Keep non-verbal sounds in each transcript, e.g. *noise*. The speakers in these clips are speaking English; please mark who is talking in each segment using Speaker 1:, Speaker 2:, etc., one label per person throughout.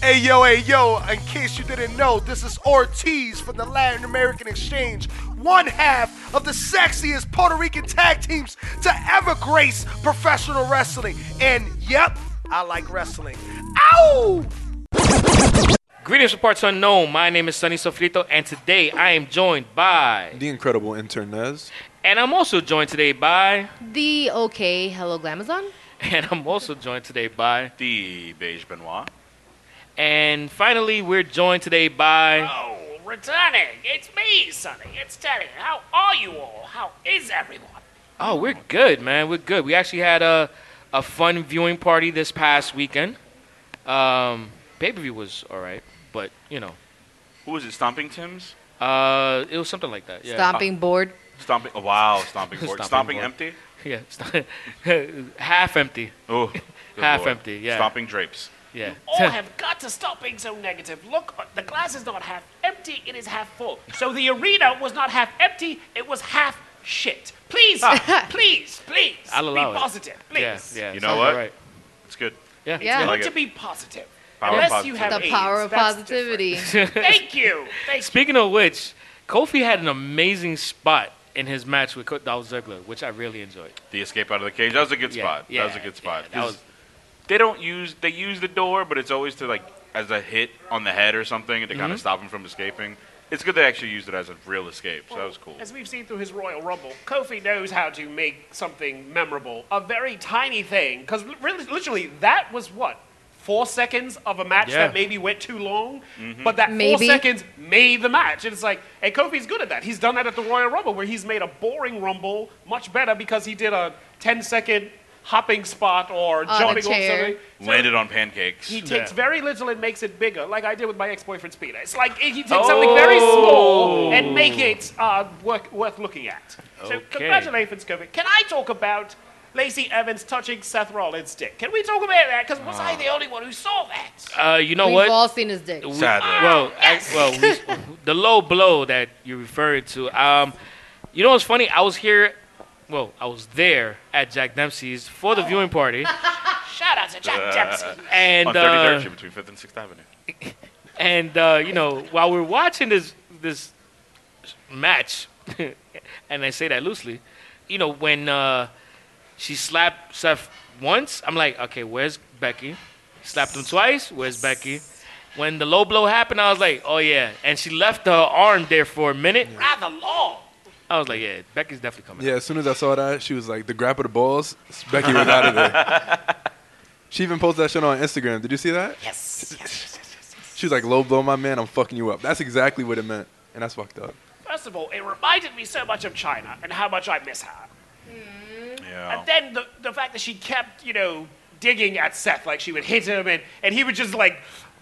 Speaker 1: Hey yo, hey yo, in case you didn't know, this is Ortiz from the Latin American Exchange, one half of the sexiest Puerto Rican tag teams to ever grace professional wrestling. And yep, I like wrestling. Ow!
Speaker 2: Greetings from parts unknown. My name is Sonny Sofrito, and today I am joined by,
Speaker 3: The incredible intern Nez.
Speaker 2: and I'm also joined today by, *laughs*
Speaker 4: The okay, hello Glamazon.
Speaker 2: and I'm also joined today by,
Speaker 5: The Beige Benoit.
Speaker 2: and finally we're joined today by.
Speaker 6: Oh, returning! It's me, Sonny. It's Teddy. How are you all? How is everyone?
Speaker 2: Oh, we're good, man. We're good. We actually had a a fun viewing party this past weekend. Um, pay per view was all right, but you know,
Speaker 5: Who was it? Stomping Tim's?
Speaker 2: uh, it was something like that. Yeah.
Speaker 4: Stomping board.
Speaker 5: Stomping. Oh, wow,
Speaker 2: *laughs*
Speaker 5: Stomping Board.
Speaker 2: Stomping
Speaker 5: Stomping,
Speaker 2: Board.
Speaker 5: Empty?
Speaker 2: *laughs* Yeah. st- *laughs* Half empty.
Speaker 5: Oh, good
Speaker 2: Half empty, yeah.
Speaker 5: Stomping Drapes.
Speaker 2: Yeah.
Speaker 6: All have got to stop being so negative. Look, uh, the glass is not half empty, it is half full. So the arena was not half empty, it was half shit. Please, *laughs* please, please,
Speaker 2: Ah. I'll allow
Speaker 6: be
Speaker 2: it.
Speaker 6: positive. Please.
Speaker 2: *laughs* Yeah. Yeah.
Speaker 5: You know
Speaker 2: sounds
Speaker 5: what?
Speaker 2: alright.
Speaker 5: It's good.
Speaker 2: Yeah.
Speaker 4: Yeah.
Speaker 5: I
Speaker 6: Learn
Speaker 5: like
Speaker 6: to
Speaker 5: it.
Speaker 6: be positive.
Speaker 5: Power
Speaker 6: Unless
Speaker 5: positive.
Speaker 6: you have
Speaker 4: The
Speaker 6: AIDS,
Speaker 4: power of
Speaker 6: that's
Speaker 4: positivity.
Speaker 6: different.
Speaker 2: *laughs*
Speaker 6: Thank you. Thank you.
Speaker 2: Speaking of which, Kofi had an amazing spot in his match with Ko- Dolph Ziggler, which I really enjoyed.
Speaker 5: The escape out of the cage. That was a good
Speaker 2: Yeah,
Speaker 5: spot.
Speaker 2: yeah,
Speaker 5: that was a good spot.
Speaker 2: yeah, that
Speaker 5: 'Cause
Speaker 2: was-
Speaker 5: They don't use. They use the door, but it's always to like as a hit on the head or something to
Speaker 2: Mm-hmm.
Speaker 5: kind of stop him from escaping. It's good they actually used it as a real escape. So that was cool.
Speaker 6: As we've seen through his Royal Rumble, Kofi knows how to make something memorable. A very tiny thing, because really, literally, that was what? Four seconds of a match
Speaker 2: Yeah.
Speaker 6: that maybe went too long,
Speaker 5: Mm-hmm.
Speaker 6: but that four
Speaker 4: Maybe.
Speaker 6: seconds made the match. And it's like, and Kofi's good at that. He's done that at the Royal Rumble, where he's made a boring Rumble much better because he did a 10 second hopping spot or
Speaker 4: a
Speaker 6: jumping
Speaker 4: chair.
Speaker 6: on something. So
Speaker 5: Landed on pancakes.
Speaker 6: he takes
Speaker 2: Yeah.
Speaker 6: very little and makes it bigger, like I did with my ex-boyfriend Speeda. It's like he takes
Speaker 2: Oh.
Speaker 6: something very small and make it uh, work, worth looking at. So
Speaker 2: Okay.
Speaker 6: congratulations, Kobe. Can I talk about Lacey Evans touching Seth Rollins' dick? Can we talk about that? Because was
Speaker 2: Ah.
Speaker 6: I the only one who saw that?
Speaker 2: Uh, you know
Speaker 4: We've
Speaker 2: what?
Speaker 4: all seen his dick.
Speaker 2: We-
Speaker 5: Sadly.
Speaker 2: well, I,
Speaker 6: *laughs*
Speaker 2: well, we, the low blow that you referred to. Um, you know what's funny? I was here. Well, I was there at Jack Dempsey's for the viewing
Speaker 5: *laughs*
Speaker 2: party,
Speaker 6: Shout out
Speaker 2: *laughs*
Speaker 6: to Jack Dempsey.
Speaker 2: and
Speaker 5: on 33rd
Speaker 2: uh,
Speaker 5: Street between 5th and 6th Avenue.
Speaker 2: And uh, you know, while we're watching this this match, *laughs* and I say that loosely, you know, when uh, she slapped Seth once, I'm like, okay, where's Becky? Slapped him twice, where's Becky? When the low blow happened, I was like, oh yeah. And she left her arm there for a minute.
Speaker 6: Rather long.
Speaker 2: I was like, yeah, Becky's definitely coming.
Speaker 3: Yeah, as soon as I saw that, she was like, the grab of the balls, Becky was out of there. She even posted that shit on Instagram. Did you see that?
Speaker 6: Yes. yes, yes, yes, yes, yes.
Speaker 3: She was like, low blow, my man, I'm fucking you up. That's exactly what it meant. And that's fucked up.
Speaker 6: First of all, it reminded me so much of China and how much I miss her.
Speaker 5: Yeah.
Speaker 6: And then the, the fact that she kept, you know, digging at Seth, like she would hit him, and, and he would just like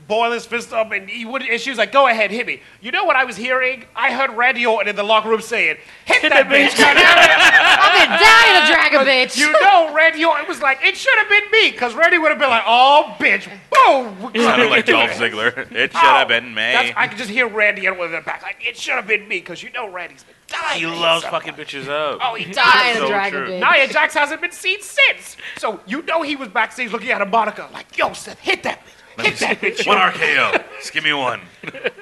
Speaker 6: boil his fist up, and he would, and she was like, "Go ahead, hit me." You know what I was hearing? I heard Randy Orton in the locker room saying, "Hit, that bitch!" goddamn it."
Speaker 4: I've been dying to drag a bitch.
Speaker 6: *laughs* you know, Randy Orton was like, "It should have been me," because Randy would have been like, "Oh, bitch,
Speaker 5: *laughs*
Speaker 6: boom!"
Speaker 5: Sounded
Speaker 6: *laughs*
Speaker 5: like Dolph Ziggler. It should have been
Speaker 6: That's-
Speaker 5: May.
Speaker 6: I could just hear Randy Orton in the back, like, "It should have been me," because you know Randy's been dying.
Speaker 5: He
Speaker 6: to hit
Speaker 5: loves
Speaker 6: somebody.
Speaker 5: fucking bitches up. *laughs*
Speaker 6: Oh, he dies.
Speaker 4: dying
Speaker 5: so
Speaker 4: to drag
Speaker 5: true.
Speaker 4: a bitch.
Speaker 6: Nia Jax hasn't been seen since. So you know he was backstage looking at a Monica like, yo, Seth, hit that bitch. Hit that bitch.
Speaker 5: One RKO. Just give me one.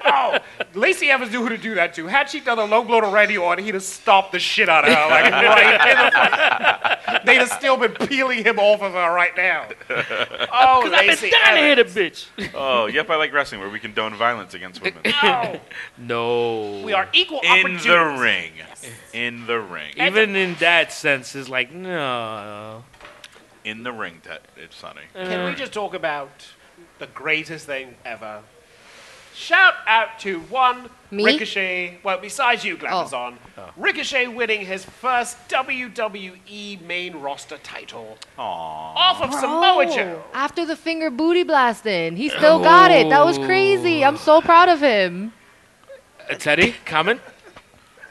Speaker 6: oh. Lacey Evans knew who to do that to. Had she done a low blow to Randy Orton, he'd have stomped the shit out of her. Like, right in the face. *laughs* They'd have still been peeling him off of her right now.
Speaker 2: I've
Speaker 6: Oh,
Speaker 2: been
Speaker 6: Lacey
Speaker 2: dying to hit
Speaker 6: Evans.
Speaker 2: a bitch.
Speaker 5: Oh, yep, I like wrestling where we condone violence against women.
Speaker 6: Oh,
Speaker 2: no.
Speaker 6: we are equal
Speaker 5: In
Speaker 6: opportunities.
Speaker 5: the ring. In the ring.
Speaker 2: Even in that sense, it's like, no.
Speaker 5: In the ring, Ted. It's Sonny.
Speaker 6: Can we just talk about the greatest thing ever? Shout out to one
Speaker 4: Me?
Speaker 6: Ricochet. Well, besides you, Glamazon, Ricochet winning his first WWE main roster title
Speaker 5: Aw.
Speaker 6: off of Samoa
Speaker 4: Oh.
Speaker 6: Joe.
Speaker 4: After the finger booty blasting, he still got it. That was crazy. I'm so proud of him.
Speaker 2: Uh, Teddy, comment?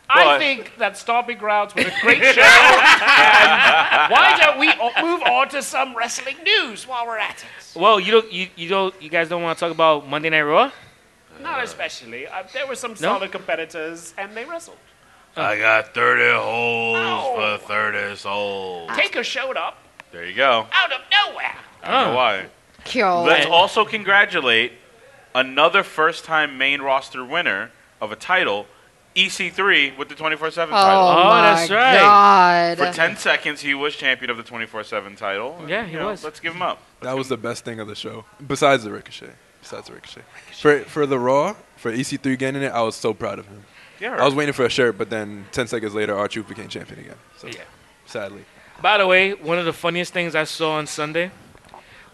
Speaker 6: I
Speaker 5: But-
Speaker 6: think that Stomping Grounds was a great show. and why don't we o- move on to some wrestling news while we're at it?
Speaker 2: Well, you don't, you, you don't, you guys don't want to talk about Monday Night Raw?
Speaker 6: Not especially. Uh, there were some solid competitors, and they wrestled.
Speaker 5: I got 30 holes
Speaker 6: Ow.
Speaker 5: for 30 souls.
Speaker 6: Taker showed up
Speaker 5: There you go.
Speaker 6: out of nowhere.
Speaker 5: I don't know why.
Speaker 4: Yo.
Speaker 5: Let's also congratulate another first time main roster winner of a title, EC3 with the 24 7 title.
Speaker 2: Oh,
Speaker 4: my
Speaker 2: that's right.
Speaker 4: God.
Speaker 5: For 10 seconds, he was champion of the 24 7 title. and,
Speaker 2: Yeah, he
Speaker 5: you know,
Speaker 2: was.
Speaker 5: Let's give him up.
Speaker 3: That was the best thing of the show, besides the ricochet. Besides the ricochet, for for the Raw, for E EC3 getting it, I was so proud of him.
Speaker 5: Yeah,
Speaker 3: I was waiting for a shirt, but then ten seconds later, our truth became champion again. So,
Speaker 2: Yeah.
Speaker 3: sadly,
Speaker 2: By the way, one of the funniest things I saw on Sunday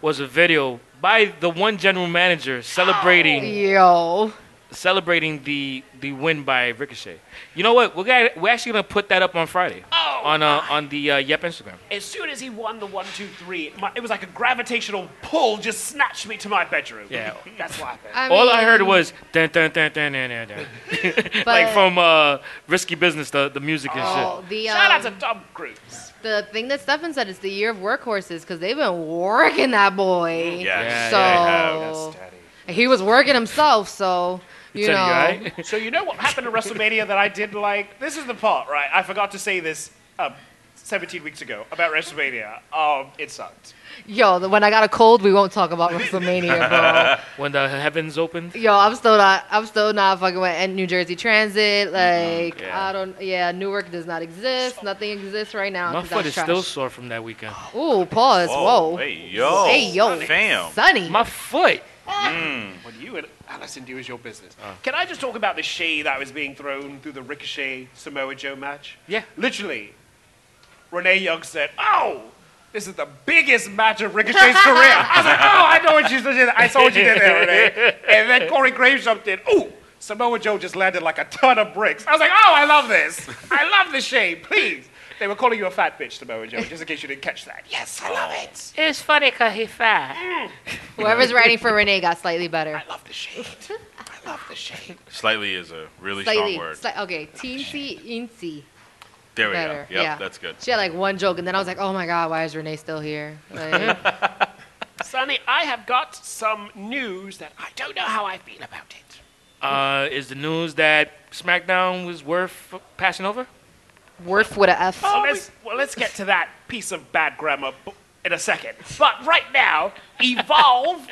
Speaker 2: was a video by the one general manager celebrating
Speaker 4: Yo.
Speaker 2: celebrating the the win by Ricochet. You know what? We're gonna, we're actually gonna put that up on Friday
Speaker 6: Oh,
Speaker 2: on uh, on the uh, Yep Instagram.
Speaker 6: As soon as he won the one, two, three, my, it was like a gravitational pull just snatched me to my bedroom.
Speaker 2: Yeah.
Speaker 6: *laughs* That's what happened.
Speaker 4: I
Speaker 2: All I
Speaker 4: mean,
Speaker 2: heard was dun dun dun dun dun dun, dun. like
Speaker 4: but-
Speaker 2: from uh, Risky Business, the the music and
Speaker 4: Oh, the,
Speaker 6: Shout out
Speaker 4: um,
Speaker 6: to Tom Cruise.
Speaker 4: the thing that Stefan said is the year of workhorses because they've been working that boy.
Speaker 5: Yes.
Speaker 2: Mm, Yeah,
Speaker 4: so he was working himself. So
Speaker 2: shit.
Speaker 4: you know,
Speaker 2: right?
Speaker 6: So you know what happened at WrestleMania that I did like? This is the part, right? I forgot to say this um, 17 weeks ago about WrestleMania. Um, it sucked.
Speaker 4: yo, the- when I got a cold, we won't talk about WrestleMania, bro.
Speaker 2: *laughs* when the heavens opened.
Speaker 4: Yo, I'm still not. I'm still not fucking with and New Jersey Transit. Like
Speaker 2: yeah.
Speaker 4: I don't. Yeah, Newark does not exist. Nothing exists right now.
Speaker 2: My
Speaker 4: 'cause
Speaker 2: foot
Speaker 4: that's
Speaker 2: is still
Speaker 4: trash.
Speaker 2: sore from that weekend.
Speaker 4: Ooh, pause. Whoa.
Speaker 5: Hey, yo.
Speaker 4: Hey, yo.
Speaker 5: Fam.
Speaker 4: Sunny.
Speaker 2: My foot.
Speaker 6: What you and Allison do is your business. Can I just talk about the shade that was being thrown through the Ricochet Samoa Joe match?
Speaker 2: Yeah.
Speaker 6: Literally, Renee Young said, "Oh, this is the biggest match of Ricochet's career." I was like, "Oh, I know what you did. I saw what you did there, Renee." And then Corey Graves jumped in. Ooh, Samoa Joe just landed like a ton of bricks. I was like, "Oh, I love this. I love the shade. Please." They were calling you a fat bitch, Samoa Joe, just in case you didn't catch that. Yes, I love it.
Speaker 2: It's funny cause he fat. *laughs*
Speaker 4: Whoever's writing for Renee got slightly better.
Speaker 6: I love the shade. I love the shade.
Speaker 5: Slightly is a really
Speaker 4: Slightly.
Speaker 5: strong word.
Speaker 4: sli- okay, teensy, incy.
Speaker 5: there we go.
Speaker 4: better.
Speaker 5: Yep,
Speaker 4: yeah,
Speaker 5: that's good.
Speaker 4: She had like one joke, and then I was like, "Oh my god, why is Renee still here?" Like,
Speaker 6: *laughs* Sonny, I have got some news that I don't know how I feel about it.
Speaker 2: Uh, is the news that SmackDown was worth passing over?
Speaker 4: Worth with a F.
Speaker 6: So let's, well, let's get to that piece of bad grammar b- in a second. But right now, Evolve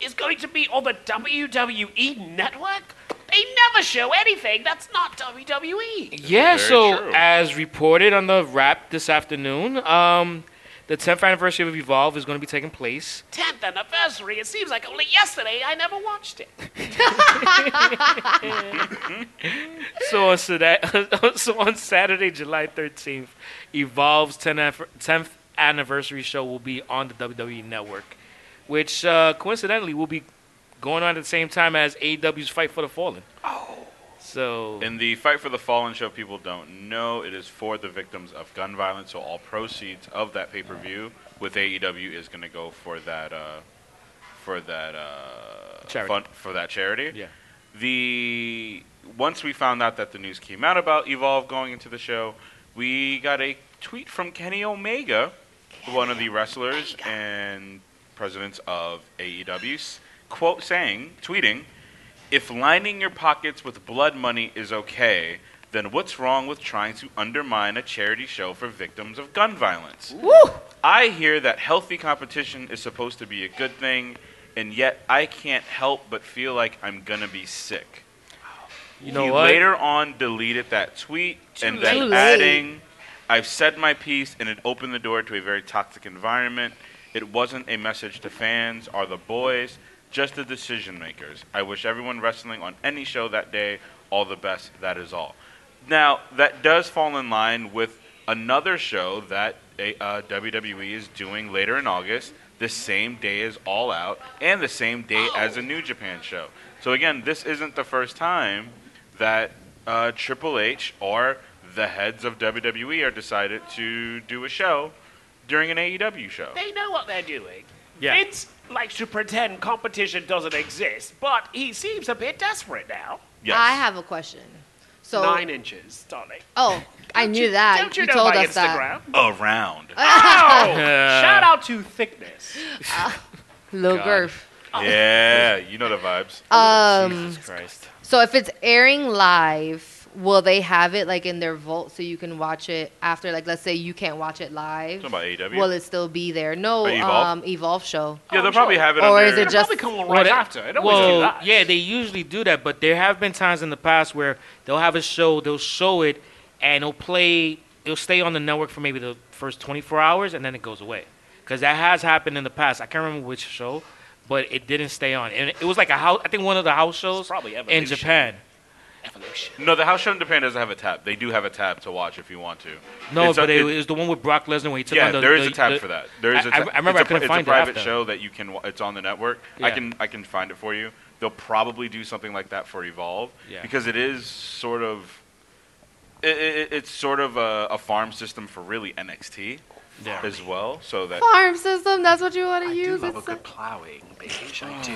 Speaker 6: is going to be on the WWE network? They never show anything that's not E. WWE.
Speaker 2: Yeah,
Speaker 5: Very
Speaker 2: so
Speaker 5: true.
Speaker 2: as reported on the wrap this afternoon, um, the 10th anniversary of Evolve is going to be taking place.
Speaker 6: 10th anniversary, it seems like only yesterday I never watched it.
Speaker 2: So on, Sada- *laughs* so on Saturday, July 13th, Evolve's 10th anniver- 10th anniversary show will be on the WWE Network, which uh, coincidentally will be going on at the same time as AEW's Fight for the Fallen. Oh. So
Speaker 5: In the Fight for the Fallen show, people don't know it is for the victims of gun violence. So all proceeds of that pay per view with AEW is going to go for that uh, for that uh,
Speaker 2: Charity.
Speaker 5: fund- for that charity.
Speaker 2: Yeah.
Speaker 5: The once we found out that the news came out about Evolve going into the show, we got a tweet from Kenny Omega, one of the wrestlers and presidents of AEW, s- quote saying, tweeting. If lining your pockets with blood money is okay, then what's wrong with trying to undermine a charity show for victims of gun violence? I hear that healthy competition is supposed to be a good thing, and yet I can't help but feel like I'm gonna be sick.
Speaker 2: you know
Speaker 5: he
Speaker 2: what?
Speaker 5: later on deleted that tweet and
Speaker 4: late. Too
Speaker 5: then
Speaker 4: late.
Speaker 5: adding, I've said my piece and it opened the door to a very toxic environment. It wasn't a message to fans or the boys, just the decision makers. I wish everyone wrestling on any show that day all the best. That is all. Now, that does fall in line with another show that a- uh, WWE is doing later in August, the same day as All Out, and the same day as a New Japan show. So, again, this isn't the first time that uh, Triple H or the heads of WWE are decided to do a show during an AEW show.
Speaker 6: They know what they're doing.
Speaker 2: Yeah.
Speaker 6: Vince likes to pretend competition doesn't exist, but he seems a bit desperate now.
Speaker 5: Yes.
Speaker 4: I have a question. So,
Speaker 6: Nine inches, darling.
Speaker 4: oh, I knew that.
Speaker 6: Don't you,
Speaker 4: you
Speaker 6: know
Speaker 4: told
Speaker 6: my
Speaker 4: us that. *laughs*
Speaker 6: Instagram?
Speaker 5: Around.
Speaker 6: Oh!
Speaker 2: Yeah.
Speaker 6: Shout out to thickness.
Speaker 4: Lil
Speaker 2: God.
Speaker 4: Gurf. Oh.
Speaker 5: Yeah, you know the vibes.
Speaker 2: Jesus Christ.
Speaker 4: So if it's airing live, will they have it like in their vault so you can watch it after? Like, let's say you can't watch it live.
Speaker 5: Talking about E AEW?
Speaker 4: Will it still be there? No,
Speaker 5: Or Evolve?
Speaker 4: um, Evolve show.
Speaker 5: Yeah, they'll
Speaker 6: I'm
Speaker 5: probably
Speaker 6: sure.
Speaker 5: have it.
Speaker 4: Or
Speaker 5: on
Speaker 4: is
Speaker 5: their-
Speaker 4: it just-
Speaker 6: Probably coming right
Speaker 2: Well,
Speaker 6: after. It always
Speaker 2: well,
Speaker 6: live.
Speaker 2: yeah, they usually do that, but there have been times in the past where they'll have a show, they'll show it, and it'll play, it'll stay on the network for maybe the first 24 hours, and then it goes away. Because that has happened in the past. I can't remember which show, but it didn't stay on, and it was like a house. I think one of the house shows
Speaker 6: probably
Speaker 2: in
Speaker 6: Evolution.
Speaker 2: Japan.
Speaker 6: Evolution.
Speaker 5: No, the house show in Japan doesn't have a tab. They do have a tab to watch if you want to.
Speaker 2: No,
Speaker 5: It's a-
Speaker 2: but it,
Speaker 5: it-
Speaker 2: was the one with Brock Lesnar where he took
Speaker 5: yeah,
Speaker 2: on the.
Speaker 5: there is
Speaker 2: the-
Speaker 5: a tab
Speaker 2: the-
Speaker 5: for that. There is a
Speaker 2: I- I-
Speaker 5: tab.
Speaker 2: I remember I
Speaker 5: it's a pri-
Speaker 2: couldn't find it
Speaker 5: It's a private
Speaker 2: after.
Speaker 5: show that you can. wa- It's on the network. I
Speaker 2: Yeah.
Speaker 5: can I can find it for you. They'll probably do something like that for Evolve
Speaker 2: Yeah.
Speaker 5: because it is sort of. It, it, it's sort of a, a farm system for really NXT
Speaker 2: Yeah.
Speaker 5: as well. So that
Speaker 4: Farm system. That's what you want to use.
Speaker 6: I do love a
Speaker 4: It's-
Speaker 6: good plowing, bitch. I do.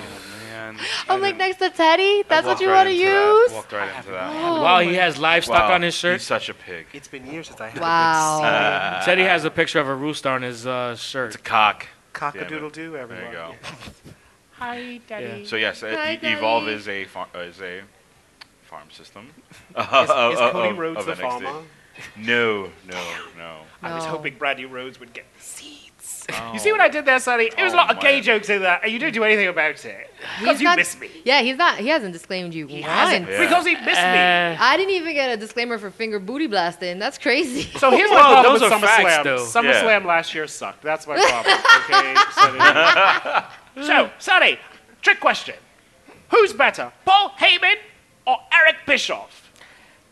Speaker 4: I'm
Speaker 5: man, I
Speaker 4: like
Speaker 5: didn't-
Speaker 4: next to Teddy.
Speaker 5: I
Speaker 4: That's what
Speaker 5: walked
Speaker 4: you
Speaker 5: right
Speaker 4: want to
Speaker 5: into that.
Speaker 4: use.
Speaker 5: Walked right into that.
Speaker 4: Oh
Speaker 2: Wow,
Speaker 4: my-
Speaker 2: he has livestock
Speaker 5: Wow,
Speaker 2: on his
Speaker 5: He's uh,
Speaker 2: shirt.
Speaker 5: such a pig.
Speaker 6: It's been years since I had
Speaker 4: Wow.
Speaker 2: Teddy has a picture of a rooster on his uh, shirt.
Speaker 5: It's a cock.
Speaker 6: a good cock-a-doodle-doo, everyone.
Speaker 5: There you go.
Speaker 4: Hi, Teddy.
Speaker 5: So yes, uh,
Speaker 4: Hi,
Speaker 5: E- Evolve
Speaker 4: Daddy.
Speaker 5: is a farm, is a farm system.
Speaker 6: *laughs* Is, is
Speaker 5: uh,
Speaker 6: Cody Rhodes the
Speaker 5: NXT.
Speaker 6: farmer?
Speaker 5: No, no, no.
Speaker 6: I was
Speaker 4: No.
Speaker 6: hoping Brandy Rhodes would get the seeds. You see what I did there, Sonny? It was a
Speaker 5: Oh,
Speaker 6: lot of gay
Speaker 5: man.
Speaker 6: jokes in there, and you didn't do anything about it. Because you
Speaker 4: not-
Speaker 6: missed me.
Speaker 4: Yeah, he's not. He hasn't disclaimed you
Speaker 6: He
Speaker 4: once.
Speaker 6: hasn't.
Speaker 5: Yeah.
Speaker 6: Because he missed me.
Speaker 2: Uh,
Speaker 4: I didn't even get a disclaimer for finger booty blasting. That's crazy. *laughs*
Speaker 6: So here's my
Speaker 2: Whoa,
Speaker 6: problem
Speaker 2: those
Speaker 6: with
Speaker 2: are facts,
Speaker 6: SummerSlam.
Speaker 2: though.
Speaker 6: SummerSlam last year sucked. That's my problem. Okay, Sonny. so, Sonny, trick question: Who's better, Paul Heyman or Eric Bischoff?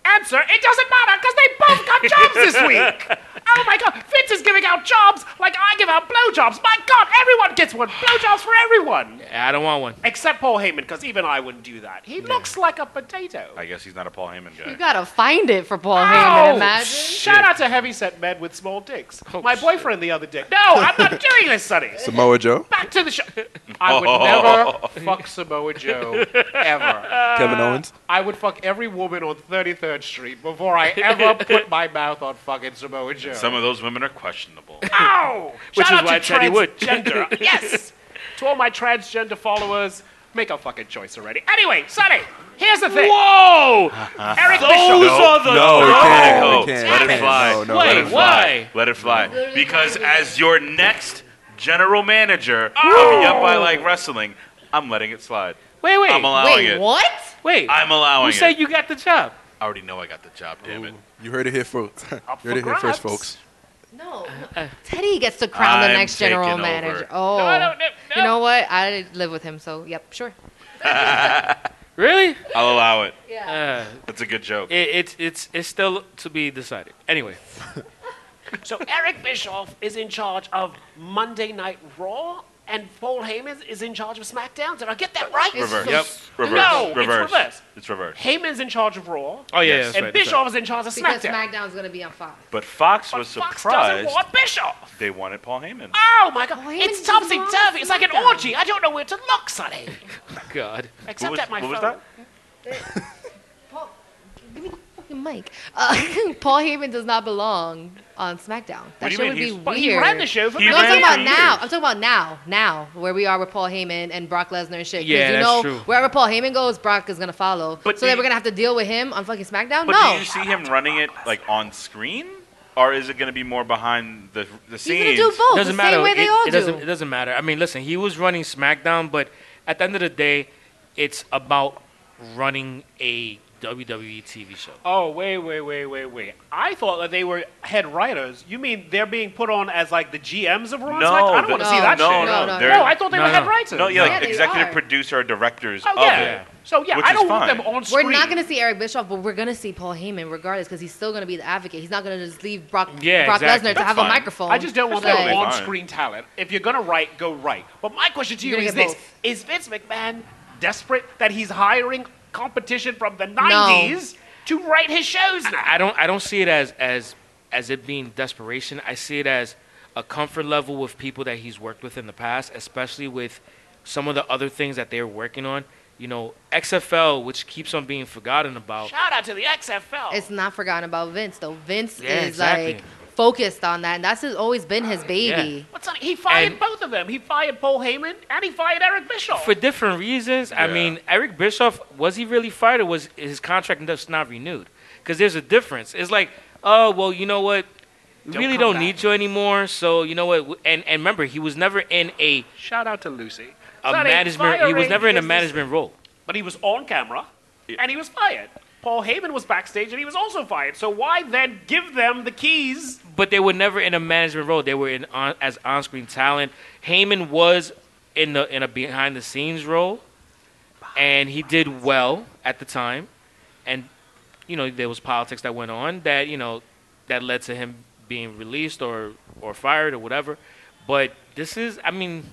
Speaker 6: Answer: It doesn't matter because they both got
Speaker 2: *laughs*
Speaker 6: jobs this week. Oh my God, Vince is giving out jobs like I give out blowjobs. My God, everyone gets one. Blowjobs for everyone.
Speaker 2: Eh, I don't want one.
Speaker 6: Except Paul Heyman, because even I wouldn't do that. He looks like a potato.
Speaker 5: I guess he's not a Paul Heyman
Speaker 4: You
Speaker 5: guy.
Speaker 4: gotta find it for Paul
Speaker 6: Ow!
Speaker 4: Heyman. Imagine.
Speaker 6: Oh, Shout out to heavyset men with small dicks.
Speaker 2: Oh,
Speaker 6: My
Speaker 2: shit.
Speaker 6: boyfriend the other
Speaker 2: *laughs*
Speaker 6: day. No, I'm not doing this, Sonny.
Speaker 3: Samoa Joe,
Speaker 6: Back to the show. I
Speaker 2: Oh.
Speaker 6: would
Speaker 2: *laughs*
Speaker 6: never fuck Samoa Joe ever.
Speaker 3: Kevin Owens.
Speaker 6: I would fuck every woman on 33rd Street before
Speaker 2: *laughs*
Speaker 6: I ever put my mouth on fucking Samoa Joe.
Speaker 5: Some of those women are
Speaker 2: *laughs*
Speaker 5: questionable.
Speaker 6: Ow!
Speaker 2: Which
Speaker 6: Shout
Speaker 2: is
Speaker 6: out
Speaker 2: why
Speaker 6: to
Speaker 2: Teddy would. *laughs*
Speaker 6: transgender. yes. To all my transgender followers, make a fucking choice already. Anyway, Sonny, here's the thing.
Speaker 2: *laughs* Whoa!
Speaker 6: Eric
Speaker 2: Those
Speaker 6: Bischoff.
Speaker 2: are the
Speaker 5: no, we can't.
Speaker 3: No,
Speaker 5: No,
Speaker 3: we can't.
Speaker 5: Let
Speaker 3: We
Speaker 5: it
Speaker 3: can't.
Speaker 5: fly.
Speaker 3: No, no,
Speaker 5: Let
Speaker 2: Wait,
Speaker 5: it fly.
Speaker 2: why?
Speaker 5: Let it fly. Because as your next general manager of Yup I Like Wrestling, I'm letting it slide.
Speaker 2: Wait, wait,
Speaker 5: I'm allowing
Speaker 4: Wait,
Speaker 5: it.
Speaker 4: what?
Speaker 2: wait.
Speaker 5: I'm allowing
Speaker 2: Who said
Speaker 5: it.
Speaker 2: you got the job?
Speaker 5: I already know I got the job, damn it.
Speaker 3: You heard it here first. *laughs* you
Speaker 6: for
Speaker 3: heard it here
Speaker 6: grabs.
Speaker 3: first, folks.
Speaker 4: No, Teddy gets to crown the
Speaker 5: I'm
Speaker 4: next general
Speaker 5: taking over.
Speaker 4: manager. Oh, you know what? I live with him, so yep, sure.
Speaker 2: Really?
Speaker 5: I'll allow it.
Speaker 4: Yeah.
Speaker 2: Uh,
Speaker 5: That's a good joke.
Speaker 2: it, it's it's it's still to be decided. Anyway,
Speaker 6: So Eric Bischoff is in charge of Monday Night Raw, and Paul Heyman is in charge of SmackDown. Did I get that right?
Speaker 5: Reverse.
Speaker 4: Yep.
Speaker 5: Reverse.
Speaker 6: No, it's
Speaker 5: reverse.
Speaker 6: reverse.
Speaker 5: It's reverse.
Speaker 6: Heyman's in charge of Raw,
Speaker 2: oh yeah,
Speaker 5: Yes.
Speaker 2: that's
Speaker 6: and
Speaker 2: right, that's
Speaker 6: Bischoff is in charge of
Speaker 4: Because
Speaker 6: SmackDown.
Speaker 4: SmackDown's gonna be on Fox.
Speaker 5: But Fox
Speaker 6: But
Speaker 5: was
Speaker 6: Fox doesn't
Speaker 5: surprised
Speaker 6: want Bischoff.
Speaker 5: they wanted Paul Heyman.
Speaker 6: Oh my God!
Speaker 4: Well, Heyman
Speaker 6: it's
Speaker 4: doesn't want
Speaker 6: topsy turvy. It's like an
Speaker 4: SmackDown.
Speaker 6: orgy. I don't know where to look, Sonny.
Speaker 2: right. God,
Speaker 4: Oh,
Speaker 6: Except
Speaker 5: was-
Speaker 6: at my
Speaker 5: what was
Speaker 6: phone.
Speaker 5: that?
Speaker 4: Paul, give me the fucking mic. Uh, *laughs* Paul Heyman does not belong on SmackDown. That
Speaker 5: do you
Speaker 4: shit
Speaker 5: mean?
Speaker 4: would be
Speaker 5: He's-
Speaker 4: weird.
Speaker 6: But he ran the show for
Speaker 5: He
Speaker 4: No, I'm
Speaker 5: ran
Speaker 4: talking
Speaker 5: for
Speaker 4: about now.
Speaker 5: years.
Speaker 4: I'm talking about now, now, where we are with Paul Heyman and Brock Lesnar and shit. 'Cause
Speaker 2: Yeah,
Speaker 4: you
Speaker 2: that's
Speaker 4: know,
Speaker 2: true.
Speaker 4: wherever Paul Heyman goes, Brock is gonna follow.
Speaker 5: But
Speaker 4: so
Speaker 5: do
Speaker 4: then
Speaker 5: you-
Speaker 4: we're gonna have to deal with him on fucking SmackDown.
Speaker 5: But
Speaker 4: no,
Speaker 5: do you see him running it like on screen, or is it going to be more behind the the
Speaker 4: he's
Speaker 5: scenes?
Speaker 4: gonna do both.
Speaker 2: doesn't
Speaker 4: the
Speaker 2: matter.
Speaker 4: Same way
Speaker 2: it,
Speaker 4: they all
Speaker 2: it
Speaker 4: do.
Speaker 2: doesn't it doesn't matter. I mean, listen, he was running SmackDown, but at the end of the day, it's about running a WWE TV show.
Speaker 6: Oh wait, wait, wait, wait, wait! I thought that they were head writers. You mean they're being put on as like the GMs of Raw? and
Speaker 5: No,
Speaker 6: SmackDown? I don't
Speaker 5: the-
Speaker 6: want to see that
Speaker 5: no,
Speaker 6: shit.
Speaker 5: no,
Speaker 4: No, no,
Speaker 5: they're-
Speaker 6: no, I thought they
Speaker 2: No,
Speaker 6: were
Speaker 2: no.
Speaker 6: head writers.
Speaker 5: No, yeah, like
Speaker 4: Yeah, they
Speaker 5: executive
Speaker 4: are.
Speaker 5: producer or directors
Speaker 6: Oh
Speaker 5: of
Speaker 6: yeah.
Speaker 5: it.
Speaker 6: So yeah,
Speaker 5: Which
Speaker 6: I
Speaker 5: is
Speaker 6: don't want
Speaker 5: fine.
Speaker 6: them on screen.
Speaker 4: We're not gonna see Eric Bischoff, but we're gonna see Paul Heyman regardless, because he's still gonna be the advocate. He's not gonna just leave Brock,
Speaker 2: Yeah,
Speaker 4: Brock
Speaker 2: exactly.
Speaker 4: Lesnar to
Speaker 2: That's
Speaker 4: have
Speaker 5: fine.
Speaker 4: a microphone.
Speaker 6: I just don't want
Speaker 4: It's
Speaker 6: that
Speaker 5: totally
Speaker 4: like-
Speaker 5: fine.
Speaker 6: on screen talent. If you're gonna write, go write. But my question to you
Speaker 4: You're
Speaker 6: is
Speaker 4: gonna
Speaker 6: this:
Speaker 4: get both.
Speaker 6: Is Vince McMahon desperate that he's hiring competition from the '90s to write his shows now?
Speaker 2: I don't I don't see it as as as it being desperation. I see it as a comfort level with people that he's worked with in the past, especially with some of the other things that they're working on. You know, XFL, which keeps on being forgotten about.
Speaker 6: Shout out to the XFL.
Speaker 4: It's not forgotten about Vince though. Vince
Speaker 2: Yeah,
Speaker 4: is
Speaker 2: exactly.
Speaker 4: like focused on that, and that's his, always been his baby.
Speaker 6: What's on, he fired
Speaker 2: And-
Speaker 6: both of them. He fired Paul Heyman and he fired Eric Bischoff.
Speaker 2: For different reasons. I
Speaker 5: Yeah.
Speaker 2: mean, Eric Bischoff was he really fired, or was his contract just not renewed? because there's a difference. It's like, oh well, you know what? We
Speaker 7: Don't
Speaker 2: really
Speaker 7: come
Speaker 2: don't
Speaker 7: back.
Speaker 2: need you anymore. So you know what? W- And and remember, he was never in a
Speaker 7: Shout out to Lucy.
Speaker 2: a
Speaker 7: Not
Speaker 2: management. He was
Speaker 7: firing
Speaker 2: never in a
Speaker 7: business-
Speaker 2: management role.
Speaker 7: But he was on camera, and he was fired. Paul Heyman was backstage, and he was also fired. So why then give them the keys?
Speaker 2: But they were never in a management role. They were in on, as on-screen talent. Heyman was in the in a behind-the-scenes role, and he did well at the time. And you know there was politics that went on that you know that led to him being released or or fired or whatever. But this is, I mean,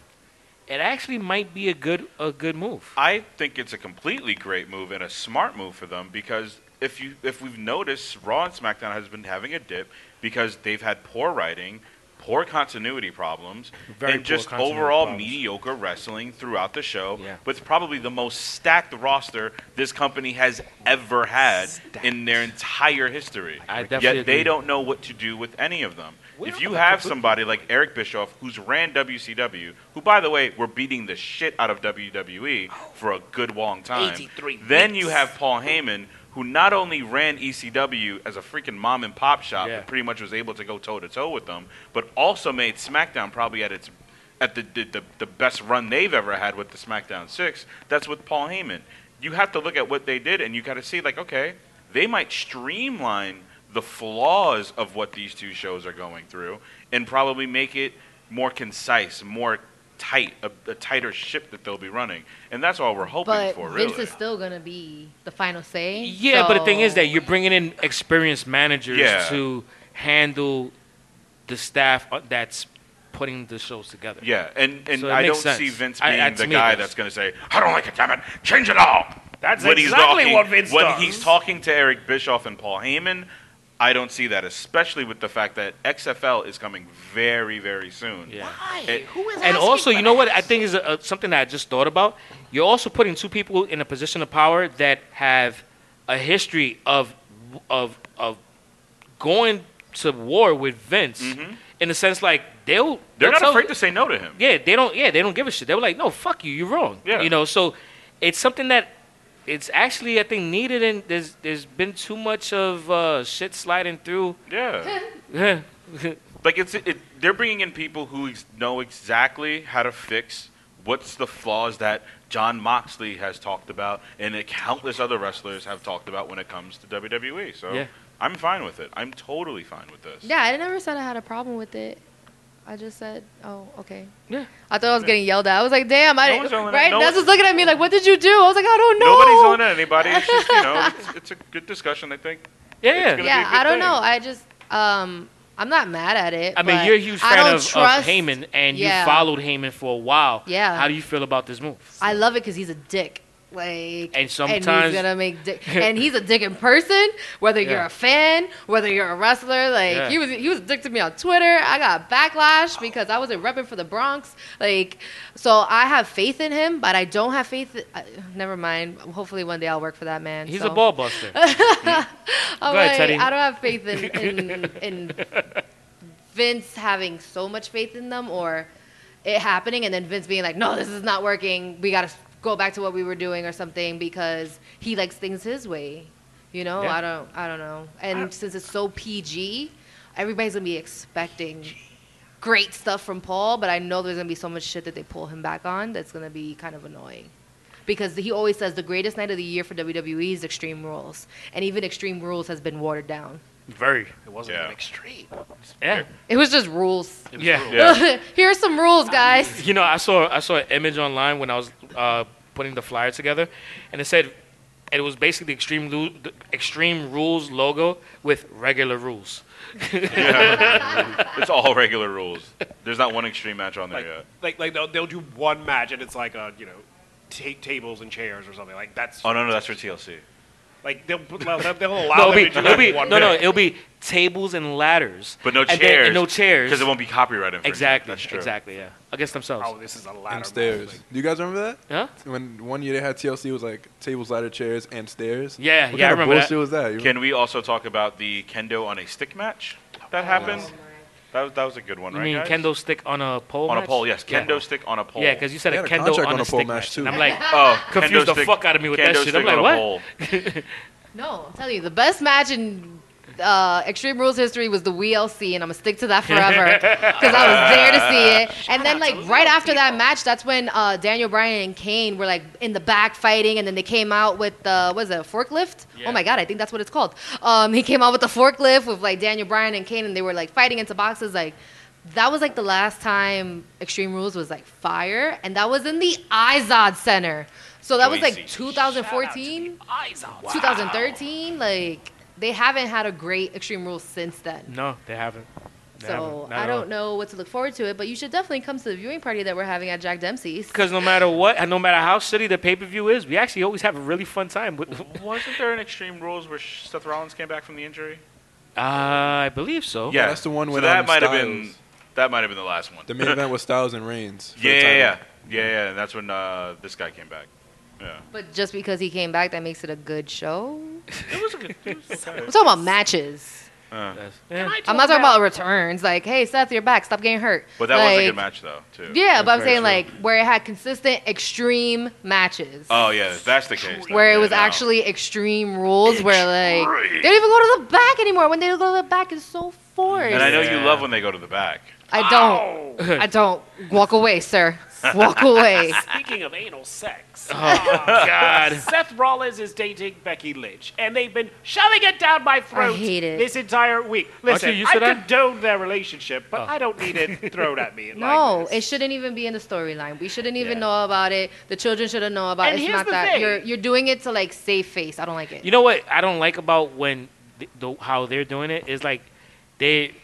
Speaker 2: it actually might be a good a good move.
Speaker 5: I think it's a completely great move and a smart move for them because if you if we've noticed Raw and SmackDown has been having a dip because they've had poor writing, poor continuity problems,
Speaker 2: Very
Speaker 5: and
Speaker 2: poor
Speaker 5: just
Speaker 2: continuity
Speaker 5: overall
Speaker 2: problems.
Speaker 5: mediocre wrestling throughout the show
Speaker 2: Yeah.
Speaker 5: with probably the most stacked roster this company has ever had in their entire history.
Speaker 2: I definitely
Speaker 5: Yet they
Speaker 2: agree.
Speaker 5: don't know what to do with any of them.
Speaker 2: We
Speaker 5: if
Speaker 2: don't
Speaker 5: you
Speaker 2: know.
Speaker 5: have somebody like Eric Bischoff, who's ran WCW, who, by the way, were beating the shit out of WWE for a good long time,
Speaker 7: 83
Speaker 5: then
Speaker 7: weeks.
Speaker 5: you have Paul Heyman, who not only ran ECW as a freaking mom and pop shop
Speaker 2: Yeah.
Speaker 5: and pretty much was able to go toe to toe with them, but also made SmackDown probably at its at the, the, the, the best run they've ever had with the SmackDown Six. That's with Paul Heyman. You have to look at what they did, and you got to see like, okay, they might streamline the flaws of what these two shows are going through, and probably make it more concise, more tight, a, a tighter ship that they'll be running, and that's all we're hoping
Speaker 4: But
Speaker 5: for, really.
Speaker 4: Vince is still gonna be the final say.
Speaker 2: Yeah, but the thing is
Speaker 4: so-
Speaker 2: that you're bringing in experienced managers
Speaker 5: Yeah.
Speaker 2: to handle the staff uh, that's putting the shows together.
Speaker 5: Yeah, and, and
Speaker 2: So it
Speaker 5: I don't
Speaker 2: makes
Speaker 5: see
Speaker 2: sense.
Speaker 5: Vince
Speaker 2: I-
Speaker 5: being
Speaker 2: I- to
Speaker 5: the
Speaker 2: me,
Speaker 5: guy
Speaker 2: it does.
Speaker 5: that's going to say, "I don't like it, damn it, change it all."
Speaker 7: That's exactly
Speaker 5: talking,
Speaker 7: what Vince
Speaker 5: When
Speaker 7: does.
Speaker 5: he's talking to Eric Bischoff and Paul Heyman, I don't see that, especially with the fact that XFL is coming very, very soon.
Speaker 2: Yeah.
Speaker 5: It-
Speaker 2: And also, you know what? I think is a, a, something that I just thought about. You're also putting two people in a position of power that have a history of of of going to war with Vince. In the sense, like they'll
Speaker 5: Mm-hmm. They're
Speaker 2: they'll
Speaker 5: not
Speaker 2: tell-
Speaker 5: afraid to say no to him.
Speaker 2: Yeah, they don't. Yeah, they don't give a shit. They were like, no, fuck you, you're wrong.
Speaker 5: Yeah.
Speaker 2: You know, so it's something that it's actually I think needed, and there's there's been too much of uh, shit sliding through.
Speaker 5: Yeah.
Speaker 2: Yeah.
Speaker 5: like it's it, they're bringing in people who ex- know exactly how to fix what's the flaws that John Moxley has talked about and that countless other wrestlers have talked about when it comes to WWE. So
Speaker 2: Yeah.
Speaker 5: I'm fine with it. I'm totally fine with this.
Speaker 4: Yeah, I never said I had a problem with it. I just said, oh, okay.
Speaker 2: Yeah.
Speaker 4: I thought I was getting yelled at. I was like, damn, I
Speaker 5: No
Speaker 4: didn't.
Speaker 5: one's yelling at-
Speaker 4: right?
Speaker 5: no
Speaker 4: Naz
Speaker 5: one-
Speaker 4: was looking at me like, what did you do? I was like, I don't know.
Speaker 5: Nobody's on at anybody. It's just you know, it's, it's a good discussion. I think.
Speaker 2: Yeah.
Speaker 5: gonna be
Speaker 4: Yeah,
Speaker 5: a good
Speaker 4: I don't
Speaker 5: thing.
Speaker 4: know. I just, um, I'm not mad at it.
Speaker 2: I mean,
Speaker 4: but
Speaker 2: you're a huge
Speaker 4: I
Speaker 2: fan
Speaker 4: don't
Speaker 2: of, of
Speaker 4: trust-
Speaker 2: Heyman, and
Speaker 4: Yeah.
Speaker 2: you followed Heyman for a while.
Speaker 4: Yeah.
Speaker 2: How do you feel about this move?
Speaker 4: I love it because he's a dick. Like,
Speaker 2: And
Speaker 4: and he's
Speaker 2: sometimes-
Speaker 4: gonna
Speaker 2: *laughs*
Speaker 4: make dick, and he's a dick in person. Whether you're
Speaker 2: Yeah.
Speaker 4: a fan, whether you're a wrestler, like
Speaker 2: Yeah.
Speaker 4: he was, he was a dick to me on Twitter. I got backlash because I wasn't repping for the Bronx. Like, so I have faith in him, but I don't have faith. I, never mind. Hopefully, one day I'll work for that man.
Speaker 2: He's
Speaker 4: so.
Speaker 2: a ball
Speaker 4: *laughs*
Speaker 2: buster.
Speaker 4: I'm
Speaker 2: Go ahead,
Speaker 4: like,
Speaker 2: Teddy.
Speaker 4: I don't have
Speaker 2: *laughs*
Speaker 4: faith in, in, in Vince having so much faith in them or it happening and then Vince being like, no, this is not working. We got to go back to what we were doing or something because he likes things his way. You know,
Speaker 2: Yeah.
Speaker 4: I don't, I don't know. And since it's so PG, everybody's gonna be expecting great stuff from Paul, but I know there's gonna be so much shit that they pull him back on that's gonna be kind of annoying because he always says the greatest night of the year for WWE is Extreme Rules, and even Extreme Rules has been watered down.
Speaker 2: Very.
Speaker 7: It wasn't
Speaker 5: Yeah.
Speaker 7: even extreme.
Speaker 2: Yeah.
Speaker 4: It was just rules.
Speaker 2: Yeah.
Speaker 5: Yeah.
Speaker 4: *laughs* Here are some rules, guys.
Speaker 2: You know, I saw I saw an image online when I was uh, putting the flyer together, and it said it was basically the extreme Lu- the extreme rules logo with regular rules.
Speaker 5: It's all regular rules. There's not one extreme match on there
Speaker 7: Like,
Speaker 5: yet.
Speaker 7: like, like they'll, they'll do one match, and it's like, uh, you know, ta- tables and chairs or something. Like that's
Speaker 5: Oh no, no, that's for TLC.
Speaker 7: like they'll put- they'll, they'll allow
Speaker 2: No, it'll
Speaker 7: them
Speaker 2: be,
Speaker 7: to do
Speaker 2: it'll be-
Speaker 7: one
Speaker 2: no, no,
Speaker 7: match.
Speaker 2: it'll be tables and ladders,
Speaker 5: But no
Speaker 2: And then-
Speaker 5: chairs.
Speaker 2: and no chairs
Speaker 5: Because it won't be copyright infringement.
Speaker 2: Exactly.
Speaker 5: That's true.
Speaker 2: Exactly. Yeah. Against themselves.
Speaker 7: Oh, this is a ladder.
Speaker 3: and
Speaker 7: match.
Speaker 3: stairs.
Speaker 7: Like,
Speaker 3: Do you guys remember that?
Speaker 2: Huh?
Speaker 3: When one year they had TLC it was like tables, ladder, chairs, and stairs.
Speaker 2: Yeah,
Speaker 3: what
Speaker 2: yeah, I
Speaker 3: kind of
Speaker 2: remember that.
Speaker 3: bullshit was that? You-
Speaker 5: Can we also talk about the kendo on a stick match that happened? That was, that was a good one,
Speaker 2: You
Speaker 5: right?
Speaker 2: mean
Speaker 5: guys?
Speaker 2: kendo stick on a pole?
Speaker 5: on a
Speaker 2: match?
Speaker 5: pole? Yes,
Speaker 2: Yeah.
Speaker 5: kendo stick on a pole.
Speaker 2: Yeah, because you said
Speaker 3: They
Speaker 2: a
Speaker 3: had a
Speaker 2: kendo
Speaker 3: contract
Speaker 2: on,
Speaker 3: on
Speaker 2: a
Speaker 3: a pole
Speaker 2: stick
Speaker 3: match,
Speaker 2: match.
Speaker 3: too.
Speaker 2: And I'm like,
Speaker 5: *laughs* Oh,
Speaker 2: confused
Speaker 5: kendo
Speaker 2: the
Speaker 5: stick-
Speaker 2: fuck out of me with
Speaker 5: kendo
Speaker 2: that shit. I'm
Speaker 5: stick on
Speaker 2: like,
Speaker 5: a
Speaker 2: what?
Speaker 5: pole.
Speaker 4: No, I'm telling you, the best match in uh, Extreme Rules history was the WLC, and I'm gonna stick to that forever because I was there to see it. And then, like right after that match, that's when uh, Daniel Bryan and Kane were like in the back fighting, and then they came out with the what is it, a forklift?
Speaker 2: Yeah.
Speaker 4: Oh my god, I think that's what it's called. Um, he came out with the forklift with like Daniel Bryan and Kane, and they were like fighting into boxes, like. That was like the last time Extreme Rules was like fire, and that was in the Izod Center. So that was like
Speaker 5: Crazy.
Speaker 4: 2014. 2013. Like they haven't had a great Extreme Rules since then.
Speaker 2: No, they haven't. They
Speaker 4: So I don't know what to look forward to it, but you should definitely come to the viewing party that we're having at Jack Dempsey's.
Speaker 2: Because no matter what, and no matter how shitty the pay per view is, we actually always have a really fun time. With, uh,
Speaker 5: *laughs* Wasn't there an Extreme Rules where Seth Rollins came back from the injury?
Speaker 2: I believe so.
Speaker 5: Yeah,
Speaker 3: that's the one
Speaker 5: So
Speaker 3: with,
Speaker 5: that
Speaker 3: um,
Speaker 5: might have been
Speaker 3: Styles.
Speaker 5: that might have been the last one.
Speaker 3: The main
Speaker 5: *laughs*
Speaker 3: event was Styles and Reigns. for the
Speaker 5: yeah, yeah,
Speaker 3: title.
Speaker 5: yeah, yeah, yeah. That's when uh, this guy came back. Yeah,
Speaker 4: But just because he came back, that makes it a good show.
Speaker 5: it was a good. It was
Speaker 4: I'm talking about matches.
Speaker 5: uh,
Speaker 2: That's- yeah.
Speaker 4: I'm not talking about returns. Like, hey Seth, you're back. Stop getting hurt.
Speaker 5: but that was a
Speaker 4: Like,
Speaker 5: good match though, too.
Speaker 4: Yeah, but I'm
Speaker 3: Very
Speaker 4: saying
Speaker 3: true.
Speaker 4: like where it had consistent extreme matches.
Speaker 5: Oh yeah, if that's the case. then
Speaker 4: where it
Speaker 5: yeah,
Speaker 4: was
Speaker 5: no.
Speaker 4: actually extreme rules where like they don't even go to the back anymore. When they go to the back, it's so forced.
Speaker 5: And I know you
Speaker 2: Yeah.
Speaker 5: love when they go to the back.
Speaker 4: I
Speaker 7: Oh.
Speaker 4: don't. I don't. Walk away, sir. Walk away.
Speaker 6: *laughs* Speaking of anal sex,
Speaker 2: Oh, God.
Speaker 6: *laughs* Seth Rollins is dating Becky Lynch, and they've been shoving it down my throat
Speaker 4: hate it.
Speaker 6: this entire week. Listen,
Speaker 2: you used
Speaker 6: I
Speaker 2: to that? Oh.
Speaker 6: condone their relationship, but I don't
Speaker 2: *laughs*
Speaker 6: need it thrown at me.
Speaker 4: No,
Speaker 6: like
Speaker 4: it
Speaker 6: this.
Speaker 4: shouldn't even be in the storyline. We shouldn't even
Speaker 6: Yeah.
Speaker 4: know about it. The children shouldn't know about
Speaker 6: And
Speaker 4: it. It's
Speaker 6: here's
Speaker 4: not
Speaker 6: the
Speaker 4: that
Speaker 6: thing.
Speaker 4: you're you're doing it to like save face. I don't like it.
Speaker 2: You know what I don't like about when th- the, how they're doing it is like they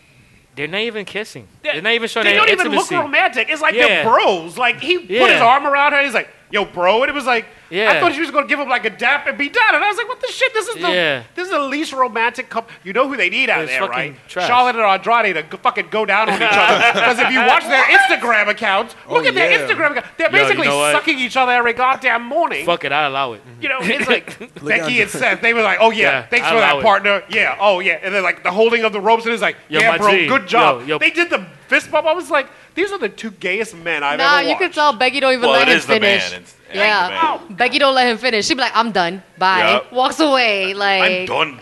Speaker 2: they're not even kissing.
Speaker 6: Yeah,
Speaker 2: They're not even showing
Speaker 6: they
Speaker 2: their
Speaker 6: don't even
Speaker 2: intimacy.
Speaker 6: look romantic. It's like
Speaker 2: Yeah.
Speaker 6: they're bros. Like he put his
Speaker 2: Yeah.
Speaker 6: arm around her. He's like, "Yo, bro," and it was like,
Speaker 2: Yeah.
Speaker 6: I thought she was gonna give him like a dap and be done. And I was like, "What the shit? This is the
Speaker 2: Yeah.
Speaker 6: this is the least romantic couple. You know who they need out
Speaker 2: It's
Speaker 6: there,
Speaker 2: fucking
Speaker 6: right?
Speaker 2: trash.
Speaker 6: Charlotte and Andrade to g- fucking go down on each other.
Speaker 2: *laughs*
Speaker 6: Because if you watch their Instagram accounts, look
Speaker 3: Oh,
Speaker 6: at their
Speaker 3: yeah.
Speaker 6: Instagram account. They're
Speaker 2: Yo, you
Speaker 6: basically
Speaker 2: know what?
Speaker 6: sucking each other every goddamn morning.
Speaker 2: Fuck it, I allow it.
Speaker 6: You know, it's
Speaker 4: *laughs*
Speaker 6: like Becky
Speaker 3: at-
Speaker 6: and Seth. They were like, "Oh yeah,
Speaker 2: Yeah,
Speaker 6: thanks
Speaker 2: I
Speaker 6: for
Speaker 2: allow
Speaker 6: that
Speaker 2: it.
Speaker 6: partner. Yeah, oh yeah." And then like the holding of the ropes, and it's like,
Speaker 2: Yo,
Speaker 6: "Yeah,
Speaker 2: my
Speaker 6: bro,
Speaker 2: G.
Speaker 6: good job."
Speaker 2: Yo, yo.
Speaker 6: They did the fist bump. I was like, "These are the two gayest men I've
Speaker 4: nah,
Speaker 6: ever
Speaker 4: you
Speaker 6: watched."
Speaker 4: can tell Becky don't even
Speaker 5: Well,
Speaker 4: let
Speaker 5: it
Speaker 4: him
Speaker 5: is the
Speaker 4: finish.
Speaker 5: man. It's- it's the
Speaker 4: yeah,
Speaker 5: man.
Speaker 4: Becky don't let him finish. She'd be like, "I'm done. Bye."
Speaker 5: Yup.
Speaker 4: Walks away.
Speaker 5: I'm
Speaker 4: Like
Speaker 5: done.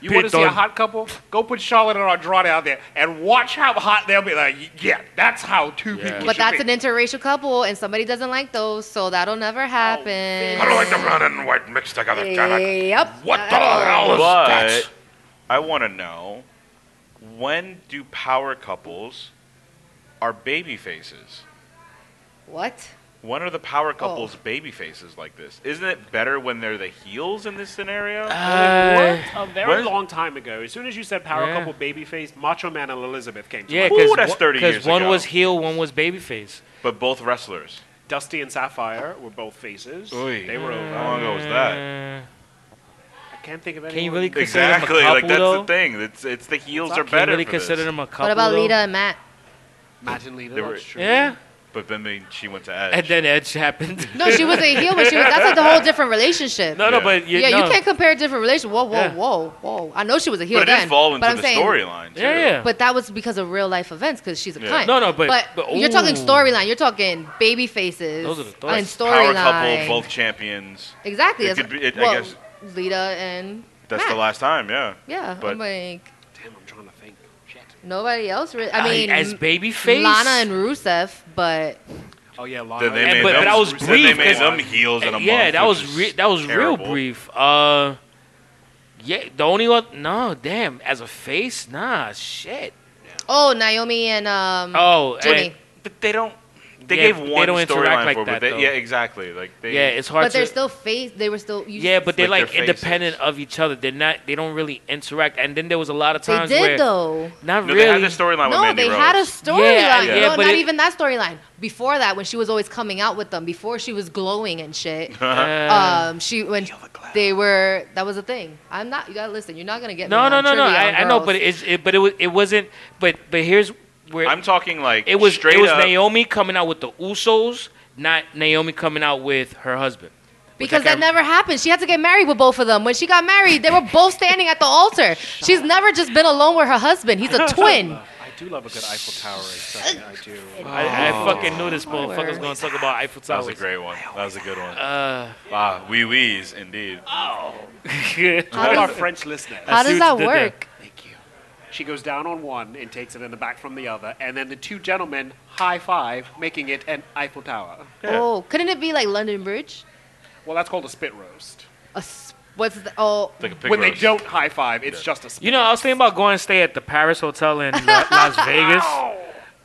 Speaker 6: You want to see a
Speaker 2: Piton.
Speaker 6: hot couple? Go put Charlotte and Andrade out there and watch how hot they'll be. Like, yeah, that's how two people.
Speaker 4: But
Speaker 6: should
Speaker 4: that's
Speaker 6: be.
Speaker 4: an interracial couple, and somebody doesn't like those, so that'll never happen.
Speaker 5: I don't like the brown and white mixed together.
Speaker 4: Yep.
Speaker 5: What the hell is that? I want to know when do power couples are baby faces?
Speaker 4: What?
Speaker 5: When are the
Speaker 4: Oh.
Speaker 5: power couples baby faces like this? Isn't it better when they're the heels in this scenario?
Speaker 2: Uh,
Speaker 6: a very
Speaker 5: Where-
Speaker 6: long time ago. As soon as you said power
Speaker 2: Yeah.
Speaker 6: couple babyface, Macho Man and Elizabeth came to
Speaker 2: yeah,
Speaker 6: mind.
Speaker 5: Ooh,
Speaker 2: because
Speaker 5: that's 30 years
Speaker 2: one
Speaker 5: ago.
Speaker 2: was heel, one was babyface.
Speaker 5: but both wrestlers.
Speaker 6: Dusty and Sapphire were both faces.
Speaker 5: Oy.
Speaker 6: They were.
Speaker 5: How long ago was that?
Speaker 2: Uh,
Speaker 6: I can't think of anyone.
Speaker 2: Can you really consider them a
Speaker 5: Exactly.
Speaker 2: couple,
Speaker 5: Like that's
Speaker 2: though?
Speaker 5: the thing. It's it's the heels are
Speaker 2: Can you
Speaker 5: better.
Speaker 2: really
Speaker 5: for
Speaker 2: consider
Speaker 5: this.
Speaker 2: them a couple?
Speaker 4: What about
Speaker 2: though?
Speaker 4: Lita and Matt?
Speaker 6: Matt and Lita.
Speaker 5: They were-
Speaker 6: that's true.
Speaker 2: Yeah,
Speaker 5: But then they, she went to Edge.
Speaker 2: and then Edge happened. *laughs*
Speaker 4: No, she was a heel, but she was. That's like the whole different relationship.
Speaker 2: no, no,
Speaker 5: Yeah.
Speaker 2: but you,
Speaker 4: yeah,
Speaker 2: no.
Speaker 4: you can't compare different relations. Whoa, whoa,
Speaker 2: Yeah.
Speaker 4: whoa, whoa. I know she was a heel
Speaker 5: but it
Speaker 4: then,
Speaker 5: did fall into
Speaker 4: but I'm
Speaker 5: the
Speaker 4: saying,
Speaker 5: storyline. too.
Speaker 2: Yeah, yeah.
Speaker 4: But that was because of real life events, because she's a
Speaker 5: Yeah.
Speaker 4: cunt.
Speaker 2: No, no, but- but-
Speaker 4: you're talking
Speaker 2: ooh.
Speaker 4: storyline. You're talking baby faces.
Speaker 2: Those are the thoughts.
Speaker 4: and
Speaker 5: Power
Speaker 4: storyline.
Speaker 5: couple, both champions.
Speaker 4: Exactly.
Speaker 5: It
Speaker 4: that's-
Speaker 5: could be- it- I
Speaker 4: well,
Speaker 5: guess-
Speaker 4: Lita and
Speaker 5: That's
Speaker 4: Matt.
Speaker 5: the last time. Yeah.
Speaker 4: Yeah,
Speaker 5: but-
Speaker 4: I'm like
Speaker 6: Damn, I'm trying to think. Shit.
Speaker 4: nobody else. Really, I mean,
Speaker 2: Uh, as
Speaker 4: M-
Speaker 2: babyface,
Speaker 4: Lana and Rusev, but
Speaker 6: Oh yeah, Lana.
Speaker 5: Then they
Speaker 2: And-
Speaker 5: made
Speaker 2: but-
Speaker 5: them,
Speaker 2: but I was
Speaker 5: then
Speaker 2: brief
Speaker 5: They made
Speaker 2: 'cause-
Speaker 5: them heels in a
Speaker 2: yeah,
Speaker 5: month,
Speaker 2: that
Speaker 5: which
Speaker 2: was
Speaker 5: is
Speaker 2: re- that was
Speaker 5: terrible.
Speaker 2: real brief. Uh, yeah, the only one. No, damn. As a face, nah, shit.
Speaker 4: oh, Naomi and um,
Speaker 2: Oh, and-
Speaker 4: Jimmy.
Speaker 5: But they don't. They
Speaker 2: Yeah,
Speaker 5: gave
Speaker 2: they
Speaker 5: one
Speaker 2: don't interact
Speaker 5: storyline
Speaker 2: like
Speaker 5: for, it,
Speaker 2: that,
Speaker 5: but they,
Speaker 2: though.
Speaker 5: yeah, exactly. Like they,
Speaker 2: yeah, it's hard.
Speaker 4: But they're
Speaker 2: to,
Speaker 4: still face. They were still. You,
Speaker 2: Yeah, but they're
Speaker 5: Like
Speaker 2: like,
Speaker 5: their
Speaker 2: independent
Speaker 5: faces.
Speaker 2: of each other. They're not. They don't really interact. And then there was a lot of
Speaker 4: they
Speaker 2: times
Speaker 4: did
Speaker 2: where
Speaker 4: though.
Speaker 2: not
Speaker 5: no,
Speaker 2: really.
Speaker 5: they had the storyline with
Speaker 4: No,
Speaker 5: Mandy
Speaker 4: they
Speaker 5: Rose.
Speaker 4: had a storyline.
Speaker 2: Yeah, yeah,
Speaker 4: no,
Speaker 2: but
Speaker 4: not
Speaker 2: it-
Speaker 4: even that storyline. Before that, when she was always coming out with them, before she was glowing
Speaker 2: *laughs*
Speaker 4: and shit.
Speaker 2: Uh,
Speaker 4: um, she when they were that was a thing. I'm not. You gotta listen. You're not gonna get
Speaker 2: no,
Speaker 4: me
Speaker 2: no,
Speaker 4: on
Speaker 2: no, no.
Speaker 4: trivia on
Speaker 2: I, I know,
Speaker 4: Oh, girls.
Speaker 2: but it's it, but it was it wasn't. But but here's where
Speaker 5: I'm talking like
Speaker 2: it was.
Speaker 5: straight
Speaker 2: It was
Speaker 5: up.
Speaker 2: Naomi coming out with the Usos, not Naomi coming out with her husband. Which I
Speaker 4: because that
Speaker 2: can't-
Speaker 4: never happened. She had to get married with both of them. When she
Speaker 2: *laughs* *laughs*
Speaker 4: got married, they were both standing at the altar. She's never just been alone with her husband. He's a twin.
Speaker 6: do love a good Eiffel Tower. Something I do.
Speaker 2: *laughs* I, I fucking knew this motherfucker's gonna talk about Eiffel
Speaker 5: Oh. That
Speaker 2: Towers.
Speaker 5: was a great one. That was a good one.
Speaker 2: Uh,
Speaker 5: ah, wee wees, indeed.
Speaker 4: How
Speaker 6: Our
Speaker 4: does-
Speaker 6: French listeners.
Speaker 4: How does
Speaker 2: Suits
Speaker 4: that
Speaker 2: did that.
Speaker 4: work?
Speaker 6: Thank you. She goes down on one and takes it in the back from the other, and then the two gentlemen high five, making it an Eiffel Tower.
Speaker 4: Oh, couldn't it be like London Bridge?
Speaker 6: Well, that's called a spit roast.
Speaker 4: A s- what's the, oh,
Speaker 5: Like a pig
Speaker 6: when
Speaker 5: roast.
Speaker 6: they don't high five, it's just a spit.
Speaker 2: You know, I was thinking about going to stay at the Paris Hotel in La-
Speaker 5: *laughs*
Speaker 2: Las Vegas.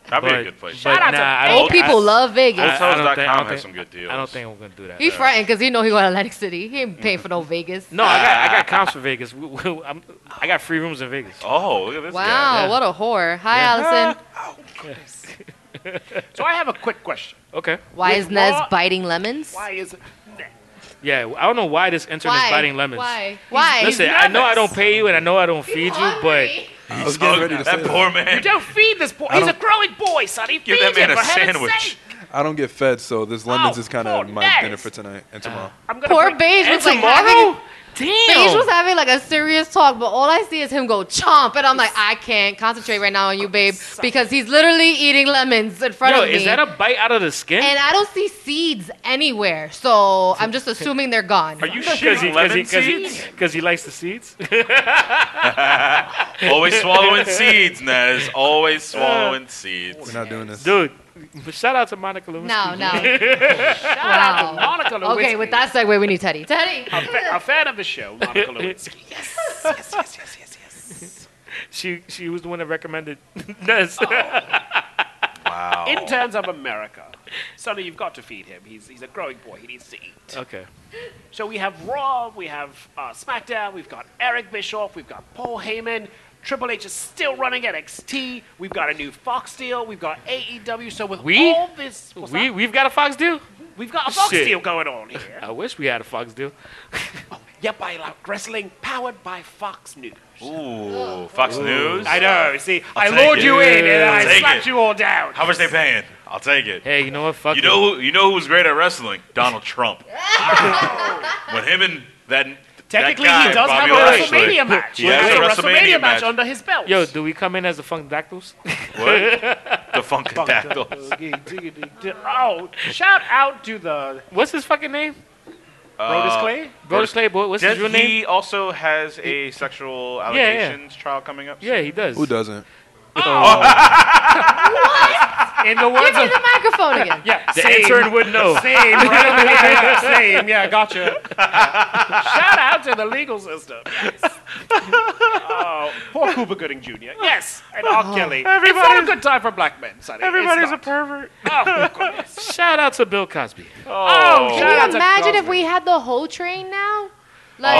Speaker 5: That'd be
Speaker 2: but,
Speaker 5: a good place.
Speaker 2: But nah, I
Speaker 4: old
Speaker 2: don't,
Speaker 4: people
Speaker 2: I,
Speaker 4: love Vegas.
Speaker 2: I- I don't think- I
Speaker 5: Hotels.com
Speaker 2: don't
Speaker 5: has
Speaker 2: think-
Speaker 5: some good deals.
Speaker 2: I don't think we're gonna do that.
Speaker 4: he frightened because he know he going to Atlantic City. He ain't paying for no Vegas.
Speaker 2: No, I got I got comps for Vegas. We, we, I'm, I got free rooms in Vegas.
Speaker 5: Oh, look at this guy.
Speaker 4: Wow,
Speaker 2: Yeah.
Speaker 4: what a whore. Hi, Allison.
Speaker 6: So I have a quick question.
Speaker 5: Oh.
Speaker 2: Okay.
Speaker 4: Why
Speaker 6: With
Speaker 4: is Nez
Speaker 6: raw-
Speaker 4: biting lemons?
Speaker 6: Why is
Speaker 2: Yeah, I don't know why this intern is biting lemons.
Speaker 4: Why? Why?
Speaker 2: Listen, I know I don't pay you and I know I don't feed you, but
Speaker 3: I was getting ready to
Speaker 5: Oh, that
Speaker 3: say
Speaker 5: poor
Speaker 3: that.
Speaker 5: man.
Speaker 6: don't feed this boy?
Speaker 3: I
Speaker 6: He's a
Speaker 3: don't-
Speaker 6: growing boy, Sonny.
Speaker 5: Give that
Speaker 6: Feed him,
Speaker 5: man a
Speaker 6: for heaven's
Speaker 5: sandwich.
Speaker 6: sake.
Speaker 3: I don't get fed, so this lemons
Speaker 6: Oh,
Speaker 3: is kind
Speaker 6: poor
Speaker 3: of my
Speaker 6: Nez.
Speaker 3: dinner for tonight and tomorrow.
Speaker 6: I'm gonna
Speaker 4: Poor
Speaker 6: put-
Speaker 4: Beige
Speaker 2: and
Speaker 4: was like
Speaker 2: tomorrow,
Speaker 4: having, Beige was
Speaker 2: damn.
Speaker 4: having like a serious talk, but all I see is him go chomp, and I'm like, I can't concentrate right now on you, babe, because he's literally eating lemons in front
Speaker 2: Yo,
Speaker 4: of me.
Speaker 2: is that a bite out of the skin?
Speaker 4: and I don't see seeds anywhere, so I'm just assuming they're gone.
Speaker 5: Are you
Speaker 2: Because he,
Speaker 5: shitting
Speaker 2: cause he,
Speaker 5: lemon
Speaker 2: cause he,
Speaker 5: seeds?
Speaker 2: *laughs* 'cause he likes the seeds. *laughs*
Speaker 5: Always swallowing seeds, Nez. Always
Speaker 2: *laughs*
Speaker 5: swallowing
Speaker 3: We're
Speaker 5: seeds.
Speaker 3: not doing this.
Speaker 2: Dude, but shout out to Monica Lewinsky.
Speaker 4: No, no.
Speaker 6: out to
Speaker 4: wow.
Speaker 6: Monica Lewinsky.
Speaker 4: Okay, with that segue, we need Teddy. Teddy.
Speaker 6: A, fa- a fan of the show,
Speaker 5: *laughs*
Speaker 6: Monica Lewinsky.
Speaker 2: She she was the one that recommended *laughs* this.
Speaker 4: Oh.
Speaker 5: Oh.
Speaker 6: In terms of America, Sonny, you've got to feed him. He's, he's a growing boy. He needs to eat.
Speaker 2: *laughs* Okay.
Speaker 6: So we have Raw, we have uh, SmackDown, we've got Eric Bischoff, we've got Paul Heyman. Triple H is still running NXT. We've got a new Fox deal. We've got AEW. So with
Speaker 2: We?
Speaker 6: all this, what's
Speaker 2: We
Speaker 6: that?
Speaker 2: we've got a Fox deal.
Speaker 6: we've got a Fox
Speaker 2: Shit.
Speaker 6: deal going on *laughs* here.
Speaker 2: I wish we had a Fox deal.
Speaker 6: Yep, I love wrestling, powered by Fox News.
Speaker 5: Ooh, Fox News.
Speaker 6: I know. See, i
Speaker 5: take
Speaker 6: lured
Speaker 5: it.
Speaker 6: you in and I
Speaker 5: Take
Speaker 6: slapped
Speaker 5: it.
Speaker 6: you all down.
Speaker 5: How much they paying? I'll take it.
Speaker 2: Hey, you know what? Fuck
Speaker 5: You
Speaker 2: it.
Speaker 5: know who? You know who's great at wrestling? Donald Trump. when him and that
Speaker 6: Technically,
Speaker 5: that guy,
Speaker 6: he does
Speaker 5: Bobby
Speaker 6: have a
Speaker 5: Lashley.
Speaker 6: WrestleMania match.
Speaker 5: He has
Speaker 6: He
Speaker 5: a
Speaker 6: has
Speaker 5: WrestleMania match.
Speaker 6: under his belt.
Speaker 2: Yo, do we come in as the Funk Dactyls?
Speaker 5: What? The Funkadactyls.
Speaker 6: *laughs* oh, shout out to the
Speaker 2: What's his fucking name?
Speaker 6: Brodus *laughs* Clay.
Speaker 2: Brodus Clay. boy, What's his
Speaker 5: Does
Speaker 2: real name?
Speaker 5: he also has a sexual
Speaker 2: yeah.
Speaker 5: allegations trial coming up?
Speaker 2: Yeah, he does.
Speaker 3: Who doesn't?
Speaker 6: In the
Speaker 4: Give
Speaker 6: words
Speaker 4: me
Speaker 6: of
Speaker 4: the microphone again.
Speaker 2: *laughs*
Speaker 6: yeah,
Speaker 2: The
Speaker 6: same,
Speaker 2: intern would know.
Speaker 6: same, right over here, yeah, same, *laughs* yeah, gotcha. Shout out to the legal system. oh, poor Cuba Gooding Jr. Yes, and R. Kelly. Everybody's, it's not a good time for black men, Sonny. Everybody's a pervert. Oh, goodness.
Speaker 2: Shout out to Bill Cosby.
Speaker 6: Oh, shout out
Speaker 4: Can you
Speaker 6: to
Speaker 4: imagine if
Speaker 6: Cosby.
Speaker 4: we had the whole train now? Like,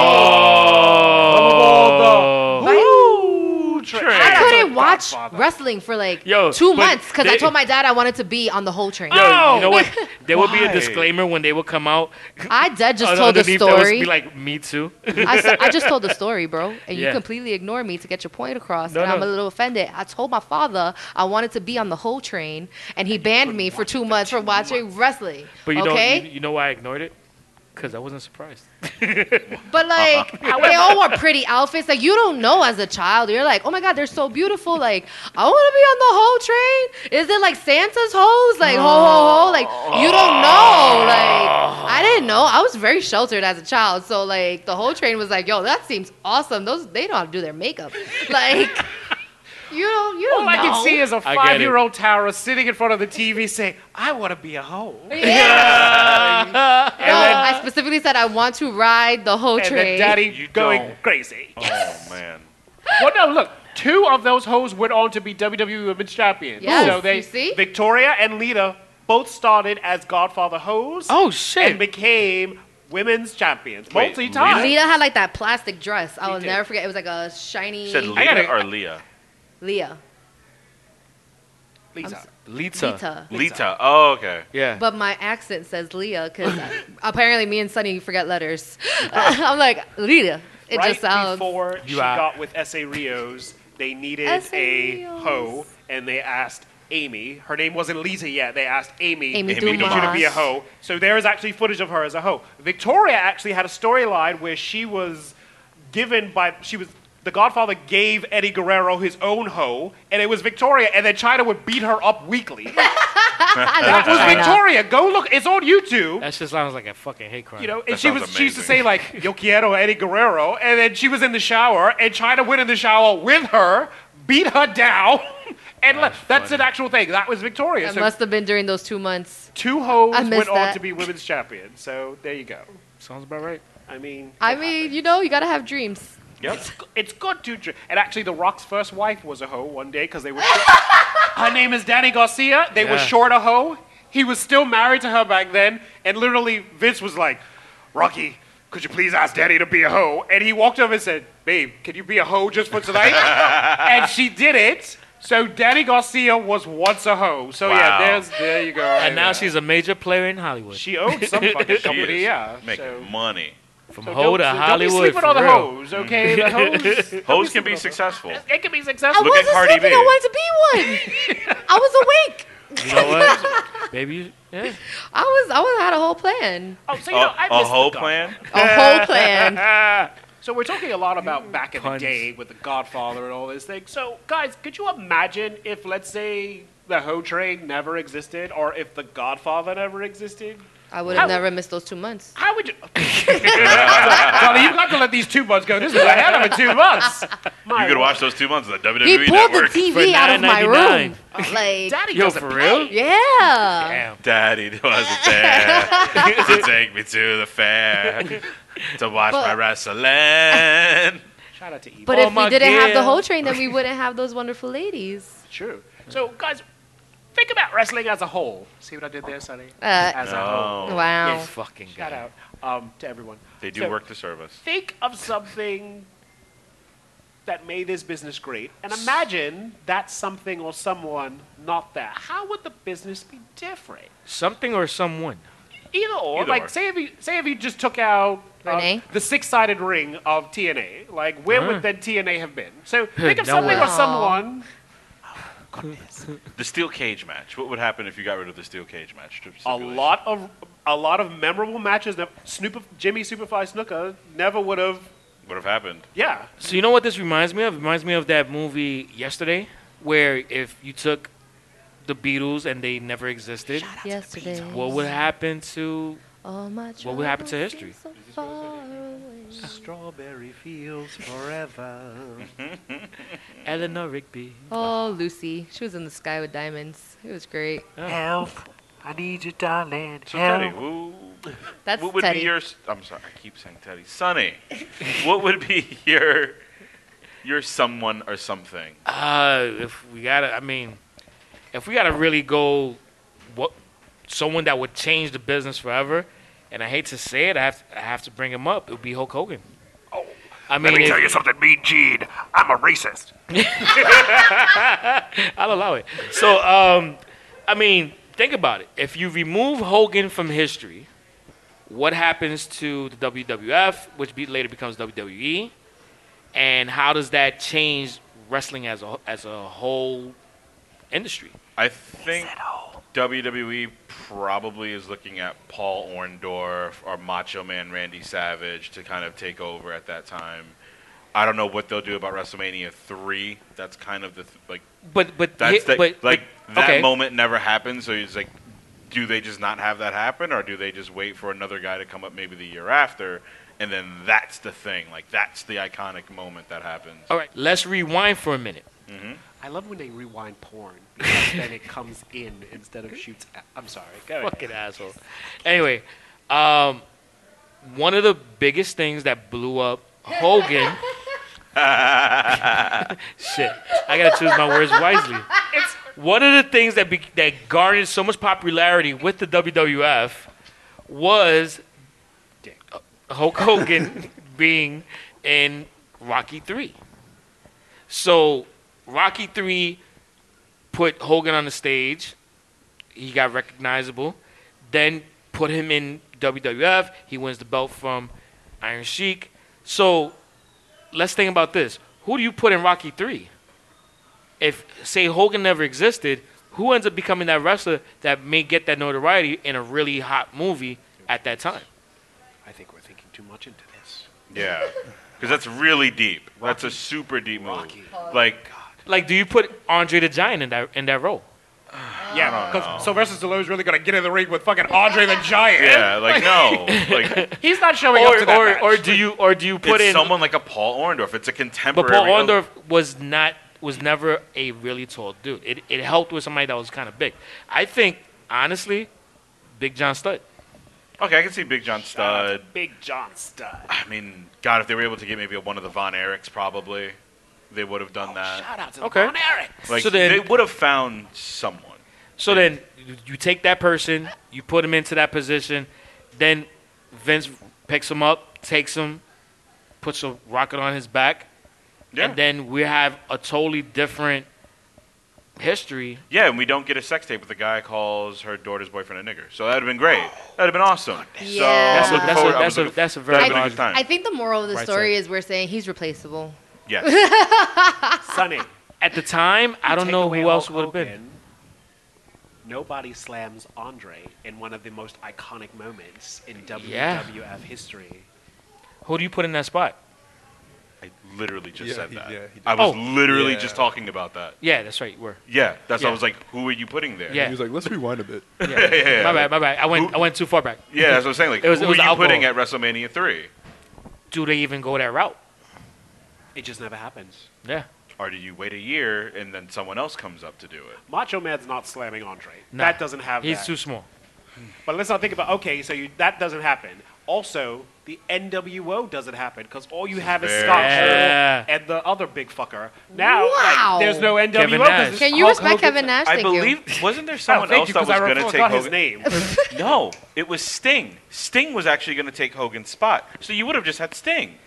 Speaker 2: Oh,
Speaker 4: I couldn't watch
Speaker 6: Godfather.
Speaker 4: wrestling for like
Speaker 2: Yo,
Speaker 4: two
Speaker 2: but
Speaker 4: months because I
Speaker 2: they-
Speaker 4: told my dad I wanted to be on the whole train.
Speaker 2: Yo, you know
Speaker 6: *laughs*
Speaker 2: what? There will be a disclaimer when they will come out.
Speaker 4: I dad just
Speaker 2: Un-
Speaker 4: told the
Speaker 2: uh, underneath that would
Speaker 4: story.
Speaker 2: be like me too. *laughs*
Speaker 4: I, s- I just told the story, bro, and you
Speaker 2: Yeah.
Speaker 4: completely ignore me to get your point across,
Speaker 2: No,
Speaker 4: and I'm
Speaker 2: no.
Speaker 4: a little offended. I told my father I wanted to be on the whole train, and he banned me for two months from watching wrestling.
Speaker 2: But you
Speaker 4: okay,
Speaker 2: know, you, you know why I ignored it? Because I wasn't surprised.
Speaker 4: But
Speaker 6: *laughs*
Speaker 4: like they all wore pretty outfits. Like you don't know as a child. You're like, oh my god, they're so beautiful. Like I want to be on the whole train. Is it like Santa's hose? Like ho ho ho. Like you don't know. Like I didn't know. I was very sheltered as a child. So like the whole train was like, yo, that seems awesome. Those they know how to do their makeup.
Speaker 6: *laughs*
Speaker 4: Like you don't you don't
Speaker 6: All I
Speaker 4: know.
Speaker 6: can see is a
Speaker 2: I get it.
Speaker 6: five-year-old Tara sitting in front of the TV saying, "I want to be a hoe."
Speaker 4: *laughs* Yeah. no, I specifically said I want to ride the whole
Speaker 6: and
Speaker 4: train.
Speaker 6: then daddy
Speaker 5: You
Speaker 6: going
Speaker 5: don't.
Speaker 6: crazy.
Speaker 5: Oh man.
Speaker 6: well, no, look, two of those hoes went on to be E. WWE Women's Champions.
Speaker 4: Yes,
Speaker 6: so they,
Speaker 4: you see?
Speaker 6: Victoria and Lita both started as Godfather hoes
Speaker 2: Oh
Speaker 6: and
Speaker 2: shit!
Speaker 6: became women's champions
Speaker 5: Wait,
Speaker 6: multi-time.
Speaker 4: Lita had like that plastic dress. I
Speaker 6: She
Speaker 4: will
Speaker 6: did.
Speaker 4: never forget. It was like a shiny
Speaker 5: You said Leah
Speaker 2: gotta-
Speaker 5: or Leah?
Speaker 4: Leah.
Speaker 6: Lita.
Speaker 2: Lita.
Speaker 4: Lita.
Speaker 5: Lita. Oh, okay.
Speaker 2: Yeah.
Speaker 4: But my accent says Leah
Speaker 6: *laughs*
Speaker 4: because apparently me and Sunny forget letters. *laughs* I'm like Leah. It
Speaker 6: right
Speaker 4: just sounds.
Speaker 6: before she
Speaker 2: You are-
Speaker 6: got with SA Rios, they needed
Speaker 4: S.A.
Speaker 6: a
Speaker 4: Rios.
Speaker 6: hoe, and they asked Amy. Her name wasn't Lisa yet. They asked Amy.
Speaker 4: Amy
Speaker 5: Amy
Speaker 6: we need you to be a
Speaker 4: Dumas.
Speaker 6: hoe. So there is actually footage of her as a hoe. Victoria actually had a storyline where she was given by she was The Godfather gave Eddie Guerrero his own hoe, and it was Victoria, and then China would beat her
Speaker 4: *laughs*
Speaker 6: up weekly. that was Victoria. Go look. It's on YouTube.
Speaker 2: That shit sounds like a fucking hate crime.
Speaker 6: You know, and
Speaker 5: That
Speaker 6: she was
Speaker 5: sounds
Speaker 6: she used to
Speaker 5: amazing.
Speaker 6: say like Yo quiero Eddie Guerrero, and then she was in the shower, and China went in the shower with her, beat her down, *laughs* and le- that's an actual thing. That was Victoria.
Speaker 4: It
Speaker 6: so
Speaker 4: must have been during those two months.
Speaker 6: two hoes
Speaker 4: I
Speaker 6: went
Speaker 4: missed
Speaker 6: on
Speaker 4: that.
Speaker 6: to be women's champion. So there you go.
Speaker 2: sounds about right.
Speaker 6: I mean,
Speaker 4: I mean, you know, you gotta have dreams.
Speaker 5: Yep.
Speaker 6: it's, it's good to drink. And actually, The Rock's first wife was a hoe one day because
Speaker 2: *laughs*
Speaker 6: they were. her name is Danny Garcia. They were
Speaker 2: Yeah.
Speaker 6: short a hoe. He was still married to her back then, and literally Vince was like, "Rocky, could you please ask Danny to be a hoe?" And he walked over and said, "Babe, can you be a hoe just
Speaker 2: *laughs*
Speaker 6: for tonight?" and she did it. So Danny Garcia was once a hoe. So
Speaker 5: Wow.
Speaker 6: yeah, there's there you go. right
Speaker 2: And now
Speaker 6: there.
Speaker 2: she's a major player in Hollywood.
Speaker 6: *laughs* she owns some fucking
Speaker 5: She
Speaker 6: company.
Speaker 5: is
Speaker 6: Yeah,
Speaker 5: making
Speaker 6: so-
Speaker 5: money.
Speaker 2: From
Speaker 6: so
Speaker 2: Ho
Speaker 6: don't-
Speaker 2: to
Speaker 6: so
Speaker 2: Hollywood.
Speaker 6: Don't be sleeping
Speaker 2: for
Speaker 6: on the
Speaker 2: real.
Speaker 6: hoes,
Speaker 2: *laughs*
Speaker 6: okay? The hoes.
Speaker 5: Hoes can be successful.
Speaker 6: It can be
Speaker 4: I
Speaker 6: successful.
Speaker 5: Look at
Speaker 4: wasn't
Speaker 5: Cardi
Speaker 4: sleeping.
Speaker 5: B.
Speaker 4: I wanted to be
Speaker 6: *laughs*
Speaker 4: one. I was awake.
Speaker 2: You know *laughs* what? Baby, you- yeah.
Speaker 4: I was. I was had a whole plan.
Speaker 6: Oh, so
Speaker 5: A,
Speaker 6: you know, I
Speaker 5: a
Speaker 6: missed the
Speaker 5: whole
Speaker 6: Godfather.
Speaker 5: plan?
Speaker 4: A whole plan.
Speaker 6: So we're talking a lot about back in
Speaker 2: Puns.
Speaker 6: the day with the Godfather and all this thing. So guys, could you imagine if, let's say, the Ho Train never existed, or if the Godfather never existed?
Speaker 4: I would
Speaker 6: How-
Speaker 4: have never missed those two months.
Speaker 6: How
Speaker 5: *laughs*
Speaker 6: would you? Johnny, you've got to let these two months go. This is a hell of a two months. My
Speaker 5: You could watch those two months on the
Speaker 4: He
Speaker 5: WWE
Speaker 4: pulled
Speaker 5: Network.
Speaker 4: the TV
Speaker 2: for
Speaker 4: out of my room.
Speaker 2: $9.99.
Speaker 4: Like,
Speaker 6: Daddy
Speaker 2: Yo,
Speaker 6: doesn't
Speaker 2: for
Speaker 6: play.
Speaker 2: real?
Speaker 4: yeah.
Speaker 2: Damn.
Speaker 5: Daddy wasn't
Speaker 4: *laughs*
Speaker 5: there to take me to the fair to watch my
Speaker 4: But-
Speaker 5: wrestling.
Speaker 6: Shout out to Eve.
Speaker 4: But
Speaker 2: Oh
Speaker 4: if we
Speaker 2: my
Speaker 4: didn't have the
Speaker 2: God.
Speaker 4: whole train, then we wouldn't have those wonderful ladies.
Speaker 6: True. So guys, think about wrestling as a whole. See what I did there, Sonny?
Speaker 4: Uh,
Speaker 6: As a whole.
Speaker 5: No,
Speaker 4: wow.
Speaker 2: This fucking guy.
Speaker 6: Shout out um, to everyone.
Speaker 5: they do
Speaker 6: So-
Speaker 5: work to serve us.
Speaker 6: Think of something that made this business great, and imagine that something or someone not there. How would the business be different?
Speaker 2: Something or someone.
Speaker 6: Either or,
Speaker 5: Either
Speaker 6: like
Speaker 5: or.
Speaker 6: say if you say if you just took out uh,
Speaker 4: Renee?
Speaker 6: the six-sided ring of TNA, like where
Speaker 2: Huh.
Speaker 6: would then TNA have been? So think of
Speaker 2: No
Speaker 6: something
Speaker 2: way.
Speaker 6: or someone.
Speaker 5: The steel cage match. What would happen if you got rid of the steel cage match? Strip
Speaker 6: A
Speaker 5: stipulation.
Speaker 6: lot of a lot of memorable matches that Snoop, Jimmy Superfly Snooker never would have.
Speaker 5: What have happened?
Speaker 6: Yeah,
Speaker 2: So you know what this reminds me of? It reminds me of that movie yesterday, where if you took the Beatles and they never existed,
Speaker 4: Yesterday.
Speaker 2: what would happen to?
Speaker 4: All my
Speaker 2: what would happen to
Speaker 4: troubles
Speaker 2: history?
Speaker 4: seem so far away.
Speaker 1: Strawberry fields forever.
Speaker 2: Eleanor Rigby.
Speaker 4: Oh, Lucy. She was in the sky with diamonds. It was great.
Speaker 1: Help. I need you, darling.
Speaker 5: So Teddy, who,
Speaker 4: That's
Speaker 5: what would
Speaker 4: Teddy.
Speaker 5: be your? s- I'm sorry, I keep saying Teddy. Sonny, what would be *laughs* your your someone or something?
Speaker 2: Uh, if we gotta, I mean, if we gotta really go, what someone that would change the business forever, and I hate to say it, I have I have to bring him up. It would be Hulk Hogan. Oh, I mean, if-
Speaker 1: something, Mean Gene. I'm a racist.
Speaker 2: *laughs* I'll allow it. So, um, I mean, think about it. If you remove Hogan from history, what happens to the WWF, which be, later becomes E? WWE, and how does that change wrestling as a as a whole industry?
Speaker 5: I think WWE probably is looking at Paul Orndorff or Macho Man Randy Savage to kind of take over at that time. I don't know what they'll do about WrestleMania three. That's kind of the th- like
Speaker 2: But but
Speaker 5: that's
Speaker 2: he-
Speaker 5: the,
Speaker 2: but,
Speaker 5: like
Speaker 2: but-
Speaker 5: that
Speaker 2: okay.
Speaker 5: moment never happened. So it's like, do they just not have that happen, or do they just wait for another guy to come up maybe the year after, and then that's the thing, like that's the iconic moment that happens.
Speaker 2: All right, let's rewind for a minute.
Speaker 6: I love when they rewind *laughs* porn because then it comes in instead of shoots. Out. I'm sorry. Go ahead.
Speaker 2: Fucking asshole. Anyway, um, one of the biggest things that blew up Hogan. Shit, I gotta choose my words wisely. one of the things that be, that garnered so much popularity with the WWF was Hulk Hogan being in Rocky Three. So Rocky Three put Hogan on the stage. He got recognizable. Then put him in WWF. He wins the belt from Iron Sheik. So let's think about this. Who do you put in Rocky Three? If say Hogan never existed, who ends up becoming that wrestler that may get that notoriety in a really hot movie at that time?
Speaker 7: I think we're thinking too much into this.
Speaker 5: Yeah, because that's really deep. That's a super deep move. Like,
Speaker 2: Like, do you put Andre the Giant in that in that role?
Speaker 7: Yeah,
Speaker 2: Oh,
Speaker 7: because Sylvester Stallone's really gonna get in the ring with fucking Andre the Giant.
Speaker 5: yeah, like no,
Speaker 2: *laughs*
Speaker 5: like
Speaker 7: He's not showing up to
Speaker 2: Or
Speaker 7: that
Speaker 2: or,
Speaker 7: match.
Speaker 2: or do you or do you put
Speaker 5: it's
Speaker 2: in
Speaker 5: someone like a Paul Orndorff. It's a
Speaker 2: But
Speaker 5: contemporary.
Speaker 2: Paul Orndorff was not was never a really tall dude. It it helped with somebody that was kind of big. I think honestly, Big John Studd.
Speaker 5: Okay, I can see Big John Studd.
Speaker 7: Big John Studd.
Speaker 5: I mean, God, if they were able to get maybe one of the Von Erichs, probably they would have done
Speaker 2: Uh,
Speaker 5: that.
Speaker 7: Shout out to
Speaker 2: Okay.
Speaker 7: okay. Von Eric.
Speaker 5: Like
Speaker 2: Oh, So then-
Speaker 5: they would have found someone.
Speaker 2: So then you- you take that person, you put him into that position, then Vince picks him up, takes him, puts a rocket on his back,
Speaker 5: Yeah.
Speaker 2: and then we have a totally different history.
Speaker 5: yeah, and we don't get a sex tape with the guy calls her daughter's boyfriend a nigger. So that would have been great. That would have been awesome. So
Speaker 4: Yeah.
Speaker 2: Oh. That's
Speaker 5: I'm
Speaker 2: a,
Speaker 5: looking
Speaker 2: that's a,
Speaker 5: forward- I was
Speaker 2: that's a,
Speaker 5: looking-
Speaker 2: that's a very
Speaker 5: that'd
Speaker 4: I,
Speaker 5: been a
Speaker 2: large-
Speaker 5: good time.
Speaker 4: I think the moral of the
Speaker 2: Right
Speaker 4: story is we're saying he's replaceable.
Speaker 5: Yes.
Speaker 2: *laughs*
Speaker 7: Sonny.
Speaker 2: At the time, I don't
Speaker 7: Take
Speaker 2: know
Speaker 7: away
Speaker 2: who else
Speaker 7: Hulk
Speaker 2: would have been.
Speaker 7: Hogan, Nobody slams Andre in one of the most iconic moments in WWF
Speaker 2: Yeah.
Speaker 7: history.
Speaker 2: Who do you put in that spot?
Speaker 5: I literally just
Speaker 3: Yeah,
Speaker 5: said
Speaker 3: he-
Speaker 5: that.
Speaker 3: yeah, he did.
Speaker 5: I was
Speaker 2: Oh.
Speaker 5: literally
Speaker 3: Yeah.
Speaker 5: just talking about that.
Speaker 2: Yeah, that's right. Where?
Speaker 5: Yeah, that's
Speaker 2: Yeah.
Speaker 5: I was like, who are you putting there?
Speaker 2: Yeah.
Speaker 3: He was like, let's rewind a bit.
Speaker 2: Yeah.
Speaker 5: *laughs* yeah.
Speaker 2: My bad. My bad. I went.
Speaker 5: Who-
Speaker 2: I went too far back.
Speaker 5: Yeah, that's what I'm saying. Like,
Speaker 2: It was- it
Speaker 5: who
Speaker 2: was
Speaker 5: are you
Speaker 2: alcohol.
Speaker 5: putting at WrestleMania three?
Speaker 2: Do they even go that route?
Speaker 7: It just never happens.
Speaker 2: Yeah.
Speaker 5: Or do you wait a year and then someone else comes up to do it?
Speaker 7: Macho Man's not slamming Andre.
Speaker 2: Nah.
Speaker 7: That doesn't have
Speaker 2: He's
Speaker 7: that.
Speaker 2: too small.
Speaker 7: But let's not think about okay, so you, that doesn't happen. Also, the NWO doesn't happen because all you have is
Speaker 5: Very
Speaker 7: Scott
Speaker 2: true. Yeah.
Speaker 7: Hall and the other big fucker. Now, like,
Speaker 4: Wow.
Speaker 7: there's no NWO. 'cause
Speaker 2: Kevin Nash.
Speaker 7: it's
Speaker 4: Can you
Speaker 7: Hulk
Speaker 4: respect
Speaker 7: Hogan.
Speaker 4: Kevin Nash?
Speaker 5: I
Speaker 4: Thank you.
Speaker 5: believe wasn't there
Speaker 7: Oh,
Speaker 5: someone
Speaker 7: thank
Speaker 5: else
Speaker 7: you
Speaker 5: that
Speaker 7: because I
Speaker 5: was going to
Speaker 7: forgot
Speaker 5: take
Speaker 7: his
Speaker 5: Hogan?
Speaker 7: name.
Speaker 5: No, it was Sting. Sting was actually going to take Hogan's spot, so you would have just had Sting.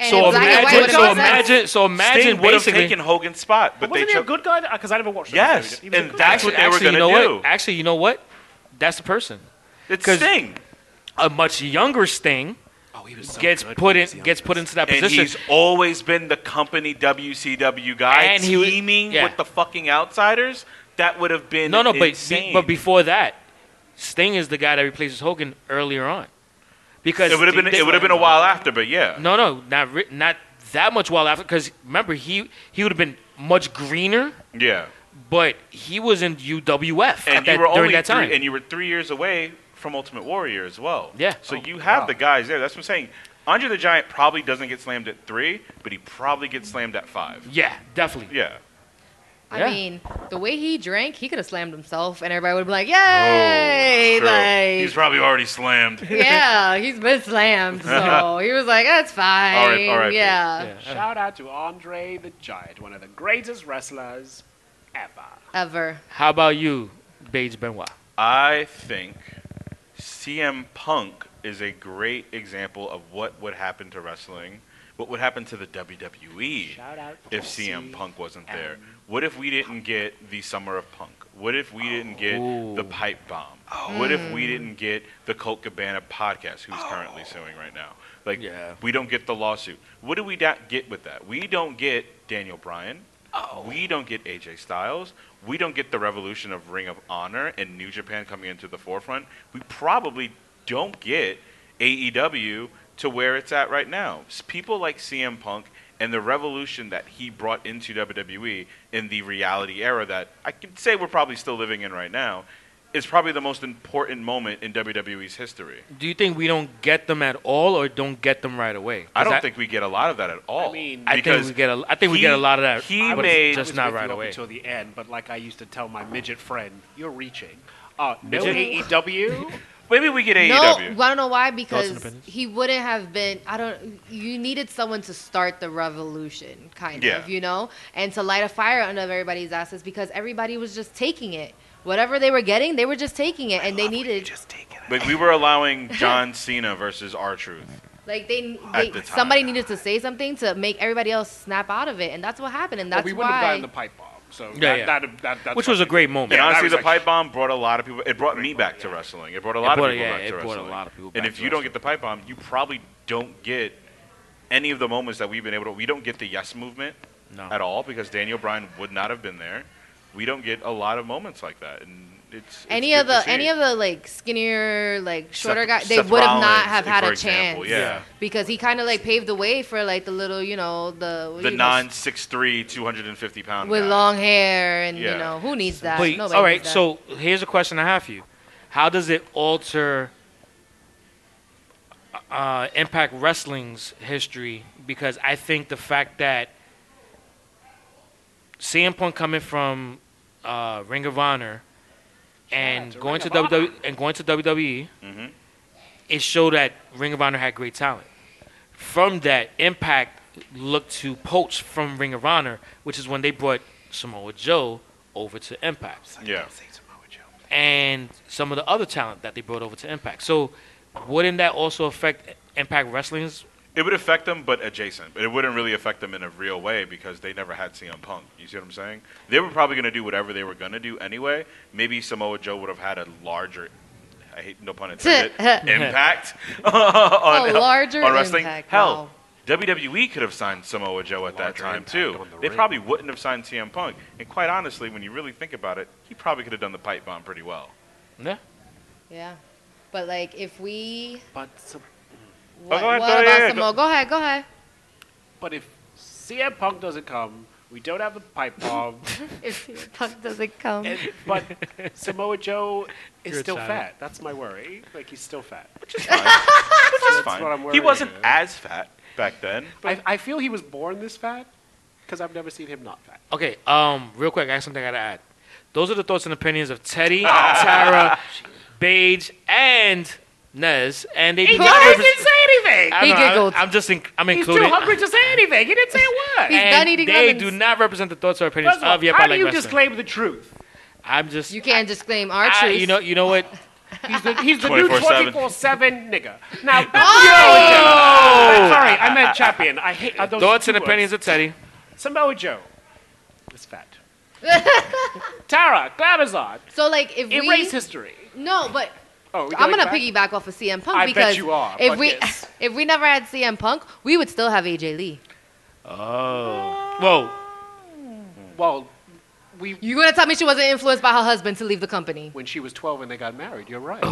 Speaker 4: And
Speaker 2: So
Speaker 4: it's black and white
Speaker 2: imagine,
Speaker 4: with
Speaker 2: so
Speaker 4: no sense.
Speaker 2: imagine, so imagine,
Speaker 5: Sting would have
Speaker 2: basically,
Speaker 5: taken Hogan's spot, but they
Speaker 7: wasn't he a
Speaker 5: took.
Speaker 7: good guy? Because I never watched.
Speaker 5: Yes,
Speaker 7: it. He was a
Speaker 5: and
Speaker 7: good guy.
Speaker 5: that's what they were
Speaker 2: actually, you know
Speaker 5: gonna
Speaker 2: what?
Speaker 5: do.
Speaker 2: Actually, you know what? That's the person.
Speaker 5: It's
Speaker 2: 'cause-
Speaker 5: Sting,
Speaker 2: A much younger Sting
Speaker 7: Oh, he was so
Speaker 2: gets
Speaker 7: good
Speaker 2: put
Speaker 7: when he
Speaker 2: in,
Speaker 7: was young.
Speaker 2: gets put into that
Speaker 5: and
Speaker 2: position.
Speaker 5: he's always been the company WCW guy,
Speaker 2: And he was-
Speaker 5: teaming
Speaker 2: yeah.
Speaker 5: with the fucking outsiders. That would have been
Speaker 2: no, no, but be,
Speaker 5: insane.
Speaker 2: but before that, Sting is the guy that replaces Hogan earlier on, because
Speaker 5: it would have been
Speaker 2: they-
Speaker 5: it would have been a while after, but yeah.
Speaker 2: No, no, not re- not that much while after, because remember he he would have been much greener,
Speaker 5: Yeah,
Speaker 2: but he was in UWF at
Speaker 5: and
Speaker 2: that,
Speaker 5: you were
Speaker 2: during
Speaker 5: only
Speaker 2: that time.
Speaker 5: Three, and you were three years away from Ultimate Warrior as well.
Speaker 2: Yeah.
Speaker 5: So
Speaker 2: Oh,
Speaker 5: you have the guys there. That's what I'm saying. Andre the Giant probably doesn't get slammed at three, but he probably gets slammed at five.
Speaker 2: yeah, definitely.
Speaker 5: Yeah.
Speaker 4: I
Speaker 2: Yeah.
Speaker 4: mean, the way he drank, he could have slammed himself, and everybody would be like, "Yay!"
Speaker 2: Oh,
Speaker 5: True.
Speaker 4: like,
Speaker 5: He's probably already slammed.
Speaker 4: yeah, he's been slammed,
Speaker 5: *laughs*
Speaker 4: so he was like, "That's fine."
Speaker 5: All right, all right,
Speaker 4: yeah,
Speaker 2: Yeah.
Speaker 7: Shout out to Andre the Giant, one of the greatest wrestlers ever.
Speaker 4: ever.
Speaker 2: How about you, Beige Benoit?
Speaker 5: I think CM Punk is a great example of what would happen to wrestling, what would happen to the E. WWE.
Speaker 7: Shout out
Speaker 5: if CM Punk wasn't there? What if we didn't get the Summer of Punk? What if we didn't get the
Speaker 2: Ooh.
Speaker 5: Pipe Bomb? What if we didn't get the Colt Cabana podcast, who's currently suing right now? Like,
Speaker 2: Yeah.
Speaker 5: we don't get the lawsuit. What do we da- get with that? We don't get Daniel Bryan. Oh, We don't get AJ Styles. We don't get the revolution of Ring of Honor and New Japan coming into the forefront. We probably don't get AEW to where it's at right now. S- People like CM Punk and the revolution that he brought into WWE in the reality era that I can say we're probably still living in right now is probably the most important moment in WWE's history.
Speaker 2: Do you think we don't get them at all, or don't get them right away? 'Cause
Speaker 5: I don't think we get a lot of that at all.
Speaker 7: mean,
Speaker 2: I think we get a. I think we
Speaker 5: he-
Speaker 2: get a lot of that.
Speaker 5: he
Speaker 2: but
Speaker 5: made-
Speaker 2: it's just
Speaker 7: was
Speaker 2: not
Speaker 7: with
Speaker 2: right
Speaker 7: you up
Speaker 2: away.
Speaker 7: until the end. But like I used to tell my midget friend, you're reaching. Uh, no *laughs*
Speaker 2: Midget?
Speaker 7: AEW.
Speaker 5: maybe we get E AEW.
Speaker 4: No, I don't know why.
Speaker 2: and
Speaker 4: Because
Speaker 2: opinions?
Speaker 4: he wouldn't have been. I don't. You needed someone to start the revolution, kind
Speaker 5: Yeah.
Speaker 4: of, you know, and to light a fire under everybody's asses because everybody was just taking it. Whatever they were getting, they were just taking it, and they needed
Speaker 5: Like we were allowing John Cena versus R Truth.
Speaker 4: like they,
Speaker 5: At
Speaker 4: they
Speaker 5: the time.
Speaker 4: somebody needed to say something to make everybody else snap out of it, and that's what happened, and
Speaker 7: Well,
Speaker 4: that's
Speaker 7: we wouldn't have
Speaker 4: why.
Speaker 7: gotten the pipe bomb. So
Speaker 2: Yeah,
Speaker 7: that,
Speaker 2: yeah.
Speaker 7: That, that, that's
Speaker 2: Which was a
Speaker 7: something.
Speaker 2: great moment.
Speaker 5: and
Speaker 7: Yeah, that
Speaker 5: honestly,
Speaker 7: was
Speaker 5: the
Speaker 7: like-
Speaker 5: pipe bomb brought a lot of people. It brought me back to wrestling. It brought a lot
Speaker 2: brought-
Speaker 5: of people
Speaker 2: yeah,
Speaker 5: back
Speaker 2: it
Speaker 5: to
Speaker 2: brought a
Speaker 5: wrestling.
Speaker 2: lot of people
Speaker 5: and
Speaker 2: back
Speaker 5: if
Speaker 2: to
Speaker 5: you don't get the pipe bomb, you probably don't get any of the moments that we've been able to. We don't get the yes movement
Speaker 2: No.
Speaker 5: at all because Daniel Bryan would not have been there. We don't get a lot of moments like that, and It's,
Speaker 4: any
Speaker 5: it's
Speaker 4: of
Speaker 5: good to
Speaker 4: the
Speaker 5: see.
Speaker 4: any of the like skinnier like shorter guys they
Speaker 5: Seth
Speaker 4: would have
Speaker 5: Rollins,
Speaker 4: not have had
Speaker 5: for
Speaker 4: a
Speaker 5: example,
Speaker 4: chance
Speaker 5: yeah.
Speaker 4: because he kind of like paved the way for like the little you know the
Speaker 5: the
Speaker 4: you know,
Speaker 5: non 6'3", 250 pound
Speaker 4: with
Speaker 5: guy.
Speaker 4: long hair and
Speaker 5: Yeah.
Speaker 4: you know who needs that
Speaker 2: Wait,
Speaker 4: Nobody
Speaker 2: all right.
Speaker 4: needs that.
Speaker 2: So here's a question I have for you: How does it alter uh, Impact Wrestling's history? Because I think the fact that CM Punk coming from uh, Ring of Honor and going to WWE and going to WWE,
Speaker 5: Mhm.
Speaker 2: it showed that Ring of Honor had great talent. From that, Impact looked to poach from Ring of Honor, which is when they brought Samoa Joe over to Impact
Speaker 5: Yeah.
Speaker 2: and some of the other talent that they brought over to Impact. So, wouldn't that also affect Impact Wrestling's?
Speaker 5: It would affect them, but adjacent. But it wouldn't really affect them in a real way because they never had CM Punk. You see what I'm saying? They were probably going to do whatever they were going to do anyway. Maybe Samoa Joe would have had a larger, I hate no pun
Speaker 4: *laughs*
Speaker 5: intended, impact *laughs* on, uh,
Speaker 4: A larger
Speaker 5: on wrestling.
Speaker 4: impact, wow.
Speaker 5: Hell, WWE could have signed Samoa Joe at that
Speaker 6: Larger
Speaker 5: time
Speaker 6: impact
Speaker 5: too.
Speaker 6: on the
Speaker 5: They
Speaker 6: ring.
Speaker 5: probably wouldn't have signed CM Punk. And quite honestly, when you really think about it, he probably could have done the pipe bomb pretty well.
Speaker 2: Yeah.
Speaker 4: yeah but like if we
Speaker 6: But so-
Speaker 4: what,
Speaker 5: Oh, go ahead,
Speaker 4: what
Speaker 5: go-
Speaker 4: about
Speaker 5: yeah, yeah,
Speaker 4: Samoa go ahead go ahead
Speaker 6: but if CM Punk doesn't come, we don't have the
Speaker 5: *laughs*
Speaker 6: pipe bomb.
Speaker 4: if Punk doesn't come
Speaker 6: and, but Samoa Joe is
Speaker 2: You're
Speaker 6: still
Speaker 2: excited.
Speaker 6: fat. That's my worry. Like he's still fat. *laughs*
Speaker 5: Which is
Speaker 6: what
Speaker 5: fine.
Speaker 6: I'm
Speaker 5: He
Speaker 6: worried
Speaker 5: wasn't
Speaker 6: about.
Speaker 5: as fat back then.
Speaker 6: I, I feel he was born this fat because I've never seen him not fat.
Speaker 2: Okay. Um. Real quick, I got something I gotta add. Those are the thoughts and opinions of Teddy, Tara, Paige, and Nez, and they. do not
Speaker 6: didn't
Speaker 2: represent-
Speaker 6: say anything.
Speaker 2: I
Speaker 4: He
Speaker 2: don't know,
Speaker 4: giggled.
Speaker 2: I, am just. In, I'm
Speaker 6: He's too
Speaker 2: included.
Speaker 6: hungry to say anything. He didn't say a word.
Speaker 4: He's
Speaker 2: And
Speaker 4: done eating
Speaker 2: they
Speaker 4: lemons.
Speaker 2: do not represent the thoughts or opinions
Speaker 6: First of all,
Speaker 2: of Yep, I
Speaker 6: how do
Speaker 2: Like
Speaker 6: you
Speaker 2: Wrestling.
Speaker 6: disclaim the truth?
Speaker 2: I'm just.
Speaker 4: you can't disclaim our
Speaker 2: I,
Speaker 4: truth
Speaker 2: you know. You know what?
Speaker 6: He's the, he's the new
Speaker 5: 24/7.
Speaker 6: 24/7 nigga. Now, back
Speaker 4: *laughs* Oh!
Speaker 6: to you, Joe. sorry, I meant champion. I hate uh, those
Speaker 2: Thoughts
Speaker 6: two
Speaker 2: and
Speaker 6: words.
Speaker 2: opinions of Teddy.
Speaker 6: Samoa Joe
Speaker 4: *laughs*
Speaker 6: is fat. Tara Glamazon,
Speaker 4: so like if we
Speaker 6: erase history.
Speaker 4: no but
Speaker 6: Oh, we
Speaker 4: I'm gonna
Speaker 6: gotta go back?
Speaker 4: piggyback off of CM Punk
Speaker 6: I bet
Speaker 4: because
Speaker 6: you are,
Speaker 4: if
Speaker 6: but
Speaker 4: we
Speaker 6: yes.
Speaker 4: *laughs* if we never had CM Punk, we would still have AJ Lee.
Speaker 2: Oh. Whoa.
Speaker 6: Well, we
Speaker 4: You gonna tell me she wasn't influenced by her husband to leave the
Speaker 6: *laughs*
Speaker 4: company?
Speaker 6: when she was 12 and they got married. You're
Speaker 4: *laughs*
Speaker 6: right.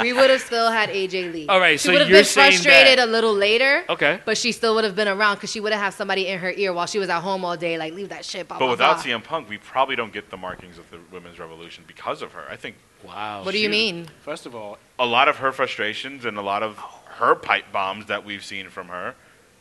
Speaker 4: We would have still had AJ Lee.
Speaker 2: All right,
Speaker 4: she
Speaker 2: so
Speaker 4: would have
Speaker 2: you're
Speaker 4: been
Speaker 2: saying
Speaker 4: frustrated
Speaker 2: that-
Speaker 4: a little later.
Speaker 2: Okay.
Speaker 4: but she still would have been around because she wouldn't have somebody in her ear while she was at home all day. Like leave that shit. Blah,
Speaker 5: But
Speaker 4: blah,
Speaker 5: without
Speaker 4: blah.
Speaker 5: CM Punk, we probably don't get the markings of the women's revolution because of her. I think
Speaker 2: Wow.
Speaker 4: what do you
Speaker 5: shoot.
Speaker 4: mean?
Speaker 6: First of all,
Speaker 5: a lot of her frustrations and a lot of her pipe bombs that we've seen from her,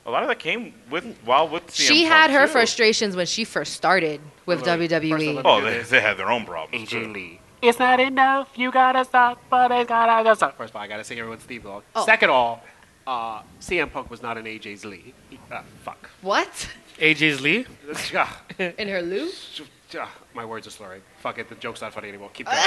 Speaker 5: a lot of that came with while with CM
Speaker 4: she
Speaker 5: Punk,
Speaker 4: had her
Speaker 5: too.
Speaker 4: frustrations when she first started with E.
Speaker 6: Hold on. First of
Speaker 4: WWE.
Speaker 6: all-
Speaker 5: Oh, they, they had their own problems. too.
Speaker 2: Mm-hmm.
Speaker 6: AJ Lee. It's not enough. You gotta stop, but it's gotta stop. First of all, I gotta sing everyone's theme song.
Speaker 4: Oh.
Speaker 6: Second of all, uh, CM Punk was not an AJ's Lee. He- ah,
Speaker 4: *laughs*
Speaker 6: fuck. *laughs*
Speaker 4: What
Speaker 2: AJ's Lee.
Speaker 6: Ah,
Speaker 4: in her loo?
Speaker 6: ah, My words are slurring. Fuck it, the joke's not funny anymore. *laughs* Keep going.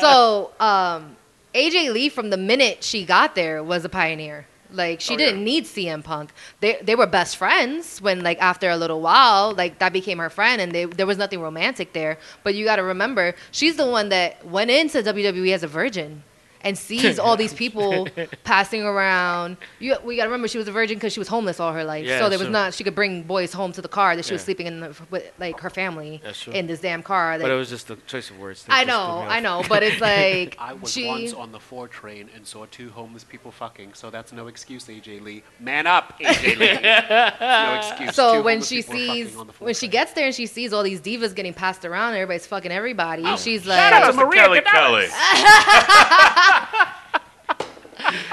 Speaker 4: So um, AJ Lee, from the minute she got there, was a pioneer. Like she
Speaker 6: Oh,
Speaker 4: didn't
Speaker 6: yeah.
Speaker 4: need CM Punk. They they were best friends when like after a little while, like that became her friend, and they, there was nothing romantic there. But you got to remember, she's the one that went into WWE as a virgin. And sees all these
Speaker 2: *laughs*
Speaker 4: people passing around. You, we gotta remember she was a virgin because she was homeless all her life.
Speaker 2: Yeah,
Speaker 4: so there was
Speaker 2: sure.
Speaker 4: not she could bring boys home to the car that she was
Speaker 2: Yeah.
Speaker 4: sleeping in the, with like her family
Speaker 2: That's true.
Speaker 4: in this damn car.
Speaker 2: But
Speaker 4: that-
Speaker 2: it was just the choice of words. that
Speaker 4: I
Speaker 2: just threw
Speaker 4: know,
Speaker 2: me
Speaker 4: I
Speaker 2: off.
Speaker 4: know, but it's like
Speaker 6: *laughs* I was
Speaker 4: she,
Speaker 6: once on the 4 train and saw two homeless people fucking, so that's no excuse, AJ Lee. Man up, AJ *laughs* Lee. It's no excuse. Two
Speaker 4: So when
Speaker 6: homeless
Speaker 4: she
Speaker 6: people were fucking
Speaker 4: sees
Speaker 6: on the 4
Speaker 4: when she
Speaker 6: train.
Speaker 4: gets there and she sees all these divas getting passed around, everybody's fucking everybody.
Speaker 6: Oh.
Speaker 4: she's like,
Speaker 5: Shout out to
Speaker 4: I
Speaker 6: Maria
Speaker 5: Kelly
Speaker 6: Canales.
Speaker 5: Kelly.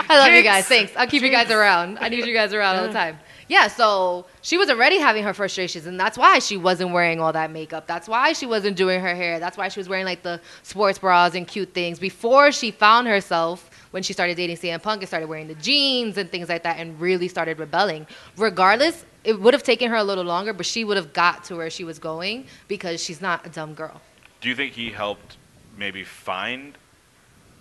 Speaker 4: love you guys. Thanks. I'll keep you guys around. I need you guys around all the time. Yeah. So she was already having her frustrations, and that's why she wasn't wearing all that makeup. That's why she wasn't doing her hair. That's why she was wearing like the sports bras and cute things before she found herself. When she started dating CM Punk and started wearing the jeans and things like that, and really started rebelling. Regardless, it would have taken her a little longer, but she would have got to where she was going because she's not a dumb girl.
Speaker 5: Do you think he helped maybe find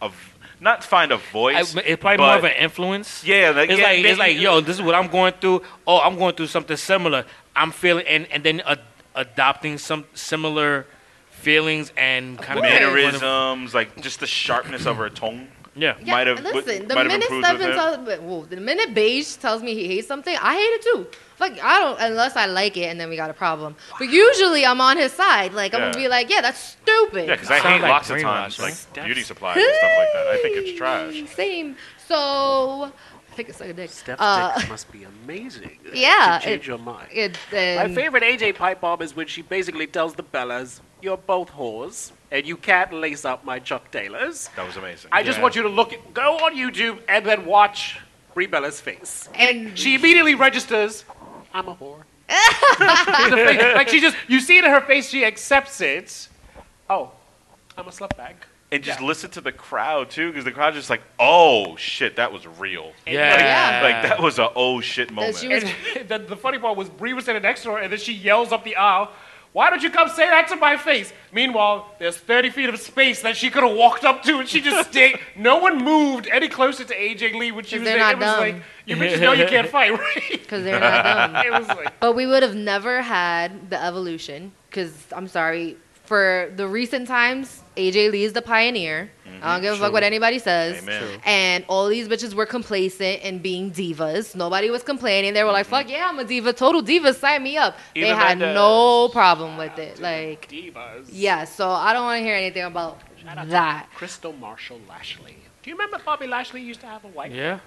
Speaker 5: a v- not find a voice?
Speaker 2: I- it's probably
Speaker 5: but
Speaker 2: more of an influence.
Speaker 5: Yeah, like-
Speaker 2: it's
Speaker 5: yeah,
Speaker 2: like
Speaker 5: maybe-
Speaker 2: it's like, yo, this is what I'm going through. Oh, I'm going through something similar. I'm feeling, and and then ad- adopting some similar feelings and kind of
Speaker 4: course.
Speaker 5: mannerisms, like just the sharpness of her tongue.
Speaker 2: Yeah.
Speaker 4: Yeah,
Speaker 5: Might have- would-
Speaker 4: listen. The
Speaker 5: might have
Speaker 4: minute
Speaker 5: improved with
Speaker 4: Stefan tells, well, the minute Beige tells me he hates something, I hate it too. Like I don't unless I like it, and then we got a problem. But usually I'm on his side. Like I'm gonna
Speaker 5: Yeah.
Speaker 4: be like, yeah, that's stupid.
Speaker 5: Yeah, because I
Speaker 2: Sound
Speaker 5: hate
Speaker 2: like
Speaker 5: lots of
Speaker 2: brainwash,
Speaker 5: times, like
Speaker 2: right?
Speaker 5: beauty supplies and stuff like that. I think
Speaker 4: *laughs*
Speaker 5: it's trash.
Speaker 4: Same. So I think it's like a dick.
Speaker 6: Steph's
Speaker 4: Uh, *laughs*
Speaker 6: dicks must be amazing. *laughs*
Speaker 4: yeah,
Speaker 6: To change
Speaker 4: it-
Speaker 6: your mind.
Speaker 4: it,
Speaker 6: My
Speaker 4: and-
Speaker 6: favorite AJ pipe bomb is when she basically tells the Bellas, "You're both whores, and you can't lace up my Chuck Taylors."
Speaker 5: That was amazing.
Speaker 6: I just
Speaker 2: Yeah.
Speaker 6: want you to look, at, go on YouTube, and then watch Brie Bella's face.
Speaker 4: and
Speaker 6: She immediately registers, "I'm a
Speaker 7: *laughs*
Speaker 6: whore." The face- like she just, you see it in her face. She accepts it. Oh, I'm a slut bag.
Speaker 5: and just listen to the crowd too, because the crowd's just like, "Oh shit, that was real."
Speaker 2: Yeah.
Speaker 5: Like that was a oh shit moment.
Speaker 4: she was- *laughs*
Speaker 7: And *laughs* the, the funny part was Bree was standing next to her, and then she yells up the aisle, "Why don't you come say that to my face?" Meanwhile, there's 30 feet of space that she could have walked up to, and she just stayed. *laughs* No one moved any closer to AJ Lee when she
Speaker 4: 'Cause
Speaker 7: was there.
Speaker 4: they're not
Speaker 7: it was
Speaker 4: dumb.
Speaker 7: like you bitches know you can't fight, *laughs* right?
Speaker 4: because they're not
Speaker 6: *laughs*
Speaker 4: dumb.
Speaker 7: It was like
Speaker 4: But we would have never had the evolution because I'm sorry. For the recent times, AJ Lee is the pioneer. I don't give a fuck what anybody says.
Speaker 5: Amen. True.
Speaker 4: And all these bitches were complacent and being divas. Nobody was complaining. They were like, "Fuck yeah, I'm a diva. Total diva. Sign me up." they
Speaker 2: Even
Speaker 4: had
Speaker 2: Mendes.
Speaker 4: no problem with it. *laughs* Like,
Speaker 6: Divas.
Speaker 4: yeah. So I don't want to hear anything about that.
Speaker 6: Crystal Marshall Lashley. Do you remember Bobby Lashley used to have a wife?
Speaker 2: Yeah.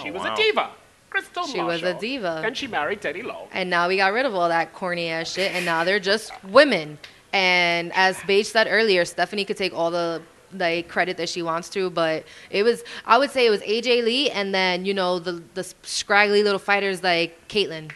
Speaker 6: She
Speaker 5: Oh,
Speaker 6: was
Speaker 5: wow.
Speaker 6: a diva. Crystal
Speaker 4: She was
Speaker 6: Marshall.
Speaker 4: a diva.
Speaker 6: And she married Teddy Long.
Speaker 4: And now we got rid of all that corny ass shit, and now they're just women. And as Paige said earlier, Stephanie could take all the like credit that she wants to, but it was I would say it was AJ Lee, and then you know the the scraggly little fighters like Caitlyn.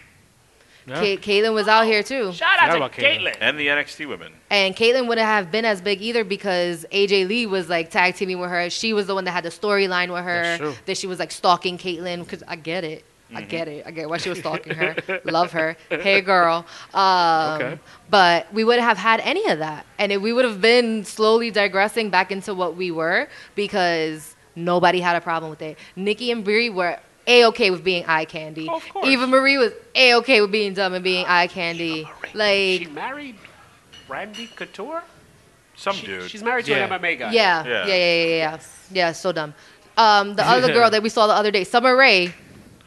Speaker 2: Yeah.
Speaker 4: Ca- Caitlyn was out here too,
Speaker 6: Shout
Speaker 2: Forgot
Speaker 6: out
Speaker 2: about
Speaker 6: to
Speaker 2: Caitlyn.
Speaker 6: Caitlyn.
Speaker 5: and the NXT women.
Speaker 4: and Caitlyn wouldn't have been as big either because AJ Lee was like tag teaming with her. She was the one that had the storyline with
Speaker 2: That's true.
Speaker 4: her that she was like stalking Caitlyn because I get it. I get it. I get why she was stalking her. Love her. Hey, girl. Um,
Speaker 2: Okay.
Speaker 4: But we would have had any of that. And it, we would have been slowly digressing back into what we were because nobody had a problem with it. Nikki and Bree were A okay with being eye candy.
Speaker 6: Of course.
Speaker 4: Eva Marie was A okay with being dumb and being eye candy.
Speaker 6: She
Speaker 4: Like,
Speaker 6: married Randy Couture?
Speaker 5: Some
Speaker 6: She-
Speaker 5: dude.
Speaker 6: She's married to
Speaker 2: Yeah.
Speaker 6: an MMA guy.
Speaker 4: Yeah,
Speaker 5: Yeah.
Speaker 4: yeah, yeah, yeah, yeah. Yeah, Yeah, so dumb. Um, the
Speaker 5: *laughs*
Speaker 4: other girl that we saw the other day, Summer Rae,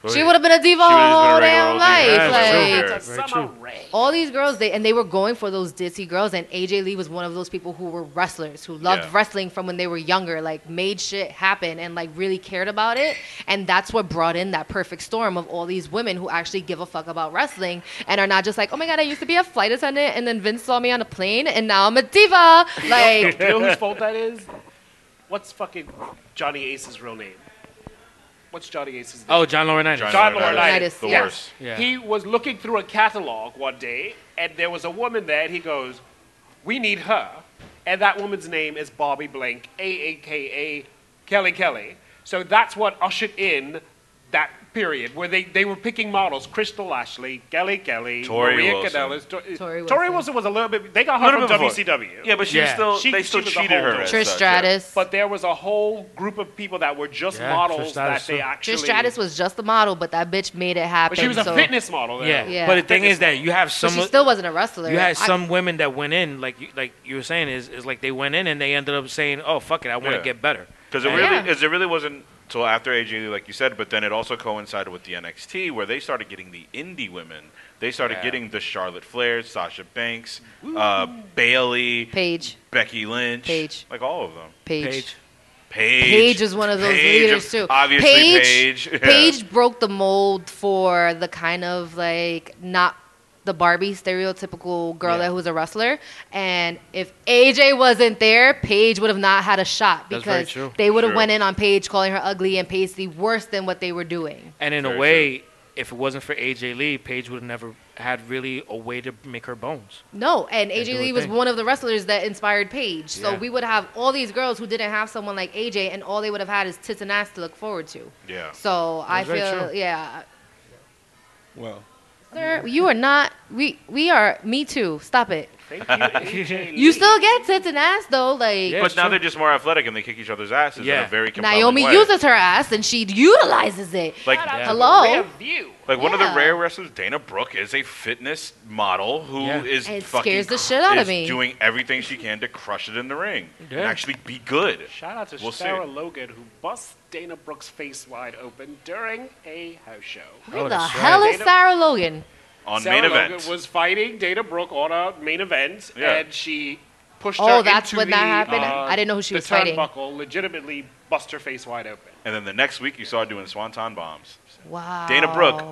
Speaker 5: Oh,
Speaker 4: she
Speaker 5: yeah.
Speaker 4: would have been a diva
Speaker 5: She would've just been a
Speaker 4: all
Speaker 5: regular
Speaker 4: damn
Speaker 5: old
Speaker 4: life.
Speaker 5: diva.
Speaker 2: Yeah,
Speaker 4: like,
Speaker 5: true.
Speaker 6: It's a
Speaker 2: Very
Speaker 6: summer
Speaker 2: true.
Speaker 6: raid.
Speaker 4: all these girls, they and they were going for those ditzy girls, and AJ Lee was one of those people who were wrestlers who loved
Speaker 5: Yeah.
Speaker 4: wrestling from when they were younger, like made shit happen and like really cared about it, and that's what brought in that perfect storm of all these women who actually give a fuck about wrestling and are not just like, oh my god, I used to be a flight attendant, and then Vince saw me on a plane, and now I'm a
Speaker 5: *laughs*
Speaker 4: diva.
Speaker 5: Oh,
Speaker 4: Like,
Speaker 6: You know whose fault that is? What's fucking Johnny Ace's real name? What's Johnny Ace's name?
Speaker 2: Oh, John Laurinaitis.
Speaker 5: John
Speaker 6: John
Speaker 5: Laurinaitis.
Speaker 6: Laurinaitis.
Speaker 5: The
Speaker 4: Yeah.
Speaker 5: worst.
Speaker 2: Yeah.
Speaker 6: He was looking through a catalog one day, and there was a woman there, and he goes, We need her. And that woman's name is Bobby Blank, AAKA Kelly Kelly. So that's what ushered in that period where they, they were picking models Crystal Ashley, Kelly Kelly,
Speaker 5: Tori
Speaker 6: Maria
Speaker 5: Wilson.
Speaker 6: Kanellis. Tor-
Speaker 4: Tori
Speaker 6: Tori
Speaker 4: Wilson.
Speaker 6: Wilson was a little bit, they got her
Speaker 5: Little
Speaker 6: from
Speaker 5: bit before.
Speaker 6: WCW.
Speaker 5: Yeah, but she was
Speaker 2: Yeah.
Speaker 5: still
Speaker 6: She-
Speaker 5: they
Speaker 6: she
Speaker 5: still
Speaker 6: was a
Speaker 5: treated her.
Speaker 6: holdover.
Speaker 5: as
Speaker 4: Trish
Speaker 5: such, yeah.
Speaker 4: Stratus.
Speaker 6: But there was a whole group of people that were just
Speaker 2: Yeah, Trish
Speaker 6: models
Speaker 2: Stratus
Speaker 6: that they
Speaker 2: too.
Speaker 6: actually.
Speaker 4: Trish Stratus was just the model, but that bitch made it happen.
Speaker 6: But she was a
Speaker 4: so-
Speaker 6: fitness model. Though.
Speaker 2: Yeah.
Speaker 4: Yeah.
Speaker 2: But the thing is that you have
Speaker 4: But
Speaker 2: some
Speaker 4: she still wasn't a wrestler.
Speaker 2: you had
Speaker 4: I-
Speaker 2: some women that went in like you, like you were saying is is like they went in and they ended up saying, "Oh, fuck it, I want to
Speaker 5: Yeah.
Speaker 2: get better."
Speaker 5: Because it
Speaker 2: Yeah.
Speaker 5: really,
Speaker 4: Yeah.
Speaker 5: cause it really wasn't until after AJ, Lee, like you said, but then it also coincided with the NXT where they started getting the indie women. They started
Speaker 2: Yeah.
Speaker 5: getting the Charlotte Flairs, Sasha Banks, uh, Bailey,
Speaker 4: Paige.
Speaker 5: Becky Lynch,
Speaker 4: Paige.
Speaker 5: like all of them.
Speaker 4: Paige.
Speaker 2: Paige.
Speaker 4: Paige.
Speaker 5: Paige.
Speaker 4: is one of those
Speaker 5: Paige,
Speaker 4: leaders too.
Speaker 5: Obviously, Paige. *laughs* Yeah.
Speaker 4: Paige broke the mold for the kind of like not the Barbie stereotypical girl
Speaker 2: Yeah.
Speaker 4: that was a wrestler. And if AJ wasn't there, Paige would have not had a shot
Speaker 2: That's very
Speaker 4: because
Speaker 2: true.
Speaker 4: they would have
Speaker 5: True.
Speaker 4: went in on Paige calling her ugly and pasty worse than what they were doing.
Speaker 2: And in
Speaker 5: Very
Speaker 2: a way, if it wasn't for AJ Lee, Paige would have never had really a way to make her bones.
Speaker 4: No, and
Speaker 2: do
Speaker 4: AJ
Speaker 2: her
Speaker 4: Lee was
Speaker 2: thing.
Speaker 4: one of the wrestlers that inspired Paige. So
Speaker 2: Yeah.
Speaker 4: we would have all these girls who didn't have someone like AJ, and all they would have had is tits and ass to look forward to.
Speaker 5: Yeah.
Speaker 4: So I
Speaker 2: That's very
Speaker 4: feel,
Speaker 2: true.
Speaker 4: yeah,
Speaker 3: Well,
Speaker 4: sir, you are not. We we are. Me too. Stop it.
Speaker 6: Thank *laughs* you, AJ Lee.
Speaker 4: You still get tits and ass though. Like
Speaker 2: Yeah,
Speaker 5: but
Speaker 2: it's
Speaker 5: now
Speaker 2: true.
Speaker 5: they're just more athletic and they kick each other's asses in
Speaker 2: Yeah.
Speaker 5: a very compelling
Speaker 4: Naomi
Speaker 5: way.
Speaker 4: uses her ass and she utilizes it.
Speaker 5: Like,
Speaker 6: Shout out to
Speaker 4: Hello?
Speaker 6: Rare View.
Speaker 5: like one of the
Speaker 4: Yeah.
Speaker 5: rare wrestlers, Dana Brooke, is a fitness model who
Speaker 2: Yeah.
Speaker 5: is
Speaker 4: And it
Speaker 5: fucking
Speaker 4: scares the shit out of
Speaker 5: is
Speaker 4: me.
Speaker 5: doing everything she can to crush it in the ring
Speaker 2: Yeah.
Speaker 5: and actually be good.
Speaker 6: Shout out to
Speaker 5: We'll see.
Speaker 6: Sarah Logan who busts Dana Brooks' face wide open during a house show.
Speaker 4: Who
Speaker 2: Oh,
Speaker 4: the
Speaker 2: that's right.
Speaker 4: hell is
Speaker 6: They don't-
Speaker 4: Sarah Logan?
Speaker 5: On
Speaker 6: Sarah
Speaker 5: main event,
Speaker 6: Logan was fighting Dana Brooke on a main event,
Speaker 5: Yeah.
Speaker 6: and she pushed her
Speaker 4: Oh, that's
Speaker 6: into
Speaker 4: when that
Speaker 6: the,
Speaker 4: happened?
Speaker 6: uh,
Speaker 4: I didn't know who she
Speaker 6: the
Speaker 4: was fighting.
Speaker 6: turnbuckle, legitimately bust her face wide open.
Speaker 5: and then the next week you saw her doing swanton bombs.
Speaker 4: Wow.
Speaker 5: Dana
Speaker 4: Oh.
Speaker 5: Brooke,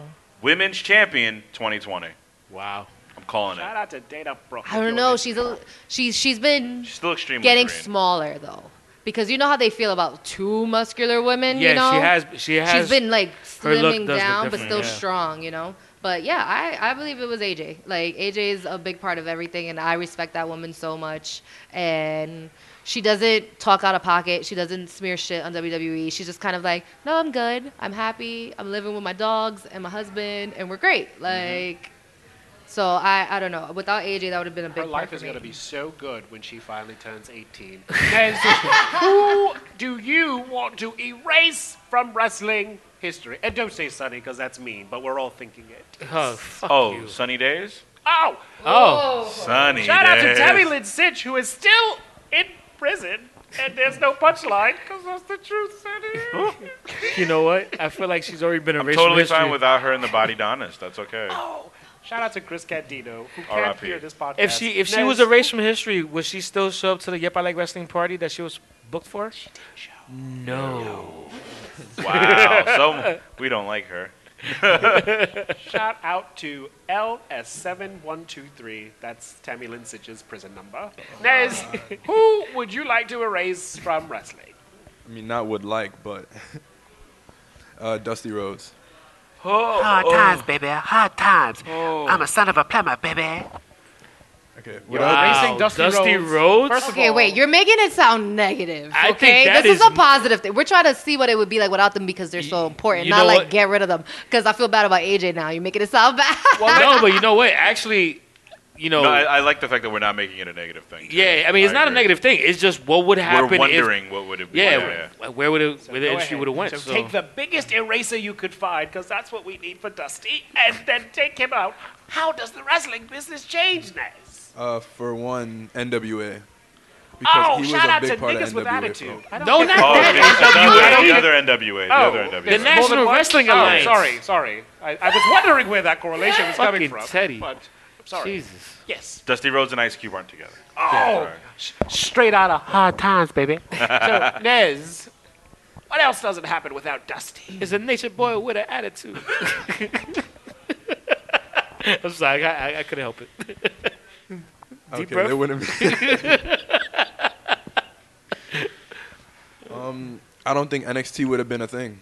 Speaker 5: women's champion, 2020.
Speaker 2: Wow.
Speaker 5: I'm calling
Speaker 6: Shout
Speaker 5: it.
Speaker 6: out to Dana Brooke.
Speaker 4: I don't know. She's a she's she's been
Speaker 5: She's still extremely
Speaker 4: getting
Speaker 5: green.
Speaker 4: smaller though, because you know how they feel about too muscular women.
Speaker 2: Yeah,
Speaker 4: you know?
Speaker 2: she has. She has.
Speaker 4: She's been like
Speaker 2: her look does
Speaker 4: slimming
Speaker 2: look
Speaker 4: down, but
Speaker 2: different,
Speaker 4: still
Speaker 2: yeah.
Speaker 4: strong, you know. But yeah, I, I believe it was AJ. Like AJ is a big part of everything, and I respect that woman so much. And she doesn't talk out of pocket. She doesn't smear shit on WWE. She's just kind of like, no, I'm good. I'm happy. I'm living with my dogs and my husband, and we're
Speaker 2: Mm-hmm.
Speaker 4: great. Like, so I, I don't know. Without AJ, that would have been a big
Speaker 6: Her
Speaker 4: part
Speaker 6: life
Speaker 4: for
Speaker 6: is going to
Speaker 4: me.
Speaker 6: be so good when she finally
Speaker 4: *laughs*
Speaker 6: turns 18. Because who do you want to erase from wrestling history? And don't say Sonny, because that's mean, but we're all thinking it.
Speaker 2: Oh, fuck
Speaker 5: Oh,
Speaker 2: you.
Speaker 5: sunny days.
Speaker 6: Oh,
Speaker 2: Oh,
Speaker 5: Sunny
Speaker 6: shout out
Speaker 5: days.
Speaker 6: to Tammy Lynn Sitch, who is still in prison, and there's no punchline, because that's the truth, Sonny.
Speaker 2: you know what? I feel like she's already been
Speaker 5: I'm
Speaker 2: erased. from
Speaker 5: totally fine
Speaker 2: history.
Speaker 5: without her in the body Donis. That's okay.
Speaker 6: Oh, shout out to Chris Candino, who can't
Speaker 5: R.I.P..
Speaker 6: hear this podcast.
Speaker 2: If she if she
Speaker 6: No,
Speaker 2: was
Speaker 6: it's-
Speaker 2: erased from history, would she still show up to the Yep I Like Wrestling party that she was booked for? She didn't show. No.
Speaker 5: Wow. So we don't like her.
Speaker 6: Shout out to LS7123. That's Tammy Lynn Sitch's prison number.
Speaker 2: *laughs*
Speaker 6: Nez, who would you like to erase from wrestling?
Speaker 3: I mean, not would like, but *laughs* uh, Dusty Rhodes.
Speaker 8: Hard times, baby. Hard times.
Speaker 6: Oh.
Speaker 8: I'm a son of a plumber, baby.
Speaker 3: Okay.
Speaker 2: Wow.
Speaker 6: Dusty
Speaker 2: Oh, Dusty,
Speaker 6: Rhodes.
Speaker 2: Rhodes.
Speaker 6: First of
Speaker 4: Okay,
Speaker 6: all-
Speaker 4: wait. You're making it sound negative.
Speaker 2: I think
Speaker 4: okay,
Speaker 2: that
Speaker 4: this is,
Speaker 2: is-
Speaker 4: a positive thing. We're trying to see what it would be like without them because they're so important.
Speaker 2: you
Speaker 4: Not
Speaker 2: know
Speaker 4: like
Speaker 2: what?
Speaker 4: get rid of them because I feel bad about AJ now. You're making it sound bad.
Speaker 2: no, but you know what? Actually, you know.
Speaker 5: No, I, I like the fact that we're not making it a negative thing.
Speaker 2: yeah, I mean, it's not
Speaker 5: agree.
Speaker 2: a negative thing. It's just what would happen.
Speaker 5: We're
Speaker 2: if-
Speaker 5: wondering what would it be.
Speaker 2: yeah, w- where would it, where the
Speaker 6: Go
Speaker 2: industry
Speaker 6: ahead.
Speaker 2: would have went?
Speaker 6: So,
Speaker 2: so-
Speaker 6: take the biggest eraser you could find, because that's what we need for Dusty, and then take him out. How does the wrestling business change, Nez?
Speaker 3: Uh, for one, NWA.
Speaker 6: oh, shout out to niggas with
Speaker 3: for-
Speaker 6: attitude. I don't
Speaker 2: no,
Speaker 6: think-
Speaker 2: not
Speaker 5: Oh,
Speaker 2: that.
Speaker 5: the other, the other NWA. The
Speaker 6: Oh,
Speaker 5: other NWA.
Speaker 2: The
Speaker 6: More than
Speaker 2: National
Speaker 6: one-
Speaker 2: Wrestling
Speaker 6: oh,
Speaker 2: Alliance.
Speaker 6: Sorry, sorry. I, I was wondering where that correlation was coming
Speaker 2: Fucking
Speaker 6: from.
Speaker 2: Teddy.
Speaker 6: But, sorry.
Speaker 2: Jesus.
Speaker 6: Yes.
Speaker 5: Dusty Rhodes and Ice Cube aren't together.
Speaker 6: Oh, s- straight out of
Speaker 8: Hard times,
Speaker 6: *laughs*
Speaker 8: baby.
Speaker 6: So, Nez, what else doesn't happen without Dusty?
Speaker 2: It's a nature boy with an attitude. *laughs* I'm sorry, I, I, I couldn't help it.
Speaker 3: Okay,
Speaker 2: breath.
Speaker 3: they wouldn't be. um,
Speaker 2: *laughs*
Speaker 3: Um, I don't think NXT would have been a thing.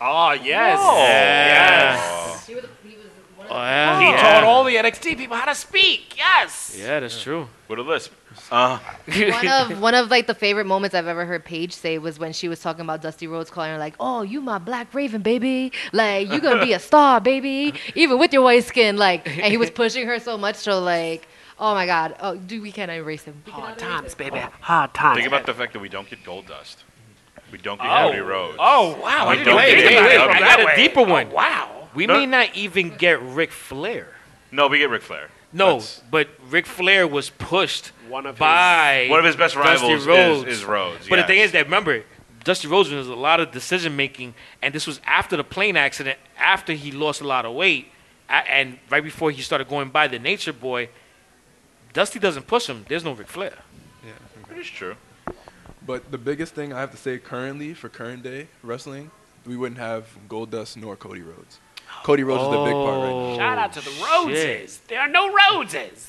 Speaker 6: Oh, yes.
Speaker 2: Oh, yeah.
Speaker 6: He
Speaker 2: yeah.
Speaker 6: taught all the NXT people how to speak. Yes.
Speaker 2: Yeah, that's true.
Speaker 5: With a lisp.
Speaker 2: Uh-huh.
Speaker 5: Uh,
Speaker 4: one of one of like the favorite moments I've ever heard Paige say was when she was talking about Dusty Rhodes calling her like, "Oh, you my Black Raven, baby. Like you gonna be a star, baby, even with your white skin." Like, and he was pushing her so much, so like, oh my God, oh, dude, we can't erase him. We cannot
Speaker 8: Hard
Speaker 4: erase him.
Speaker 8: times, baby. Hard times.
Speaker 5: think about the fact that we don't get gold dust. We don't get
Speaker 6: Oh.
Speaker 5: Cody Rhodes.
Speaker 6: Oh, wow. I
Speaker 5: We
Speaker 6: didn't
Speaker 5: don't
Speaker 6: think
Speaker 5: get
Speaker 6: about
Speaker 5: it.
Speaker 6: it
Speaker 5: Okay.
Speaker 6: from
Speaker 2: I
Speaker 6: that
Speaker 2: got a
Speaker 6: way.
Speaker 2: deeper one.
Speaker 6: Wow.
Speaker 2: We
Speaker 5: No.
Speaker 2: may not even get Ric Flair.
Speaker 5: No, we get Ric Flair.
Speaker 2: No,
Speaker 5: That's-
Speaker 2: but Ric Flair was pushed
Speaker 6: One of his-
Speaker 2: by
Speaker 5: one of his best
Speaker 2: Dusty
Speaker 5: rivals is-
Speaker 2: Rhodes.
Speaker 5: is Rhodes,
Speaker 2: But the thing
Speaker 5: yes.
Speaker 2: is that remember, Dusty Rhodes was a lot of decision making, and this was after the plane accident, after he lost a lot of weight, a- and right before he started going by the Nature Boy. Dusty doesn't push him. There's no Ric Flair.
Speaker 5: It is true.
Speaker 3: But the biggest thing I have to say currently for current day wrestling, we wouldn't have Goldust nor Cody Rhodes. Cody Rhodes is the big part right now
Speaker 6: Shout out to the
Speaker 2: Oh,
Speaker 6: Rhodeses.
Speaker 2: shit.
Speaker 6: There are no Rhodeses.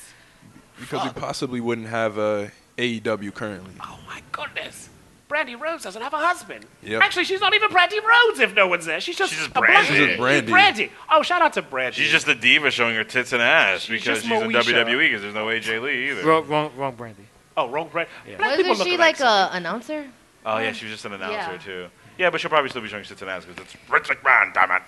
Speaker 3: because we possibly wouldn't have uh, AEW currently.
Speaker 6: Oh, my goodness. Brandy Rhodes doesn't have a husband.
Speaker 3: Yep.
Speaker 6: Actually, she's not even Brandy Rhodes if no one's there. She's just,
Speaker 5: She's just
Speaker 6: a
Speaker 5: Brandy.
Speaker 6: black-
Speaker 5: She's
Speaker 3: just Brandy.
Speaker 6: Brandy. Oh, shout out to Brandy.
Speaker 5: She's just a diva showing her tits and ass because
Speaker 6: just
Speaker 5: she's in
Speaker 6: Moesha.
Speaker 5: WWE because there's no AJ Lee either.
Speaker 2: *laughs* Wrong, wrong, wrong, Brandy.
Speaker 6: Oh, wrong Brandy. Black people
Speaker 4: Wasn't
Speaker 6: look
Speaker 4: she
Speaker 6: alike,
Speaker 4: like
Speaker 6: so-
Speaker 4: a announcer?
Speaker 5: Oh yeah, she was just an announcer
Speaker 4: Yeah.
Speaker 5: too. Yeah, but she'll probably still be showing tits and ass because it's Rich McMahon, damn it.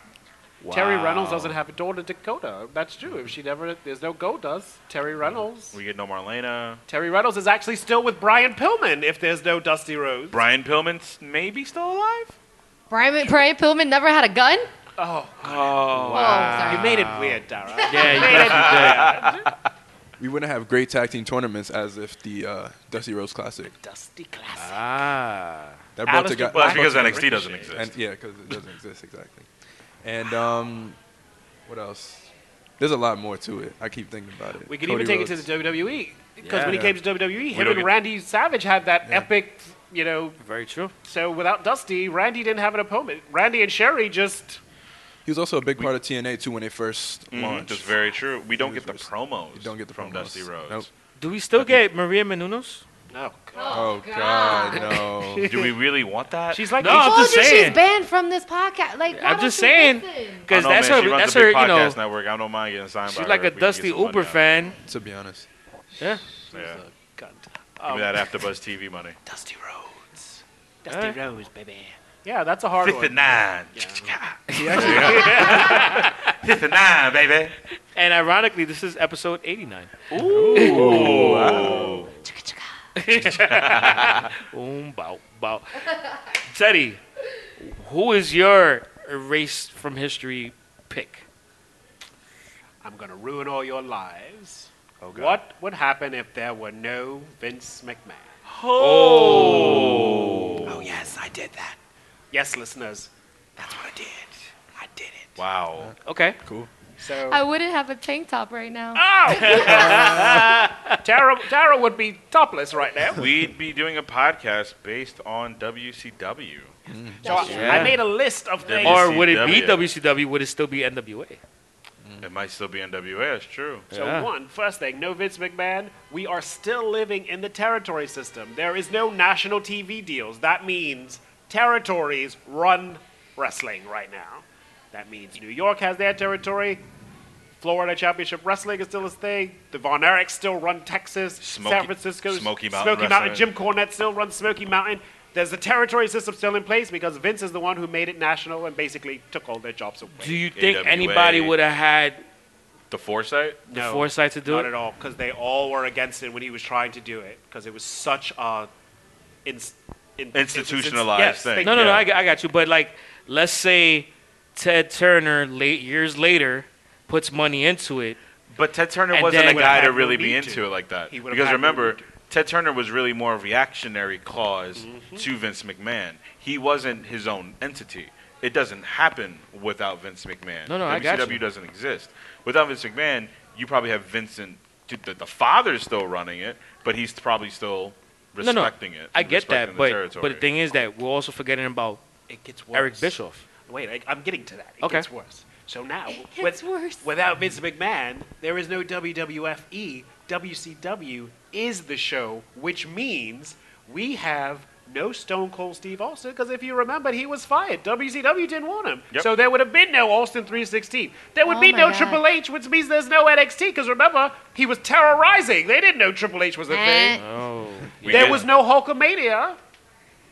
Speaker 6: Terry Reynolds doesn't have a daughter, Dakota. That's true. If she never, there's no Godas. Terry Reynolds.
Speaker 5: We get no Marlena.
Speaker 6: Terry Reynolds is actually still with Brian Pillman. If there's no Dusty Rhodes.
Speaker 5: Brian Pillman's maybe still alive?
Speaker 4: Brian, Brian Pillman never had a gun?
Speaker 5: Oh.
Speaker 4: Wow.
Speaker 6: You made it weird, *laughs* Dara.
Speaker 2: Yeah, *laughs* you actually did.
Speaker 3: We wouldn't have great tag team tournaments as if the uh, Dusty Rose Classic.
Speaker 6: Dusty classic.
Speaker 2: Ah.
Speaker 3: That toge-
Speaker 6: Aleister
Speaker 5: Well, that's
Speaker 3: that brought
Speaker 5: because NXT doesn't exist.
Speaker 3: And yeah, because it doesn't exist exactly. And um, what else? There's a lot more to it. I keep thinking about it.
Speaker 6: We could
Speaker 3: Cody
Speaker 6: even take it
Speaker 3: Rhodes.
Speaker 6: to the WWE because
Speaker 2: Yeah.
Speaker 6: when he
Speaker 3: Yeah.
Speaker 6: came to WWE, him
Speaker 5: don't
Speaker 6: and
Speaker 5: get-
Speaker 6: Randy Savage had that
Speaker 3: Yeah.
Speaker 6: epic, you know.
Speaker 2: Very true.
Speaker 6: So without Dusty, Randy didn't have an opponent. Randy and Sherry just.
Speaker 3: He was also a big part of TNA too when they 1st
Speaker 5: Mhm,
Speaker 3: launched.
Speaker 5: That's very true. We don't get the
Speaker 3: First.
Speaker 5: promos.
Speaker 3: You don't get the
Speaker 5: from
Speaker 3: promos.
Speaker 5: Dusty Rhodes.
Speaker 3: Nope.
Speaker 2: Do we still get Maria Menounos?
Speaker 6: Oh God.
Speaker 3: Oh God, no.
Speaker 5: *laughs* Do we really want that?
Speaker 6: She's like.
Speaker 2: No,
Speaker 4: I
Speaker 2: I'm
Speaker 4: told
Speaker 2: just
Speaker 4: you
Speaker 2: saying.
Speaker 4: she's banned from this podcast. Like, why
Speaker 2: I'm
Speaker 4: don't
Speaker 2: just
Speaker 4: you
Speaker 2: saying
Speaker 4: listen?
Speaker 5: I
Speaker 2: because
Speaker 5: don't know,
Speaker 2: that's
Speaker 5: man.
Speaker 2: her.
Speaker 5: She runs
Speaker 2: That's
Speaker 5: a
Speaker 2: her.
Speaker 5: big
Speaker 2: You know,
Speaker 5: podcast network. I don't mind getting signed by
Speaker 2: she's
Speaker 5: her
Speaker 2: like a
Speaker 5: if we can get
Speaker 2: Dusty
Speaker 5: some money
Speaker 2: Uber
Speaker 5: out.
Speaker 2: fan.
Speaker 3: to be honest,
Speaker 2: Yeah.
Speaker 5: Yeah.
Speaker 6: Cunt.
Speaker 5: Give me that AfterBuzz TV
Speaker 2: *laughs*
Speaker 5: money.
Speaker 6: Dusty Rhodes.
Speaker 2: All
Speaker 6: Dusty
Speaker 2: right.
Speaker 6: Rhodes, baby. Yeah, that's a hard
Speaker 5: *laughs*
Speaker 6: one.
Speaker 5: nine.
Speaker 3: *laughs*
Speaker 5: *laughs* Fifth and nine, baby.
Speaker 2: And ironically, this is episode 89.
Speaker 5: Ooh.
Speaker 2: *laughs* Boom, bow, bow. Teddy, who is your erased from history pick?
Speaker 6: I'm gonna ruin all your lives.
Speaker 5: Oh, God.
Speaker 6: What would happen if there were no Vince McMahon? Oh. Oh yes, I did that. Yes, listeners, that's what I did. I did it.
Speaker 5: Wow.
Speaker 2: Okay.
Speaker 3: cool.
Speaker 6: So
Speaker 4: I wouldn't have a tank top right now.
Speaker 5: Ah,
Speaker 6: *laughs* Tara, Tara would be topless right now.
Speaker 5: *laughs* We'd be doing a podcast based on WCW.
Speaker 3: Mm-hmm.
Speaker 6: So I, I made a list of things.
Speaker 2: Or would it be
Speaker 5: WCW?
Speaker 2: WCW? Would it still be NWA?
Speaker 5: It might still be NWA. That's true.
Speaker 6: So
Speaker 2: Yeah.
Speaker 6: one, first thing, no Vince McMahon. We are still living in the territory system. There is no national TV deals. That means territories run wrestling right now. That means New York has their territory. Florida Championship Wrestling is still a thing. The Von Erichs still run Texas.
Speaker 5: Smoky-
Speaker 6: San Francisco.
Speaker 5: Smoky Mountain
Speaker 6: Smoky Mountain.
Speaker 5: Wrestling.
Speaker 6: Jim Cornette still runs Smoky Mountain. There's the territory system still in place because Vince is the one who made it national and basically took all their jobs away.
Speaker 2: Do you think
Speaker 5: AWA.
Speaker 2: anybody would have had
Speaker 5: The foresight?
Speaker 2: the
Speaker 6: No.
Speaker 2: foresight to do
Speaker 6: Not
Speaker 2: it?
Speaker 6: at all, because they all were against it when he was trying to do it, because it was such a ins- in-
Speaker 5: Institutionalized
Speaker 6: yes,
Speaker 5: thing.
Speaker 6: thank
Speaker 2: No,
Speaker 6: you.
Speaker 2: no, no.
Speaker 5: Yeah.
Speaker 2: I, got- I got you. But like, let's say Ted Turner, late years later, puts money into it.
Speaker 5: But Ted Turner
Speaker 2: And
Speaker 5: wasn't a
Speaker 2: then-
Speaker 5: guy to
Speaker 6: Would've had
Speaker 5: really
Speaker 6: no
Speaker 5: be
Speaker 6: need
Speaker 5: into
Speaker 6: to.
Speaker 5: it like that.
Speaker 6: He would've
Speaker 5: Because
Speaker 6: had no
Speaker 5: remember,
Speaker 6: need to.
Speaker 5: Ted Turner was really more a reactionary because to Vince McMahon. He wasn't his own entity. It doesn't happen without Vince McMahon.
Speaker 2: No, no,
Speaker 5: WCW
Speaker 2: I got you.
Speaker 5: doesn't exist. Without Vince McMahon, you probably have Vincent. dude, The, the father's still running it, but he's probably still
Speaker 2: No, no.
Speaker 5: respecting it.
Speaker 2: I
Speaker 5: and
Speaker 2: get
Speaker 5: respecting
Speaker 2: that,
Speaker 5: the
Speaker 2: but
Speaker 5: territory.
Speaker 2: but the thing is that we're also forgetting about
Speaker 6: It gets worse.
Speaker 2: Eric Bischoff.
Speaker 6: Wait, I, I'm getting to that. It
Speaker 2: Okay.
Speaker 6: gets worse. So now,
Speaker 4: It gets worse.
Speaker 6: without Vince McMahon, there is no WWFE. WCW is the show, which means we have no Stone Cold Steve Austin, because if you remember, he was fired. WCW didn't want him.
Speaker 5: Yep.
Speaker 6: So there would have been no Austin 316. There would
Speaker 4: Oh
Speaker 6: be
Speaker 4: my
Speaker 6: no
Speaker 4: God.
Speaker 6: Triple H, which means there's no NXT, because remember, he was terrorizing. They didn't know Triple H was a thing.
Speaker 4: Eh.
Speaker 2: Oh,
Speaker 5: We
Speaker 6: There
Speaker 5: get
Speaker 6: was
Speaker 5: it.
Speaker 6: no Hulkamania,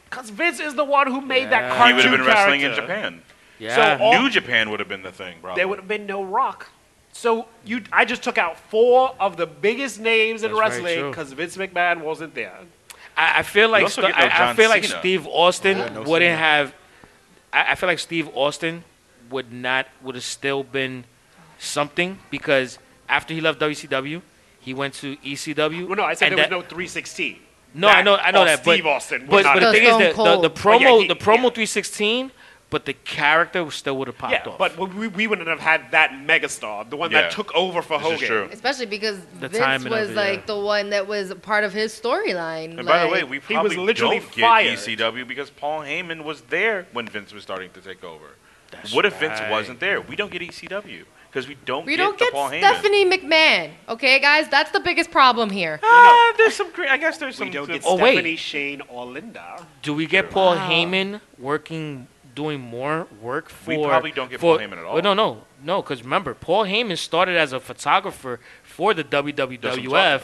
Speaker 6: because Vince is the one who made that
Speaker 2: Yeah.
Speaker 6: cartoon
Speaker 5: He would have been
Speaker 6: character.
Speaker 5: wrestling in Japan.
Speaker 2: yeah.
Speaker 6: all-
Speaker 5: New Japan would have been the thing, bro.
Speaker 6: there would have been no rock. So you, I just took out four of the biggest names in
Speaker 2: That's very
Speaker 6: wrestling
Speaker 2: true.
Speaker 6: because Vince McMahon wasn't there.
Speaker 2: I, I feel like
Speaker 5: also
Speaker 2: st-
Speaker 5: get no
Speaker 2: I, I
Speaker 5: John
Speaker 2: feel like
Speaker 5: Cena.
Speaker 2: Steve Austin
Speaker 3: no
Speaker 2: wouldn't
Speaker 3: Cena.
Speaker 2: have. I, I feel like Steve Austin would not would have still been something because after he left WCW, he went to ECW.
Speaker 6: Well, no, I said
Speaker 2: and
Speaker 6: there
Speaker 2: that-
Speaker 6: was no 316.
Speaker 2: No, I know, I know
Speaker 6: or
Speaker 2: that.
Speaker 6: Steve
Speaker 2: but,
Speaker 6: Austin would
Speaker 2: But,
Speaker 6: not
Speaker 2: but
Speaker 6: have
Speaker 2: the
Speaker 4: have
Speaker 2: thing is
Speaker 4: been.
Speaker 2: that
Speaker 4: Stone
Speaker 2: the, the
Speaker 4: Cold.
Speaker 2: promo,
Speaker 6: Oh, yeah, he-
Speaker 2: the promo
Speaker 6: yeah.
Speaker 2: 316, but the character still would have popped
Speaker 6: Yeah,
Speaker 2: off.
Speaker 6: but we, we wouldn't have had that megastar, the one
Speaker 5: Yeah.
Speaker 6: that took over for
Speaker 5: This
Speaker 6: Hogan.
Speaker 5: is true.
Speaker 4: Especially because
Speaker 2: The
Speaker 4: Vince
Speaker 2: timing of
Speaker 4: was
Speaker 2: it,
Speaker 4: like
Speaker 2: yeah.
Speaker 4: the one that was part of his storyline.
Speaker 5: And by the way,
Speaker 4: like-
Speaker 5: we
Speaker 6: He
Speaker 5: probably
Speaker 6: was literally
Speaker 5: don't
Speaker 6: fired.
Speaker 5: get ECW because Paul Heyman was there when Vince was starting to take over. what if Vince
Speaker 2: right.
Speaker 5: wasn't there? We don't get E ECW because we don't
Speaker 4: we
Speaker 5: get
Speaker 4: don't
Speaker 5: the
Speaker 4: get
Speaker 5: Paul Heyman.
Speaker 4: Stephanie McMahon. Okay, guys, that's the biggest problem here.
Speaker 5: Ah, there's some. Cre- I guess there's some.
Speaker 6: We don't
Speaker 5: good-
Speaker 6: get
Speaker 2: Oh, wait.
Speaker 6: Stephanie, Shane, or Linda.
Speaker 2: Do we get Paul Heyman working, doing more work for?
Speaker 5: We probably don't get
Speaker 2: for-
Speaker 5: Paul Heyman at all.
Speaker 2: Well, no, no, no. Because remember, Paul Heyman started as a photographer for the
Speaker 5: That's what I'm
Speaker 2: WWF,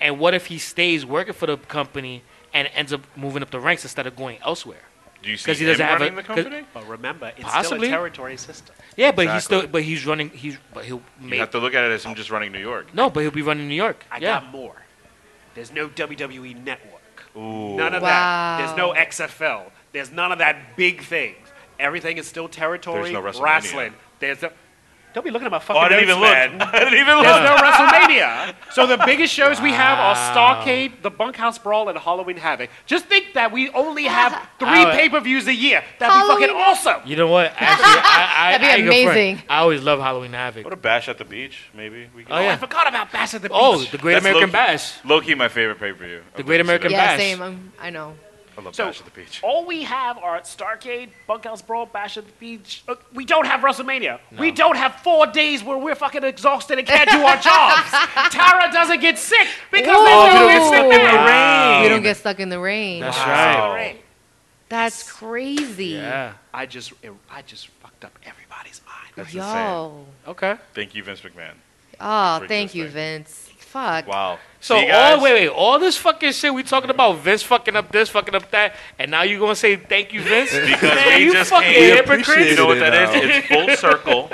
Speaker 2: and what if he stays working for the company and ends up moving up the ranks instead of going elsewhere?
Speaker 5: Do you see
Speaker 2: because he
Speaker 5: him
Speaker 2: doesn't have
Speaker 5: running
Speaker 2: a
Speaker 5: the company?
Speaker 6: But remember, it's
Speaker 2: Possibly.
Speaker 6: still a territory system.
Speaker 2: yeah, but he's
Speaker 5: Exactly.
Speaker 2: still but he's running he's but he'll
Speaker 5: You
Speaker 2: make
Speaker 5: have to look at it as him just running New York.
Speaker 2: no, but he'll be running New York.
Speaker 6: I
Speaker 2: yeah,
Speaker 6: got more. There's no WWE network.
Speaker 5: Ooh.
Speaker 6: None of that. There's no XFL. There's none of that big things. Everything is still territory
Speaker 5: There's no WrestleMania.
Speaker 6: wrestling. There's no, don't be looking at my
Speaker 5: Oh,
Speaker 6: fucking
Speaker 5: I didn't even
Speaker 6: notes,
Speaker 5: look. *laughs*
Speaker 6: man.
Speaker 5: I didn't even
Speaker 6: There's no
Speaker 5: look.
Speaker 6: WrestleMania. So the biggest shows we have are Starcade, the Bunkhouse Brawl, and Halloween Havoc. Just think that we only have three
Speaker 2: Our-
Speaker 6: pay-per-views a year. That'd be fucking
Speaker 4: Halloween-
Speaker 6: awesome.
Speaker 2: you know
Speaker 4: *laughs*
Speaker 2: what? Actually, I, I,
Speaker 4: That'd be
Speaker 2: I ain't gonna front.
Speaker 4: amazing.
Speaker 2: I always love Halloween Havoc.
Speaker 5: What a bash at the beach, maybe. We can
Speaker 2: Oh, yeah.
Speaker 6: I forgot about Bass at the Beach.
Speaker 2: Oh, the Great
Speaker 5: That's
Speaker 2: American
Speaker 5: low-key.
Speaker 2: Bash.
Speaker 5: Loki, my favorite pay per view.
Speaker 2: The Great American
Speaker 4: yeah,
Speaker 2: Bash.
Speaker 4: same. I'm, I know.
Speaker 5: I love
Speaker 6: So-
Speaker 5: Bash at the Beach.
Speaker 6: All we have are Starcade, Bunkhouse Brawl, Bash at the Beach. Uh, we don't have WrestleMania. We don't have four days where we're fucking exhausted and can't do our *laughs* jobs. Tara doesn't get sick because
Speaker 4: Oh, we
Speaker 6: there's no
Speaker 4: don't get
Speaker 6: instant
Speaker 4: sick in the
Speaker 6: match.
Speaker 4: You don't get stuck in the rain.
Speaker 2: That's
Speaker 4: That's,
Speaker 5: Oh, Wow.
Speaker 2: right.
Speaker 4: crazy.
Speaker 2: Yeah.
Speaker 6: I just, I just fucked up everybody's mind.
Speaker 5: That's insane.
Speaker 4: Yo.
Speaker 2: Okay.
Speaker 5: Thank you, Vince McMahon.
Speaker 4: Oh,
Speaker 5: Freak
Speaker 4: thank
Speaker 5: this
Speaker 4: you,
Speaker 5: thing.
Speaker 4: Vince. Fuck.
Speaker 5: Wow.
Speaker 2: So
Speaker 5: See you
Speaker 2: all
Speaker 5: guys.
Speaker 2: wait, wait, all this fucking shit we talking about, Vince fucking up this, fucking up that, and now you gonna say thank you, Vince?
Speaker 5: Because
Speaker 2: Man,
Speaker 5: we
Speaker 2: you
Speaker 5: just
Speaker 2: fucking
Speaker 5: came-
Speaker 2: hypocrites.
Speaker 5: You know what that is?
Speaker 3: Now.
Speaker 5: It's full circle,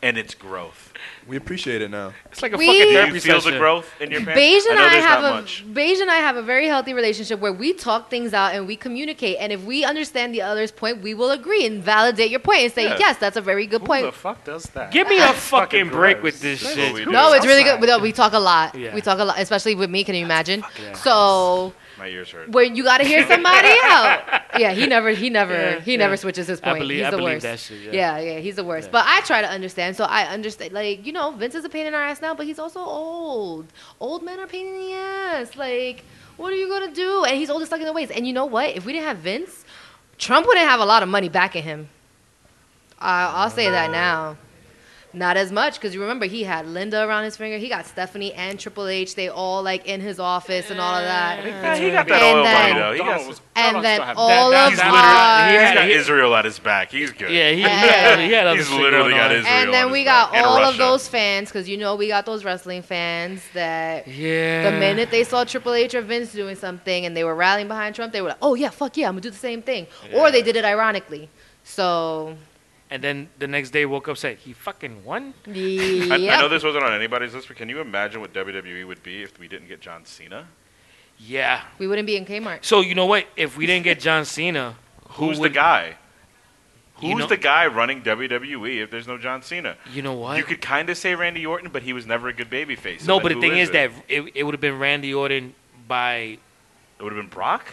Speaker 5: and it's growth.
Speaker 3: We appreciate it now.
Speaker 2: It's like a
Speaker 4: We-
Speaker 2: fucking
Speaker 5: Do
Speaker 2: therapy
Speaker 5: you feel
Speaker 2: session.
Speaker 5: the growth in your pants?
Speaker 4: Beige and
Speaker 5: know
Speaker 4: I,
Speaker 5: there's
Speaker 4: have
Speaker 5: not
Speaker 4: a
Speaker 5: much.
Speaker 4: Beige and I have a very healthy relationship where we talk things out and we communicate. And if we understand the other's point, we will agree and validate your point and say,
Speaker 5: Yeah.
Speaker 4: yes, that's a very good point.
Speaker 6: fuck does that?
Speaker 2: Give me a fucking break
Speaker 6: gross.
Speaker 2: with this
Speaker 5: That's
Speaker 2: shit.
Speaker 5: what we do.
Speaker 4: no, it's really
Speaker 6: outside.
Speaker 4: good. No, we talk a lot.
Speaker 2: Yeah.
Speaker 4: We talk a lot, especially with me. Can you imagine? So
Speaker 5: My ears hurt.
Speaker 4: when you got to
Speaker 2: *laughs*
Speaker 4: hear somebody out, yeah, he never, he never, he never switches his
Speaker 2: I
Speaker 4: point.
Speaker 2: believe-
Speaker 4: he's
Speaker 2: I
Speaker 4: the
Speaker 2: believe
Speaker 4: worst.
Speaker 2: that shit,
Speaker 4: yeah. yeah, he's the worst. But I try to understand, so I understand. Like you know, Vince is a pain in our ass now, but he's also old. Old men are pain in the ass. Like, what are you gonna do? And he's old and stuck in the ways. And you know what? If we didn't have Vince, Trump wouldn't have a lot of money backing him. I, I'll say that now. Not as much because you remember he had Linda around his finger. He got Stephanie and Triple H. They all like in his office and all of that.
Speaker 5: Yeah, he got that
Speaker 4: And
Speaker 2: uh,
Speaker 5: oil money
Speaker 4: then-
Speaker 5: though. He got, he's
Speaker 4: And then all
Speaker 2: that-
Speaker 4: of
Speaker 2: that's
Speaker 4: our,
Speaker 2: literally- he had-
Speaker 5: got Israel at his back. He's good.
Speaker 2: Yeah, he,
Speaker 4: Yeah.
Speaker 2: yeah, he had other
Speaker 5: He's
Speaker 2: shit
Speaker 5: literally
Speaker 2: going on.
Speaker 5: got his- Israel
Speaker 4: and then
Speaker 5: on
Speaker 4: we
Speaker 5: his
Speaker 4: got
Speaker 5: back, and
Speaker 4: all of
Speaker 5: Russia.
Speaker 4: those fans because you know we got those wrestling fans that
Speaker 2: Yeah.
Speaker 4: the minute they saw Triple H or Vince doing something and they were rallying behind Trump, they were like, "Oh yeah, fuck yeah, I'm gonna do the same thing," or they did it ironically. So
Speaker 2: and then the next day woke up said he fucking won.
Speaker 5: I,
Speaker 4: yeah,
Speaker 5: I know this wasn't on anybody's list, but can you imagine what WWE would be if we didn't get John Cena?
Speaker 2: Yeah.
Speaker 4: we wouldn't be in Kmart.
Speaker 2: So you know what? If we didn't get John Cena, who
Speaker 5: Who's
Speaker 2: would,
Speaker 5: the guy? Who's
Speaker 2: You know-
Speaker 5: the guy running WWE if there's no John Cena?
Speaker 2: You know what?
Speaker 5: You could kind of say Randy Orton, but he was never a good babyface. So
Speaker 2: no,
Speaker 5: then
Speaker 2: but the
Speaker 5: who
Speaker 2: thing is
Speaker 5: it?
Speaker 2: that it, it would have been Randy Orton by
Speaker 5: it would have been Brock.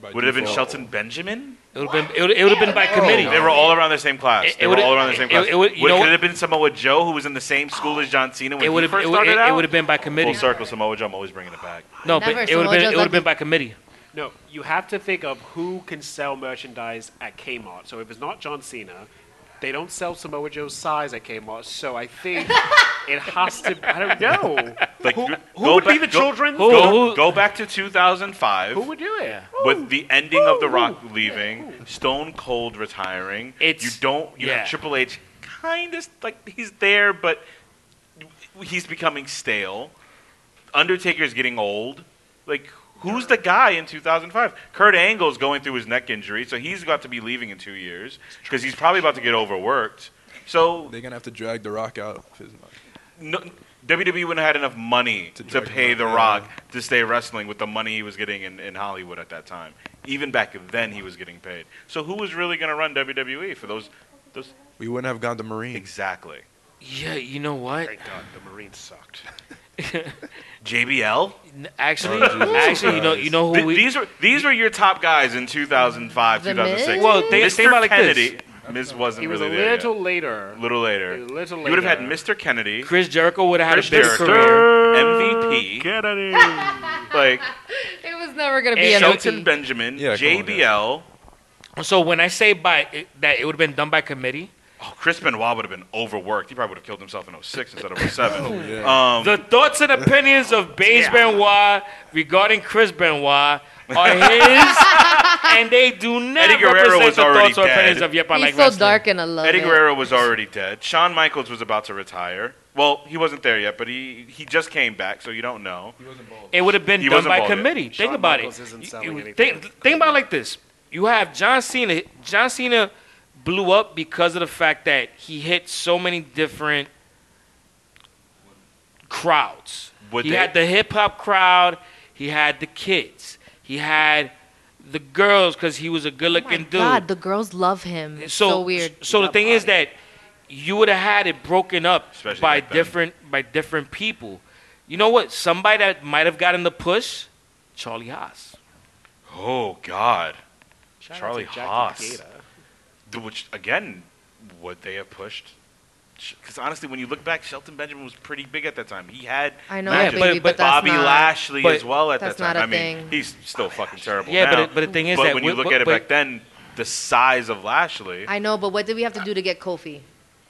Speaker 3: By
Speaker 5: Would it have been
Speaker 3: default.
Speaker 5: Shelton Benjamin?
Speaker 2: it would have been it would, it would have been by committee.
Speaker 5: Oh, They were all around the same class.
Speaker 2: It- it
Speaker 5: they were
Speaker 2: would've-
Speaker 5: all around the same
Speaker 2: it-
Speaker 5: class.
Speaker 2: it would- you
Speaker 5: Would-
Speaker 2: know
Speaker 5: could
Speaker 2: what- Oh.
Speaker 5: it have been Samoa Joe, who was in the same school as John Cena when
Speaker 2: It would
Speaker 5: he
Speaker 2: have
Speaker 5: first
Speaker 2: it, would-
Speaker 5: started
Speaker 2: it,
Speaker 5: out? Oh,
Speaker 2: it would have been by
Speaker 5: Full
Speaker 2: committee.
Speaker 5: circle, Samoa Joe. I'm always bringing it back.
Speaker 2: No,
Speaker 4: Never,
Speaker 2: but it would have
Speaker 4: Samoa
Speaker 2: been
Speaker 4: Joe's
Speaker 2: it would have
Speaker 4: ugly.
Speaker 2: been by committee.
Speaker 6: No, you have to think of who can sell merchandise at Kmart. So if it's not John Cena, they don't sell Samoa Joe's size at Kmart. So
Speaker 2: *laughs*
Speaker 6: I think it has to. I don't
Speaker 5: *laughs*
Speaker 6: know.
Speaker 5: Like,
Speaker 6: who
Speaker 5: you-
Speaker 6: who
Speaker 5: go
Speaker 6: would be
Speaker 5: back-
Speaker 6: the
Speaker 5: go-
Speaker 6: children?
Speaker 2: who-
Speaker 5: Go, go back to 2005
Speaker 6: Who would do it?
Speaker 5: with the ending of The Rock leaving, Stone Cold retiring.
Speaker 2: It's-
Speaker 5: you don't. You
Speaker 2: yeah.
Speaker 5: have Triple H kind of like he's there, but he's becoming stale. Undertaker's getting old. Like who's the guy in 2005? Kurt Angle's going through his neck injury, so he's got to be leaving in two years because he's probably about to get overworked. So
Speaker 3: They're gonna have to drag The Rock out of his mind.
Speaker 5: no, WWE wouldn't have had enough money to,
Speaker 3: To drag
Speaker 5: pay
Speaker 3: him
Speaker 5: The
Speaker 3: out,
Speaker 5: Rock to stay wrestling with the money he was getting in, in Hollywood at that time. Even back then, he was getting paid. So who was really going to run WWE for those? Those
Speaker 3: We wouldn't have gone to Marine.
Speaker 5: exactly.
Speaker 2: Yeah, you know what?
Speaker 6: Thank God the Marines sucked.
Speaker 5: JBL.
Speaker 2: N- Actually,
Speaker 3: Oh, Jesus
Speaker 2: actually, you know,
Speaker 3: Christ.
Speaker 2: you know
Speaker 5: Th-
Speaker 2: who Oh, we.
Speaker 5: these were these were your top guys in 2005,
Speaker 4: The
Speaker 5: 2006.
Speaker 4: Miz?
Speaker 2: Well, they-
Speaker 5: Mr.
Speaker 2: think about it like this.
Speaker 5: Kennedy. Miz wasn't
Speaker 6: He was a
Speaker 5: really there.
Speaker 6: little later.
Speaker 5: yet. little later.
Speaker 6: He was a little
Speaker 5: You would have had
Speaker 6: later.
Speaker 5: Mr. Kennedy.
Speaker 2: Chris Jericho would have had
Speaker 5: Chris
Speaker 2: a bigger
Speaker 5: Jericho,
Speaker 2: career.
Speaker 5: MVP. Kennedy.
Speaker 2: *laughs*
Speaker 5: like
Speaker 4: It was never gonna be
Speaker 2: And
Speaker 4: an
Speaker 5: Shelton
Speaker 4: OT.
Speaker 5: Benjamin,
Speaker 3: Yeah, come on, guys.
Speaker 5: JBL.
Speaker 2: So when I say by it, that it would have been done by committee,
Speaker 5: Oh, Chris Benoit would have been overworked. He probably would have killed himself in 06 instead of 07. um,
Speaker 2: the thoughts and opinions of Baze Benoit regarding Chris Benoit are
Speaker 5: *laughs*
Speaker 2: his, and they do not
Speaker 5: Eddie Guerrero
Speaker 2: represent
Speaker 5: was
Speaker 2: the
Speaker 5: already
Speaker 2: thoughts or opinions
Speaker 5: dead.
Speaker 2: of Yep, I
Speaker 4: He's
Speaker 2: like
Speaker 4: so
Speaker 2: wrestling.
Speaker 4: dark and I love
Speaker 5: Eddie
Speaker 4: it.
Speaker 5: Guerrero was already dead. Shawn Michaels was about to retire. Well, he wasn't there yet, but he, he just came back, so you don't know.
Speaker 2: It would have been
Speaker 5: He
Speaker 2: done
Speaker 5: wasn't
Speaker 2: by
Speaker 5: bald yet.
Speaker 2: committee.
Speaker 6: Shawn
Speaker 2: think about
Speaker 6: Michaels
Speaker 2: it.
Speaker 6: isn't
Speaker 2: You-
Speaker 6: selling
Speaker 2: you
Speaker 6: anything.
Speaker 2: think, think about it like this. you have John Cena. John Cena blew up because of the fact that he hit so many different crowds.
Speaker 5: Would
Speaker 2: he
Speaker 5: they-
Speaker 2: had the hip hop crowd. He had the kids. He had the girls because he was a good
Speaker 4: Oh my
Speaker 2: looking dude.
Speaker 4: God, the girls love him. It's so, weird.
Speaker 2: So the thing is that you would have had it broken up
Speaker 5: Especially
Speaker 2: by
Speaker 5: back then.
Speaker 2: different by different people. You know what? Somebody that might have gotten the push, Charlie Haas.
Speaker 5: Oh God,
Speaker 6: Shout out to
Speaker 5: Charlie
Speaker 6: Jackie
Speaker 5: Haas.
Speaker 6: Gator.
Speaker 5: Th- Which again, would they have pushed? Because honestly, when you look back, Shelton Benjamin was pretty big at that time. He had
Speaker 4: I know,
Speaker 2: Yeah,
Speaker 4: that
Speaker 2: but-
Speaker 4: baby, but,
Speaker 2: but
Speaker 4: that's
Speaker 5: Bobby
Speaker 4: not,
Speaker 5: Lashley
Speaker 2: but
Speaker 5: as well at
Speaker 4: that's
Speaker 5: that time.
Speaker 4: not a
Speaker 5: I mean,
Speaker 4: thing.
Speaker 5: he's still fucking terrible
Speaker 2: Yeah,
Speaker 5: now.
Speaker 2: but it- but the thing is
Speaker 5: but
Speaker 2: that
Speaker 5: when you
Speaker 2: we-
Speaker 5: look
Speaker 2: but-
Speaker 5: at it
Speaker 2: but-
Speaker 5: back then, the size of Lashley.
Speaker 4: I know, but what did we have to do to get Kofi?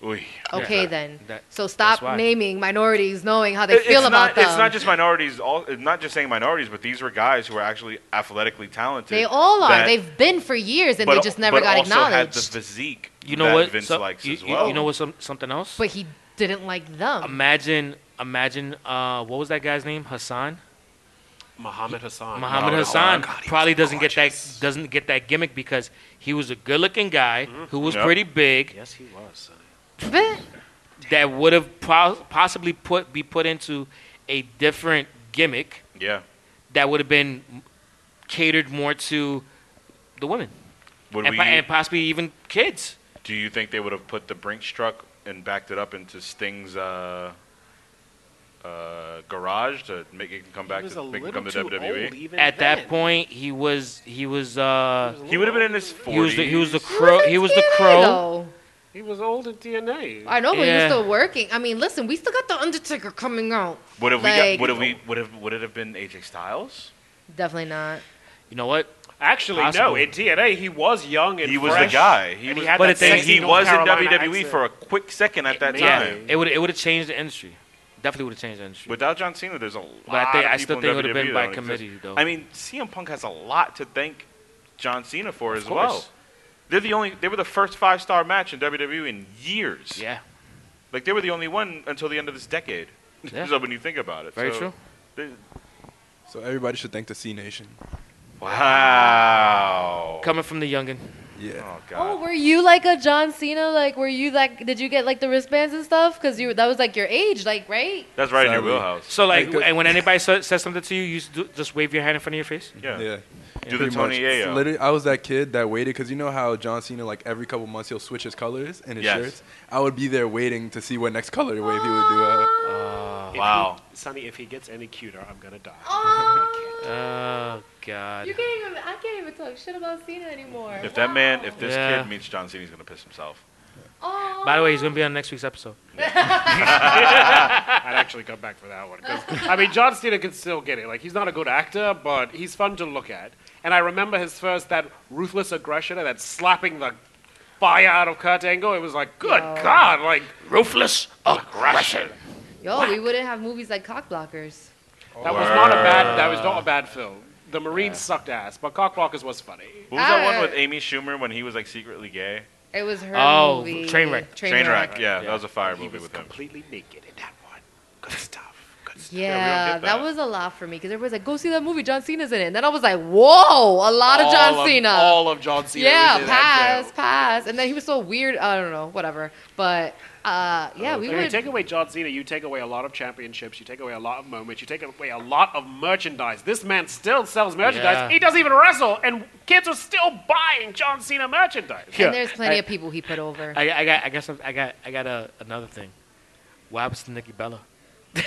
Speaker 5: Oy.
Speaker 4: Okay,
Speaker 2: Yeah.
Speaker 4: then.
Speaker 2: That-
Speaker 4: so
Speaker 2: that's why.
Speaker 4: stop naming minorities, knowing how they
Speaker 5: It-
Speaker 4: feel
Speaker 5: it's
Speaker 4: about
Speaker 5: not,
Speaker 4: them.
Speaker 5: It's not just minorities. All, it's not just saying minorities, but these were guys who were actually athletically talented.
Speaker 4: they all are.
Speaker 5: that-
Speaker 4: They've been for years, and
Speaker 5: but-
Speaker 4: they just never
Speaker 5: but
Speaker 4: got
Speaker 5: also Had
Speaker 4: acknowledged.
Speaker 5: the physique
Speaker 2: You know
Speaker 5: that
Speaker 2: what?
Speaker 5: Vince
Speaker 2: Some-
Speaker 5: likes
Speaker 2: you,
Speaker 5: as
Speaker 2: you-
Speaker 5: well.
Speaker 2: you know what? Some, something else.
Speaker 4: but he didn't like them.
Speaker 2: imagine, imagine. Uh, what was that guy's name? Hassan.
Speaker 8: Muhammad Hassan.
Speaker 5: Oh,
Speaker 2: Muhammad Hassan probably doesn't get that doesn't get that gimmick because he was a good-looking guy who was
Speaker 5: Mm-hmm. Yep.
Speaker 2: pretty big.
Speaker 8: Yes, he was. Sonny.
Speaker 4: But
Speaker 2: that would have pro- possibly put be put into a different gimmick
Speaker 5: Yeah.
Speaker 2: that would have been catered more to the women
Speaker 5: Would
Speaker 2: and,
Speaker 5: we,
Speaker 2: po- and possibly even kids.
Speaker 5: do you think they would have put the Brinks truck and backed it up into Sting's uh, uh, garage to make it come back
Speaker 6: He was
Speaker 5: to
Speaker 6: a
Speaker 5: make it
Speaker 6: little
Speaker 5: come to E?
Speaker 6: too
Speaker 5: WWE?
Speaker 6: old even
Speaker 2: At
Speaker 6: then.
Speaker 2: that point, he was he was uh
Speaker 5: He would have been in his 40s.
Speaker 2: he was the, he was the crow he was the
Speaker 4: TNA
Speaker 2: crow.
Speaker 4: though.
Speaker 6: He was old at DNA.
Speaker 4: I know, but he was
Speaker 2: Yeah.
Speaker 4: still working. I mean, listen, we still got the Undertaker coming out.
Speaker 5: Would have we?
Speaker 4: Like-
Speaker 5: Got, would have we? Would have? Would it have been AJ Styles?
Speaker 4: Definitely not.
Speaker 2: You know what?
Speaker 6: Actually,
Speaker 2: Possible.
Speaker 6: no. In TNA, he was young and
Speaker 5: He was the
Speaker 6: fresh,
Speaker 5: guy. He
Speaker 6: and
Speaker 5: was-
Speaker 6: he had
Speaker 2: but
Speaker 6: that
Speaker 2: the thing-
Speaker 6: sexy
Speaker 5: he
Speaker 6: North
Speaker 5: was in
Speaker 6: Carolina
Speaker 5: WWE
Speaker 6: accent.
Speaker 5: for a quick second at that
Speaker 6: may-
Speaker 2: Yeah,
Speaker 5: time.
Speaker 2: it would it would have changed the industry. Definitely would have changed the industry.
Speaker 5: Without John Cena, there's a lot.
Speaker 2: But I think
Speaker 5: of
Speaker 2: I still
Speaker 5: people
Speaker 2: think it
Speaker 5: in
Speaker 2: would have been
Speaker 5: WWE
Speaker 2: by
Speaker 5: that don't exist.
Speaker 2: committee though.
Speaker 5: I mean, CM Punk has a lot to thank John Cena for as
Speaker 2: course.
Speaker 5: well. They're the only. They were the first five star match in WWE in years.
Speaker 2: yeah,
Speaker 5: Like they were the only one until the end of this decade.
Speaker 2: Yeah.
Speaker 5: *laughs* so when you think about it,
Speaker 2: very
Speaker 5: So,
Speaker 2: true.
Speaker 5: they-
Speaker 3: So everybody should thank the C Nation.
Speaker 5: wow.
Speaker 2: Coming from the youngin.
Speaker 3: Yeah.
Speaker 5: Oh
Speaker 4: Oh,
Speaker 5: God.
Speaker 4: were you like a John Cena? Like, were you like? Did you get like the wristbands and stuff? Because you that was like your age, like
Speaker 5: *laughs*
Speaker 4: right?
Speaker 5: That's right in your
Speaker 3: Sadly.
Speaker 5: wheelhouse.
Speaker 2: So like,
Speaker 3: Like, uh,
Speaker 2: and when anybody sa- says something to you, you s- do- just wave your hand in front of your face.
Speaker 5: Yeah.
Speaker 3: Yeah.
Speaker 5: Do the
Speaker 3: Pretty much.
Speaker 5: Tony Ayo.
Speaker 3: Literally, I was that kid that waited because you know how John Cena, like every couple months, he'll switch his colors in his
Speaker 5: Yes.
Speaker 3: shirts. I would be there waiting to see what next color wave he would do. Uh,
Speaker 6: If he-
Speaker 5: Wow.
Speaker 6: Sonny, if he gets any cuter, I'm gonna die.
Speaker 4: Oh,
Speaker 2: Oh God.
Speaker 4: you can't even. I can't even talk shit about Cena anymore.
Speaker 5: If that man, if this
Speaker 2: Yeah.
Speaker 5: kid meets John Cena, he's gonna piss himself.
Speaker 4: oh,
Speaker 2: By the way, he's gonna be on next week's episode.
Speaker 6: I'd actually come back for that one. 'cause, I mean, John Cena can still get it. Like, he's not a good actor, but he's fun to look at. And I remember his first, that ruthless aggression and that slapping the fire out of Kurt Angle. It was like, good
Speaker 5: Oh.
Speaker 6: God, like,
Speaker 2: Ruthless aggression.
Speaker 4: yo, we wouldn't have movies like Cockblockers.
Speaker 6: that was not a bad, that was not a bad film. The Marines sucked ass, but Cockblockers was funny.
Speaker 5: What was that one
Speaker 4: Ah.
Speaker 5: with Amy Schumer when he was like secretly gay?
Speaker 4: It was her
Speaker 2: Oh,
Speaker 4: movie.
Speaker 2: Trainwreck.
Speaker 5: Trainwreck. Yeah, that
Speaker 2: Yeah.
Speaker 5: was a fire
Speaker 6: He
Speaker 5: movie
Speaker 6: was
Speaker 5: with him.
Speaker 6: completely naked in that one. Good stuff. Good stuff.
Speaker 4: Yeah,
Speaker 5: Yeah, we don't
Speaker 4: that.
Speaker 5: get that.
Speaker 4: was a lot for me because everybody's like, "Go see that movie. John Cena's in it." And then I was like, "Whoa, a lot of John
Speaker 6: All
Speaker 4: Cena."
Speaker 6: all of John Cena.
Speaker 4: yeah,
Speaker 6: was in that
Speaker 4: pass,
Speaker 6: show.
Speaker 4: pass. And then he was so weird. I don't know, whatever. But uh, yeah, we
Speaker 6: So you
Speaker 4: would.
Speaker 6: take away John Cena, you take away a lot of championships, you take away a lot of moments, you take away a lot of merchandise. This man still sells merchandise.
Speaker 2: Yeah.
Speaker 6: He doesn't even wrestle, and kids are still buying John Cena merchandise.
Speaker 2: Yeah.
Speaker 4: And there's plenty
Speaker 2: I-
Speaker 4: of people he put over.
Speaker 2: I, I got, I got, some, I got, I got uh, another thing. What happens to Nikki Bella?
Speaker 6: *laughs*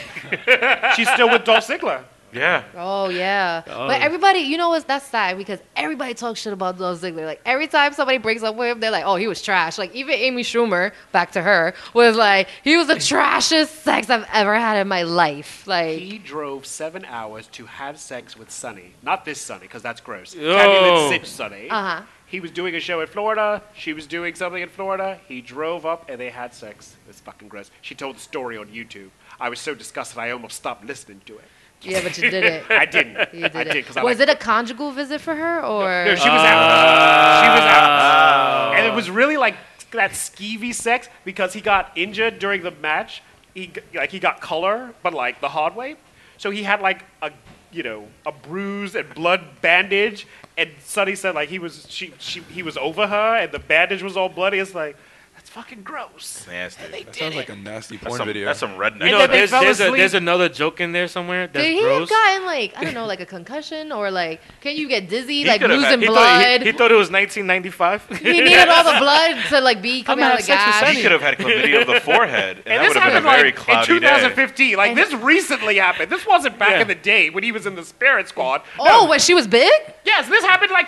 Speaker 6: She's still with Dolph Ziggler.
Speaker 5: Yeah.
Speaker 4: oh yeah,
Speaker 2: Oh.
Speaker 4: but everybody, you know what's that's sad because everybody talks shit about Dolph Ziggler. Like every time somebody brings up with him, they're like, "Oh, he was trash." Like even Amy Schumer, back to her, was like, "He was the trashiest sex I've ever had in my life." Like
Speaker 6: He drove seven hours to have sex with Sunny. Not this Sunny, because that's gross.
Speaker 2: Yo.
Speaker 6: Tammy Lynn Sitch Sunny.
Speaker 4: Uh-huh.
Speaker 6: He was doing a show in Florida. She was doing something in Florida. He drove up and they had sex. It's fucking gross. She told the story on YouTube. I was so disgusted I almost stopped listening to it.
Speaker 4: yeah, but you did it.
Speaker 6: I didn't.
Speaker 4: *laughs* You did
Speaker 6: I
Speaker 4: it.
Speaker 6: did because I
Speaker 4: Was
Speaker 6: like-
Speaker 4: it a conjugal visit for her or?
Speaker 6: No, she was out. She was out.
Speaker 5: Oh.
Speaker 6: and it was really like that skeevy sex because he got injured during the match. He g- like he got color, but like the hard way. So he had like a you know a bruise and blood bandage, And Sonny said like he was she, she he was over her and the bandage was all bloody. It's like that's fucking gross.
Speaker 5: Nasty. That's
Speaker 3: That sounds like a nasty porn
Speaker 5: some,
Speaker 3: video.
Speaker 5: that's some redneck.
Speaker 2: You know,
Speaker 6: then they
Speaker 2: there's
Speaker 6: fell
Speaker 2: there's, a,
Speaker 6: asleep.
Speaker 2: there's another joke in there somewhere that's
Speaker 4: Did he
Speaker 2: gross.
Speaker 4: have gotten like I don't know, like a concussion or like can you get dizzy, like
Speaker 5: could've
Speaker 4: losing
Speaker 5: had-
Speaker 2: he,
Speaker 4: blood?
Speaker 2: Thought, he, he thought it was *laughs* 1995.
Speaker 4: he needed all the blood to like be coming out of the
Speaker 2: gonna have sex with
Speaker 4: gas.
Speaker 5: he could have had chlamydia of the forehead, and, that
Speaker 6: And
Speaker 5: would
Speaker 6: this
Speaker 5: have been
Speaker 6: happened
Speaker 5: a very
Speaker 6: like in
Speaker 5: cloudy day.
Speaker 6: 2015. Like this recently happened. This wasn't back
Speaker 2: Yeah.
Speaker 6: in the day when he was in the Spirit Squad.
Speaker 4: Oh, when she was big?
Speaker 6: Yes, this happened like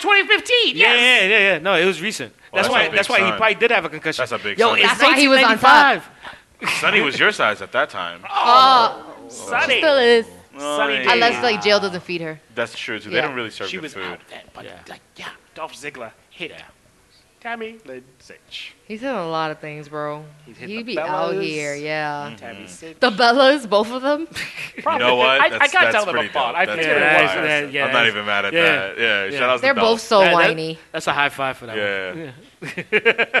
Speaker 2: Yeah,
Speaker 6: 2015. Yes.
Speaker 2: yeah, yeah, yeah. No, it was recent.
Speaker 5: Well,
Speaker 2: that's,
Speaker 5: that's a
Speaker 2: why.
Speaker 5: big
Speaker 2: That's why he
Speaker 5: sign.
Speaker 2: probably did have a concussion.
Speaker 5: That's a big
Speaker 2: Yo,
Speaker 5: sign.
Speaker 2: it's
Speaker 4: That's why he was on
Speaker 2: 1995.
Speaker 5: Sonny was your size at that time.
Speaker 4: Oh, she still is.
Speaker 5: Sonny,
Speaker 4: Unless like jail doesn't feed her.
Speaker 5: that's true too. They
Speaker 4: Yeah.
Speaker 5: don't really serve
Speaker 6: She
Speaker 5: good
Speaker 6: was
Speaker 5: food.
Speaker 6: out then, but
Speaker 2: Yeah.
Speaker 6: like yeah, Dolph Ziggler hit her. Tammy Lynn Sitch.
Speaker 4: He's done a lot of things, bro.
Speaker 6: He's hit
Speaker 4: He
Speaker 6: the
Speaker 4: be out
Speaker 6: Bellas.
Speaker 4: here, yeah.
Speaker 5: Mm.
Speaker 6: Tammy Sitch.
Speaker 4: The Bellas, both of them.
Speaker 5: Mm-hmm. You know what?
Speaker 6: I, I
Speaker 5: That's-
Speaker 6: gotta
Speaker 5: that's
Speaker 6: tell them
Speaker 5: pretty
Speaker 6: apart.
Speaker 5: dope.
Speaker 6: I
Speaker 5: That's
Speaker 6: figured
Speaker 5: pretty
Speaker 6: it was.
Speaker 2: dope.
Speaker 5: wild.
Speaker 2: that- yeah,
Speaker 5: I'm not
Speaker 2: that's-
Speaker 5: even mad at
Speaker 2: yeah.
Speaker 5: that. Yeah,
Speaker 2: Yeah.
Speaker 5: shout out to
Speaker 4: They're both
Speaker 5: Dolph.
Speaker 4: so
Speaker 2: That- that-
Speaker 4: whiny.
Speaker 2: that's a high five for that. one.
Speaker 5: Yeah, yeah.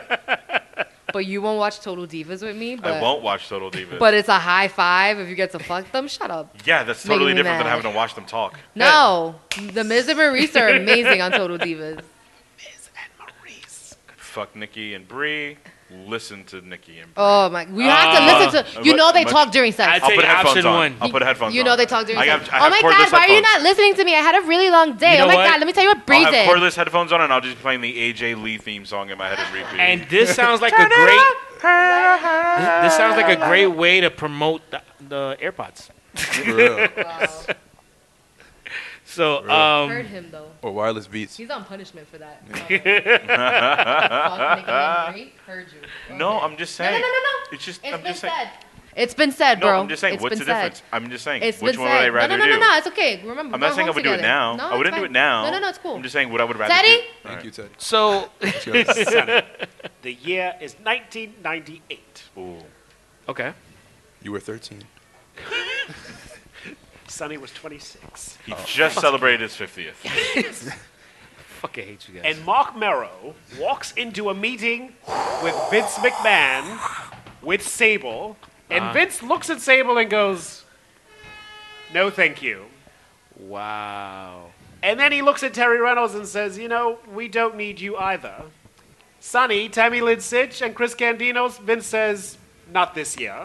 Speaker 4: But you won't watch Total Divas with me. But,
Speaker 5: I won't watch Total Divas.
Speaker 4: But it's a high five if you get to fuck them. Shut
Speaker 5: *laughs*
Speaker 4: up.
Speaker 5: yeah, that's
Speaker 4: Making
Speaker 5: totally
Speaker 4: me
Speaker 5: different than
Speaker 4: mad.
Speaker 5: having to watch them talk.
Speaker 4: No, the Miz and Maurice are amazing on Total Divas.
Speaker 5: Fuck Nikki and Brie. Listen to Nikki and. Brie.
Speaker 4: Oh my! You have to listen to. You
Speaker 5: but-
Speaker 4: know they
Speaker 5: but-
Speaker 4: talk during sex.
Speaker 2: I'd
Speaker 5: I'll
Speaker 2: say
Speaker 5: put headphones
Speaker 2: option
Speaker 5: on.
Speaker 2: one.
Speaker 5: I'll put headphones
Speaker 4: you
Speaker 5: on.
Speaker 4: know they talk during
Speaker 5: I
Speaker 4: sex.
Speaker 5: have, I
Speaker 4: oh
Speaker 5: have
Speaker 4: my
Speaker 5: cordless
Speaker 4: god! Why are you not
Speaker 5: headphones.
Speaker 4: listening to me? I had a really long day.
Speaker 2: You
Speaker 4: oh
Speaker 2: know
Speaker 4: my
Speaker 2: what?
Speaker 4: god! Let me tell you what Bree
Speaker 5: I'll have
Speaker 4: did.
Speaker 5: cordless headphones on, and I'll just be playing the AJ Lee theme song in my head and repeat.
Speaker 2: And
Speaker 5: *laughs*
Speaker 2: this sounds like a great. This- This sounds like a great way to promote the, the AirPods.
Speaker 3: *laughs* For real.
Speaker 5: *laughs*
Speaker 2: So,
Speaker 4: Heard
Speaker 2: um,
Speaker 4: him though.
Speaker 3: Or wireless beats.
Speaker 4: He's on punishment for
Speaker 5: *laughs*
Speaker 4: that. Fuck Nicki and Marie. Heard you.
Speaker 5: no, I'm just
Speaker 4: No, no,
Speaker 5: saying.
Speaker 4: no, no, no.
Speaker 5: It's just.
Speaker 4: It's
Speaker 5: I'm
Speaker 4: been
Speaker 5: just saying.
Speaker 4: said. It's been said,
Speaker 5: No,
Speaker 4: bro.
Speaker 5: I'm just saying.
Speaker 4: It's
Speaker 5: what's
Speaker 4: been
Speaker 5: the
Speaker 4: said.
Speaker 5: difference? I'm just saying.
Speaker 4: It's
Speaker 5: which
Speaker 4: been
Speaker 5: one
Speaker 4: said.
Speaker 5: would I
Speaker 4: no,
Speaker 5: rather
Speaker 4: no, no,
Speaker 5: do?
Speaker 4: no, no. It's okay. Remember,
Speaker 5: I'm
Speaker 4: we're
Speaker 5: not saying I
Speaker 4: home
Speaker 5: would do it
Speaker 4: together.
Speaker 5: now.
Speaker 4: No,
Speaker 5: I wouldn't
Speaker 4: it's
Speaker 5: do it
Speaker 4: fine.
Speaker 5: now.
Speaker 4: No, no, no. It's cool.
Speaker 5: I'm just saying, what I would rather
Speaker 4: Teddy?
Speaker 5: do.
Speaker 3: Thank you, Ted.
Speaker 2: so
Speaker 6: The year is 1998.
Speaker 5: Ooh.
Speaker 2: okay.
Speaker 3: You were 13.
Speaker 6: Sonny was 26.
Speaker 5: He
Speaker 3: Oh.
Speaker 5: just celebrated his 50th.
Speaker 2: Fucking hate you guys.
Speaker 6: And Mark Merrow walks into a meeting with Vince McMahon, with Sable, and
Speaker 5: Uh-huh.
Speaker 6: Vince looks at Sable and goes, No, thank you.
Speaker 2: wow.
Speaker 6: And then he looks at Terry Reynolds and says, You know, we don't need you either. Sonny, Tammy Lynn Sitch, and Chris Candinos, Vince says, Not this year.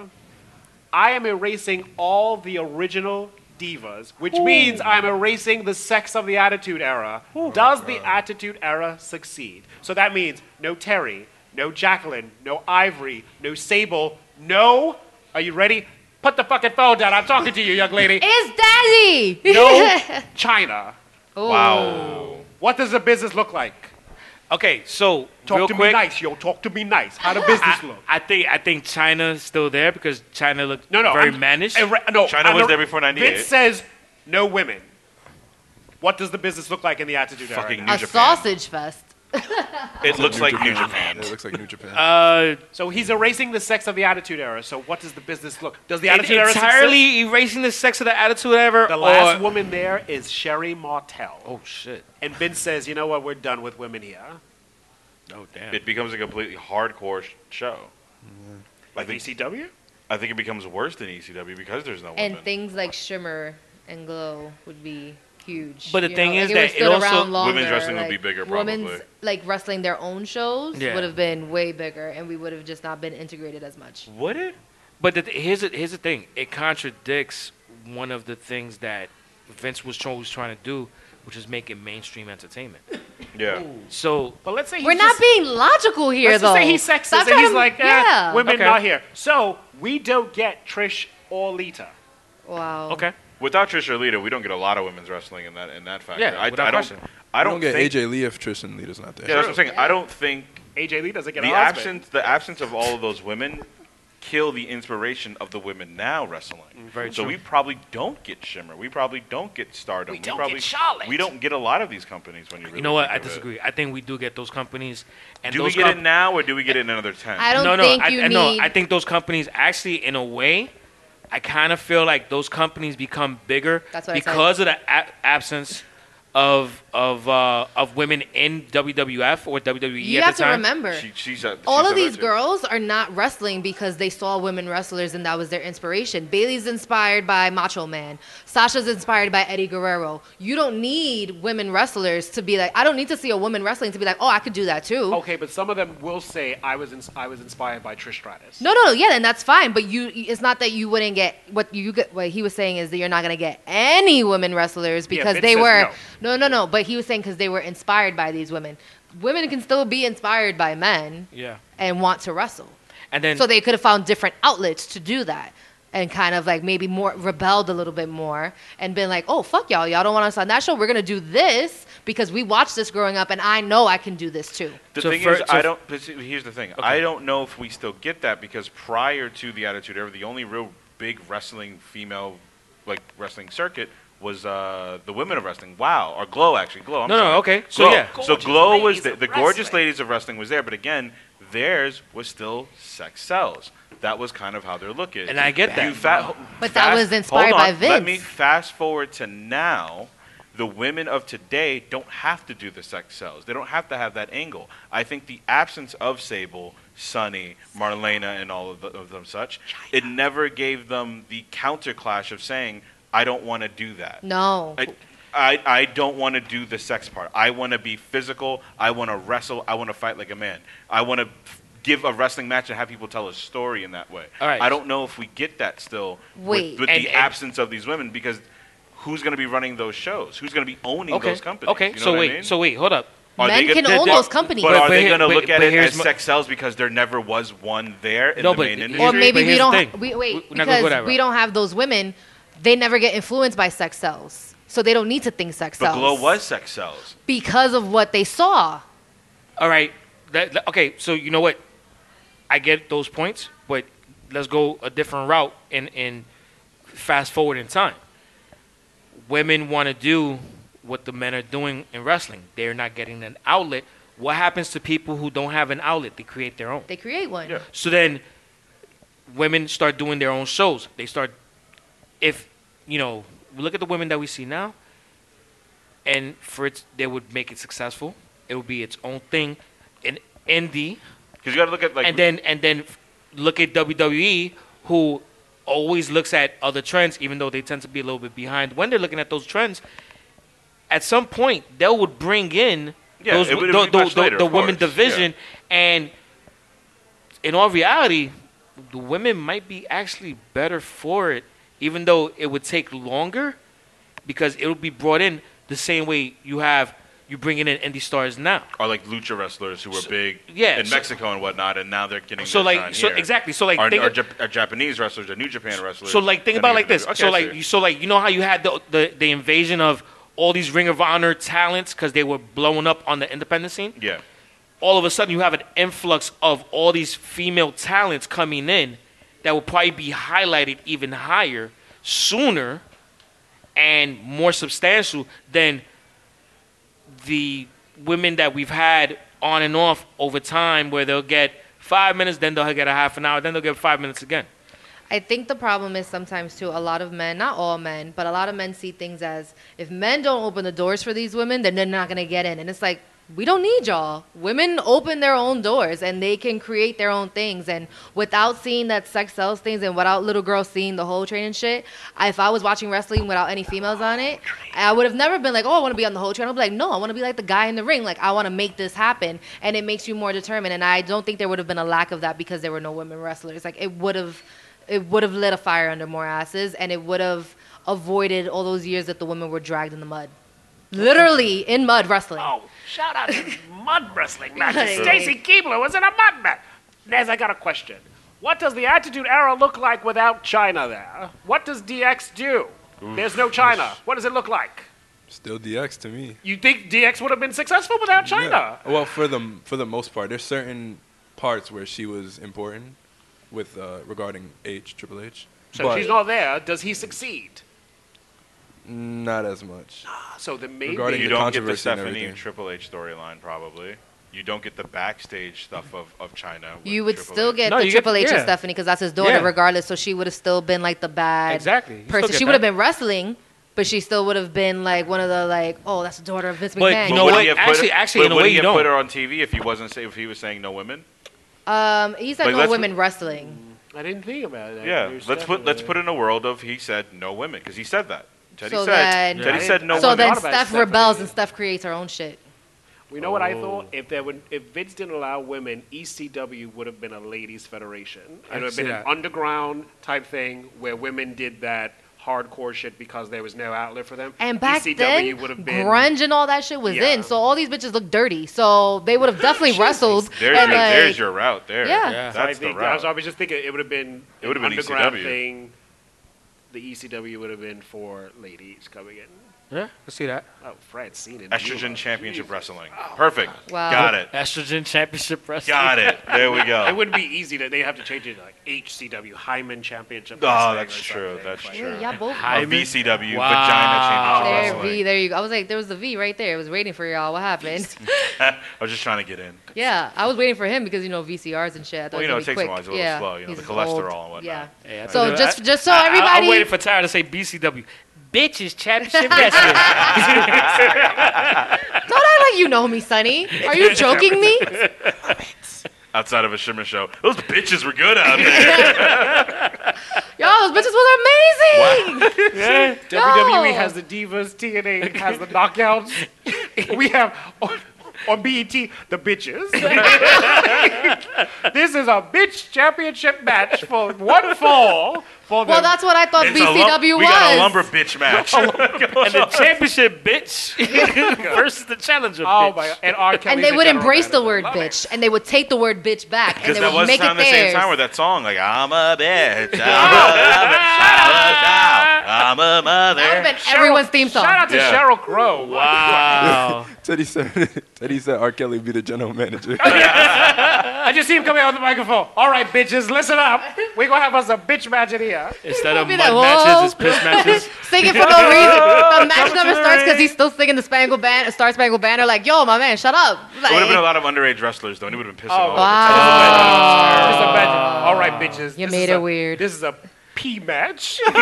Speaker 6: I am erasing all the original divas, which means I'm erasing the sex of the Attitude Era. Does the Attitude Era succeed? So that means no Terry, no Jacqueline, no Ivory, no Sable, no. Are you ready? Put the fucking phone down. I'm talking to you, young lady.
Speaker 4: It's Daddy.
Speaker 6: No
Speaker 4: *laughs*
Speaker 6: China.
Speaker 5: Wow.
Speaker 6: What does the business look like?
Speaker 2: Okay, so
Speaker 6: Talk
Speaker 2: real
Speaker 6: to me
Speaker 2: quick,
Speaker 6: nice, yo. Talk to me nice. How the
Speaker 2: *laughs*
Speaker 6: business look?
Speaker 2: I think I think China's still there because China looked
Speaker 6: No, no.
Speaker 2: very
Speaker 6: I'm-
Speaker 2: managed.
Speaker 6: I re- no,
Speaker 5: China
Speaker 6: I'm
Speaker 5: was
Speaker 6: the-
Speaker 5: there before 98.
Speaker 6: Vince says no women. What does the business look like in the Attitude Era?
Speaker 5: Fucking New
Speaker 4: A
Speaker 5: Japan.
Speaker 4: sausage fest.
Speaker 5: It looks like New
Speaker 3: Yeah,
Speaker 5: Japan.
Speaker 3: it looks like New Japan.
Speaker 2: uh,
Speaker 6: So he's erasing the sex of the Attitude Era. So what does the business look? Does the
Speaker 2: en-
Speaker 6: Attitude Era succeed?
Speaker 2: entirely erasing the sex of the attitude ever.
Speaker 6: The last
Speaker 2: or-
Speaker 6: woman there is Sherry Martel.
Speaker 2: Oh shit!
Speaker 6: And Vince says, you know what? We're done with women here.
Speaker 2: Oh damn!
Speaker 5: it becomes a completely hardcore sh- show. I
Speaker 6: Like
Speaker 5: think
Speaker 6: ECW.
Speaker 5: I think it becomes worse than ECW because there's no
Speaker 4: And
Speaker 5: women.
Speaker 4: things like shimmer and glow would be huge.
Speaker 2: But the
Speaker 4: you
Speaker 2: thing
Speaker 4: know?
Speaker 2: is
Speaker 4: like, it
Speaker 2: that
Speaker 4: was
Speaker 2: it
Speaker 4: still
Speaker 2: also-
Speaker 4: around longer,
Speaker 5: Women's wrestling would
Speaker 4: like,
Speaker 5: be bigger,
Speaker 4: Women's
Speaker 5: probably.
Speaker 4: like wrestling their own shows
Speaker 2: Yeah.
Speaker 4: would have been way bigger, and we would have just not been integrated as much.
Speaker 2: Would it? But the, th- here's the, here's the thing. It contradicts one of the things that Vince was always trying to do, which is make it mainstream entertainment.
Speaker 5: yeah.
Speaker 2: So
Speaker 6: But let's say he's
Speaker 4: We're not
Speaker 6: just-
Speaker 4: being logical here,
Speaker 6: Let's
Speaker 4: though.
Speaker 6: just say he's sexist
Speaker 4: Stop
Speaker 6: and
Speaker 4: trying
Speaker 6: he's
Speaker 4: to-
Speaker 6: like, eh,
Speaker 4: yeah.
Speaker 6: women
Speaker 2: Okay.
Speaker 6: not here. So we don't get Trish or Lita.
Speaker 4: Wow.
Speaker 2: okay,
Speaker 5: Without Trish or Lita, we don't get a lot of women's wrestling in that in that factor.
Speaker 2: Yeah,
Speaker 5: I,
Speaker 2: without
Speaker 5: I don't.
Speaker 2: question.
Speaker 5: I
Speaker 3: I
Speaker 5: don't,
Speaker 3: don't, get
Speaker 5: think,
Speaker 3: AJ Lee if Tristan Lee is not there.
Speaker 5: Yeah, that's what I'm saying. I don't think
Speaker 6: AJ Lee doesn't get
Speaker 5: the
Speaker 6: a husband.
Speaker 5: absence the absence of all of those women kill the inspiration of the women now wrestling.
Speaker 2: very
Speaker 5: so
Speaker 2: true.
Speaker 5: we probably don't get Shimmer. We probably don't get Stardom. We,
Speaker 6: don't
Speaker 5: probably,
Speaker 6: get Charlotte.
Speaker 5: We don't get a lot of these companies when you really
Speaker 2: you know what?
Speaker 5: think
Speaker 2: I
Speaker 5: of it.
Speaker 2: disagree. I think we do get those companies. And
Speaker 5: Do we
Speaker 2: those
Speaker 5: get
Speaker 2: com-
Speaker 5: it now or do we get it in another 10?
Speaker 4: I don't
Speaker 2: no, no,
Speaker 4: think
Speaker 2: I,
Speaker 4: you
Speaker 2: I,
Speaker 4: need.
Speaker 2: no. I think those companies actually, in a way, I kind of feel like those companies become bigger
Speaker 4: That's what I said.
Speaker 2: because of the a- absence of of uh, of women in WWF or WWE
Speaker 4: You
Speaker 2: at
Speaker 4: have
Speaker 2: the
Speaker 4: to
Speaker 2: time.
Speaker 4: remember,
Speaker 5: She, she's a,
Speaker 4: all
Speaker 5: she's
Speaker 4: of
Speaker 5: a
Speaker 4: these
Speaker 5: legend.
Speaker 4: girls are not wrestling because they saw women wrestlers and that was their inspiration. Bailey's inspired by Macho Man. Sasha's inspired by Eddie Guerrero. You don't need women wrestlers to be like, I don't need to see a woman wrestling to be like, oh, I could do that too.
Speaker 6: Okay, but some of them will say I was ins- I was inspired by Trish Stratus.
Speaker 4: No, no, no, yeah, then that's fine. But you, it's not that you wouldn't get what you get. What he was saying is that you're not gonna get any women wrestlers because
Speaker 6: Vince
Speaker 4: they
Speaker 6: says
Speaker 4: were no. no, no, But he was saying because they were inspired by these women. Women can still be inspired by men
Speaker 2: Yeah,
Speaker 4: and want to wrestle,
Speaker 2: and then
Speaker 4: so they could have found different outlets to do that and kind of like maybe more rebelled a little bit more and been like, oh fuck y'all, y'all don't want us on that show. We're gonna do this because we watched this growing up, and I know I can do this too.
Speaker 5: The
Speaker 2: So
Speaker 5: thing
Speaker 2: fir-
Speaker 5: is,
Speaker 2: so
Speaker 5: I
Speaker 2: f-
Speaker 5: don't. but see, Here's the thing. I don't know if we still get that because prior to the Attitude Era, the only real big wrestling female, like wrestling circuit, was uh, the Women of Wrestling. Wow, or Glow actually. Glow. I'm
Speaker 2: No, no,
Speaker 5: sorry.
Speaker 2: okay. So,
Speaker 5: Glow.
Speaker 2: yeah.
Speaker 5: So Glow was
Speaker 6: ladies
Speaker 5: the,
Speaker 6: of
Speaker 5: the gorgeous
Speaker 6: wrestling.
Speaker 5: ladies of wrestling was there, but again, theirs was still sex sells. That was kind of how their look is.
Speaker 2: And I get that.
Speaker 5: You fat,
Speaker 4: But that was inspired
Speaker 5: hold on,
Speaker 4: by
Speaker 5: Let me
Speaker 4: Vince.
Speaker 5: fast forward to now, the women of today don't have to do the sex sells. They don't have to have that angle. I think the absence of Sable, Sunny, Marlena, and all of, the, of them such, it never gave them the counter clash of saying, I don't want to do that.
Speaker 4: No,
Speaker 5: I, I, I don't want to do the sex part. I want to be physical. I want to wrestle. I want to fight like a man. I want to give a wrestling match and have people tell a story in that way.
Speaker 2: All right.
Speaker 5: I don't know if we get that still
Speaker 4: Wait.
Speaker 5: with, with
Speaker 2: And-
Speaker 5: the
Speaker 2: and-
Speaker 5: absence of these women because who's going to be running those shows? Who's going to be owning
Speaker 2: okay,
Speaker 5: those companies?
Speaker 2: okay.
Speaker 5: You know
Speaker 2: so
Speaker 5: what
Speaker 2: wait,
Speaker 5: I mean?
Speaker 2: so wait, hold up.
Speaker 5: Are they
Speaker 4: men
Speaker 5: gonna-
Speaker 4: can own
Speaker 2: they're-
Speaker 4: those companies.
Speaker 5: but
Speaker 2: But-
Speaker 5: are
Speaker 2: but
Speaker 5: they
Speaker 2: here-
Speaker 5: going to
Speaker 2: but-
Speaker 5: look at
Speaker 2: but
Speaker 5: it
Speaker 2: here's
Speaker 5: as
Speaker 2: my-
Speaker 5: sex sells because there never was one there in
Speaker 2: No,
Speaker 5: the
Speaker 2: but
Speaker 5: main
Speaker 2: here-
Speaker 5: industry?
Speaker 4: or
Speaker 2: But
Speaker 4: maybe we
Speaker 2: here's the
Speaker 4: don't.
Speaker 2: thing.
Speaker 4: We, wait,
Speaker 2: We're not gonna go
Speaker 4: because
Speaker 2: that
Speaker 4: we
Speaker 2: route.
Speaker 4: don't have those women. They never get influenced by sex cells, so they don't need to think sex
Speaker 5: but
Speaker 4: cells.
Speaker 5: Glow was sex sells.
Speaker 4: because of what they saw.
Speaker 2: All right. That- that- okay, so you know what? I get those points, but let's go a different route and, and fast forward in time. Women want to do what the men are doing in wrestling. They're not getting an outlet. What happens to people who don't have an outlet? They create their own.
Speaker 4: They create one.
Speaker 5: Yeah.
Speaker 2: So then women start doing their own shows. They start if you know, we look at the women that we see now and for it they would make it successful. It would be its own thing an indie
Speaker 5: Because you got to look at like
Speaker 2: and then and then look at WWE who always looks at other trends even though they tend to be a little bit behind when they're looking at those trends at some point they would bring in
Speaker 5: Yeah,
Speaker 2: those
Speaker 5: it would- it
Speaker 2: the,
Speaker 5: would be
Speaker 2: the-
Speaker 5: much
Speaker 2: the-
Speaker 5: later,
Speaker 2: the
Speaker 5: of
Speaker 2: women
Speaker 5: course,
Speaker 2: division and in all reality the women might be actually better for it even though it would take longer because it would be brought in the same way you have you bringing in indie stars now
Speaker 5: are like lucha wrestlers who were big
Speaker 2: yeah,
Speaker 5: in
Speaker 2: so-
Speaker 5: Mexico and whatnot, and now they're getting
Speaker 2: so
Speaker 5: their
Speaker 2: like
Speaker 5: shine
Speaker 2: so
Speaker 5: here.
Speaker 2: exactly so like
Speaker 5: Are,
Speaker 2: think
Speaker 5: are
Speaker 2: of-
Speaker 5: Jap- are Japanese wrestlers, are New Japan wrestlers.
Speaker 2: So like think
Speaker 5: and
Speaker 2: about
Speaker 5: they
Speaker 2: like
Speaker 5: get
Speaker 2: this.
Speaker 5: to do-
Speaker 2: so
Speaker 5: okay, I
Speaker 2: like
Speaker 5: see.
Speaker 2: you so like you know how you had the the, the invasion of all these Ring of Honor talents because they were blowing up on the independent scene.
Speaker 5: yeah,
Speaker 2: All of a sudden, you have an influx of all these female talents coming in that will probably be highlighted even higher sooner and more substantial than the women that we've had on and off over time, where they'll get five minutes, then they'll get a half an hour, then they'll get five minutes again.
Speaker 4: I think the problem is sometimes too a lot of men, not all men, but a lot of men see things as if men don't open the doors for these women, then they're not gonna get in. And it's like we don't need y'all. Women open their own doors and they can create their own things. And without seeing that sex sells things and without little girls seeing the whole train and shit, I- if I was watching wrestling without any females on it, I would have never been like, oh, I want to be on the whole train. I'd be like, no, I want to be like the guy in the ring. Like, I want to make this happen. And it makes you more determined. And I don't think there would have been a lack of that because there were no women wrestlers. Like, it would have it would have lit a fire under more asses and it would have avoided all those years that the women were dragged in the mud. Literally in mud wrestling.
Speaker 6: Oh, shout out
Speaker 4: *laughs*
Speaker 6: to mud wrestling matches.
Speaker 4: Right.
Speaker 6: Stacy Keebler was in a mud match. Nez, I got a question. What does the Attitude Era look like without China there? What does DX do? There's no China. What does it look like?
Speaker 3: Still DX to me.
Speaker 6: You think DX would have been successful without China?
Speaker 3: Yeah. Well, for the for the most part, there's certain parts where she was important with uh, regarding H Triple H.
Speaker 6: So
Speaker 3: but
Speaker 6: if she's not there. Does he succeed?
Speaker 3: not as much.
Speaker 6: So then maybe
Speaker 3: Regarding
Speaker 5: you
Speaker 3: the
Speaker 5: don't get the
Speaker 3: controversy and
Speaker 5: Stephanie
Speaker 3: everything.
Speaker 5: Triple H storyline probably. You don't get the backstage stuff of, of China. with
Speaker 4: You would
Speaker 5: Triple
Speaker 4: still
Speaker 5: H.
Speaker 4: get
Speaker 2: No,
Speaker 4: the
Speaker 2: you get-
Speaker 4: Triple H and
Speaker 2: yeah.
Speaker 4: Stephanie because that's his daughter,
Speaker 2: Yeah.
Speaker 4: regardless. So she would have still been like the bad
Speaker 2: Exactly. You still
Speaker 4: person.
Speaker 2: get
Speaker 4: She would have
Speaker 2: that.
Speaker 4: been wrestling, But she still would have been like one of the like, oh, that's the daughter of Vince
Speaker 2: But
Speaker 4: McMahon.
Speaker 2: you know
Speaker 5: would
Speaker 2: what?
Speaker 5: he have put
Speaker 2: Actually-
Speaker 5: her,
Speaker 2: actually,
Speaker 5: but
Speaker 2: in a
Speaker 5: would
Speaker 2: way
Speaker 5: he
Speaker 2: you
Speaker 5: have
Speaker 2: don't.
Speaker 5: put her on TV if he wasn't say, if he was saying no women?
Speaker 4: um, he said
Speaker 5: Like,
Speaker 4: no
Speaker 5: let's-
Speaker 4: women wrestling.
Speaker 6: I didn't think about that.
Speaker 5: Yeah,
Speaker 6: There's
Speaker 5: let's put
Speaker 6: definitely-
Speaker 5: let's put in a world of he said no women because he said that. Teddy
Speaker 4: So
Speaker 5: said
Speaker 4: then-
Speaker 5: Teddy
Speaker 6: Yeah.
Speaker 5: said no
Speaker 4: so
Speaker 5: women.
Speaker 4: then
Speaker 6: thought about
Speaker 4: Steph
Speaker 6: Steph
Speaker 4: rebels
Speaker 6: already.
Speaker 4: and Steph creates her own shit.
Speaker 6: We know what I
Speaker 5: Oh.
Speaker 6: thought? If there would, if Vince didn't allow women, ECW would have been a ladies' federation. It would have
Speaker 2: see
Speaker 6: been an
Speaker 2: that.
Speaker 6: underground type thing where women did that hardcore shit because there was no outlet for them.
Speaker 4: And
Speaker 5: E
Speaker 4: back
Speaker 6: ECW
Speaker 4: then,
Speaker 6: would have been
Speaker 4: grunge and all that shit was
Speaker 6: Yeah.
Speaker 4: in, so all these bitches looked dirty. So they would have
Speaker 5: *laughs*
Speaker 4: definitely wrestled.
Speaker 5: there's,
Speaker 4: and
Speaker 5: your,
Speaker 4: like,
Speaker 5: there's your route there.
Speaker 4: Yeah.
Speaker 2: Yeah.
Speaker 6: So I
Speaker 5: That's the
Speaker 6: think I was, I
Speaker 5: route.
Speaker 6: was just thinking it would have been
Speaker 5: It would have
Speaker 6: an
Speaker 5: been E
Speaker 6: underground
Speaker 5: ECW.
Speaker 6: thing. The ECW would have been for ladies coming in.
Speaker 2: Yeah, I see that.
Speaker 6: Oh, Fred Cena.
Speaker 5: Estrogen
Speaker 6: Nula.
Speaker 5: Championship Wrestling. Perfect.
Speaker 4: Oh, Wow.
Speaker 5: Got it.
Speaker 2: Estrogen Championship Wrestling.
Speaker 5: Got it. There we
Speaker 6: It
Speaker 5: go.
Speaker 6: would be easy to. They have to change it to like HCW Hyman Championship.
Speaker 5: Oh,
Speaker 6: Wrestling
Speaker 5: that's
Speaker 6: or
Speaker 5: true.
Speaker 6: something.
Speaker 5: That's
Speaker 6: Like,
Speaker 5: true.
Speaker 4: Yeah, both.
Speaker 5: A
Speaker 2: Hyman.
Speaker 5: VCW
Speaker 2: Wow.
Speaker 5: Vagina
Speaker 4: There,
Speaker 5: Championship
Speaker 4: V,
Speaker 5: Wrestling.
Speaker 4: there you go. I was like, there was the V right there. I was waiting for y'all. What happened?
Speaker 5: *laughs*
Speaker 4: *laughs*
Speaker 5: I was just trying to get in.
Speaker 4: yeah, I was waiting for him because you know VCRs and shit. I thought
Speaker 5: Well, you know,
Speaker 4: was gonna
Speaker 5: it
Speaker 4: be
Speaker 5: takes a while. It's a
Speaker 4: quick.
Speaker 5: little
Speaker 4: yeah.
Speaker 5: slow, you know,
Speaker 4: he's
Speaker 5: the cholesterol
Speaker 4: old.
Speaker 5: and whatnot.
Speaker 4: Yeah.
Speaker 2: Hey, I
Speaker 4: So
Speaker 2: thought-
Speaker 4: just- just so
Speaker 2: I- I-
Speaker 4: everybody-
Speaker 2: I, waited for Tyler to say BCW. Bitches Championship Wrestling.
Speaker 4: Don't I like you know me,
Speaker 5: *laughs*
Speaker 4: Sonny? Are you joking me?
Speaker 5: Outside of a shimmer show, those bitches were good out there.
Speaker 4: Y'all, those bitches was amazing.
Speaker 6: WWE
Speaker 5: E
Speaker 4: No.
Speaker 6: E has the divas, TNA has the knockouts. we have on, on BET the bitches. this is a bitch championship match for one fall for
Speaker 4: Well,
Speaker 6: the
Speaker 4: that's what I thought
Speaker 5: It's a lum-
Speaker 4: BCW
Speaker 5: we
Speaker 4: was.
Speaker 5: got a lumber bitch
Speaker 2: *laughs*
Speaker 5: match.
Speaker 2: and the championship bitch versus the challenger
Speaker 6: oh
Speaker 2: bitch.
Speaker 6: my and R.
Speaker 4: and
Speaker 6: Kelly's
Speaker 4: they
Speaker 6: the
Speaker 4: would
Speaker 6: general
Speaker 4: embrace the
Speaker 6: manager.
Speaker 4: word
Speaker 6: Love
Speaker 4: bitch, and they would take the word bitch back, and
Speaker 5: Because
Speaker 4: they
Speaker 5: that
Speaker 4: would
Speaker 5: was
Speaker 4: make it
Speaker 5: around the same
Speaker 4: theirs.
Speaker 5: time with that song, like I'm a
Speaker 4: *laughs*
Speaker 5: bitch, I'm a bitch, I'm a child, I'm a
Speaker 4: that would
Speaker 5: mother.
Speaker 4: have been everyone's theme song.
Speaker 6: Shout out to
Speaker 5: Yeah.
Speaker 6: Cheryl Crow.
Speaker 2: Wow.
Speaker 3: Teddy said. *laughs* Teddy said R. Kelly be the general manager.
Speaker 6: I just see him coming out with the microphone. All right, bitches, listen up. We're gonna have us a bitch match in here.
Speaker 2: Instead of
Speaker 4: Be
Speaker 2: mud
Speaker 4: like, "Whoa."
Speaker 2: matches, it's piss
Speaker 4: *laughs*
Speaker 2: matches.
Speaker 5: *laughs*
Speaker 4: Singing for no reason. The match never starts because he's still singing the Spangled Banner, Star Spangled Banner. Like, yo, my man, shut up.
Speaker 5: It would have been a
Speaker 4: Like,
Speaker 5: lot of underage wrestlers, though, and it would have
Speaker 4: Oh,
Speaker 5: been pissing all over.
Speaker 4: wow.
Speaker 6: Just imagine. All right, bitches.
Speaker 4: You
Speaker 6: this
Speaker 4: made
Speaker 6: is
Speaker 4: it
Speaker 6: a-
Speaker 4: weird.
Speaker 6: This is a pee match. *laughs*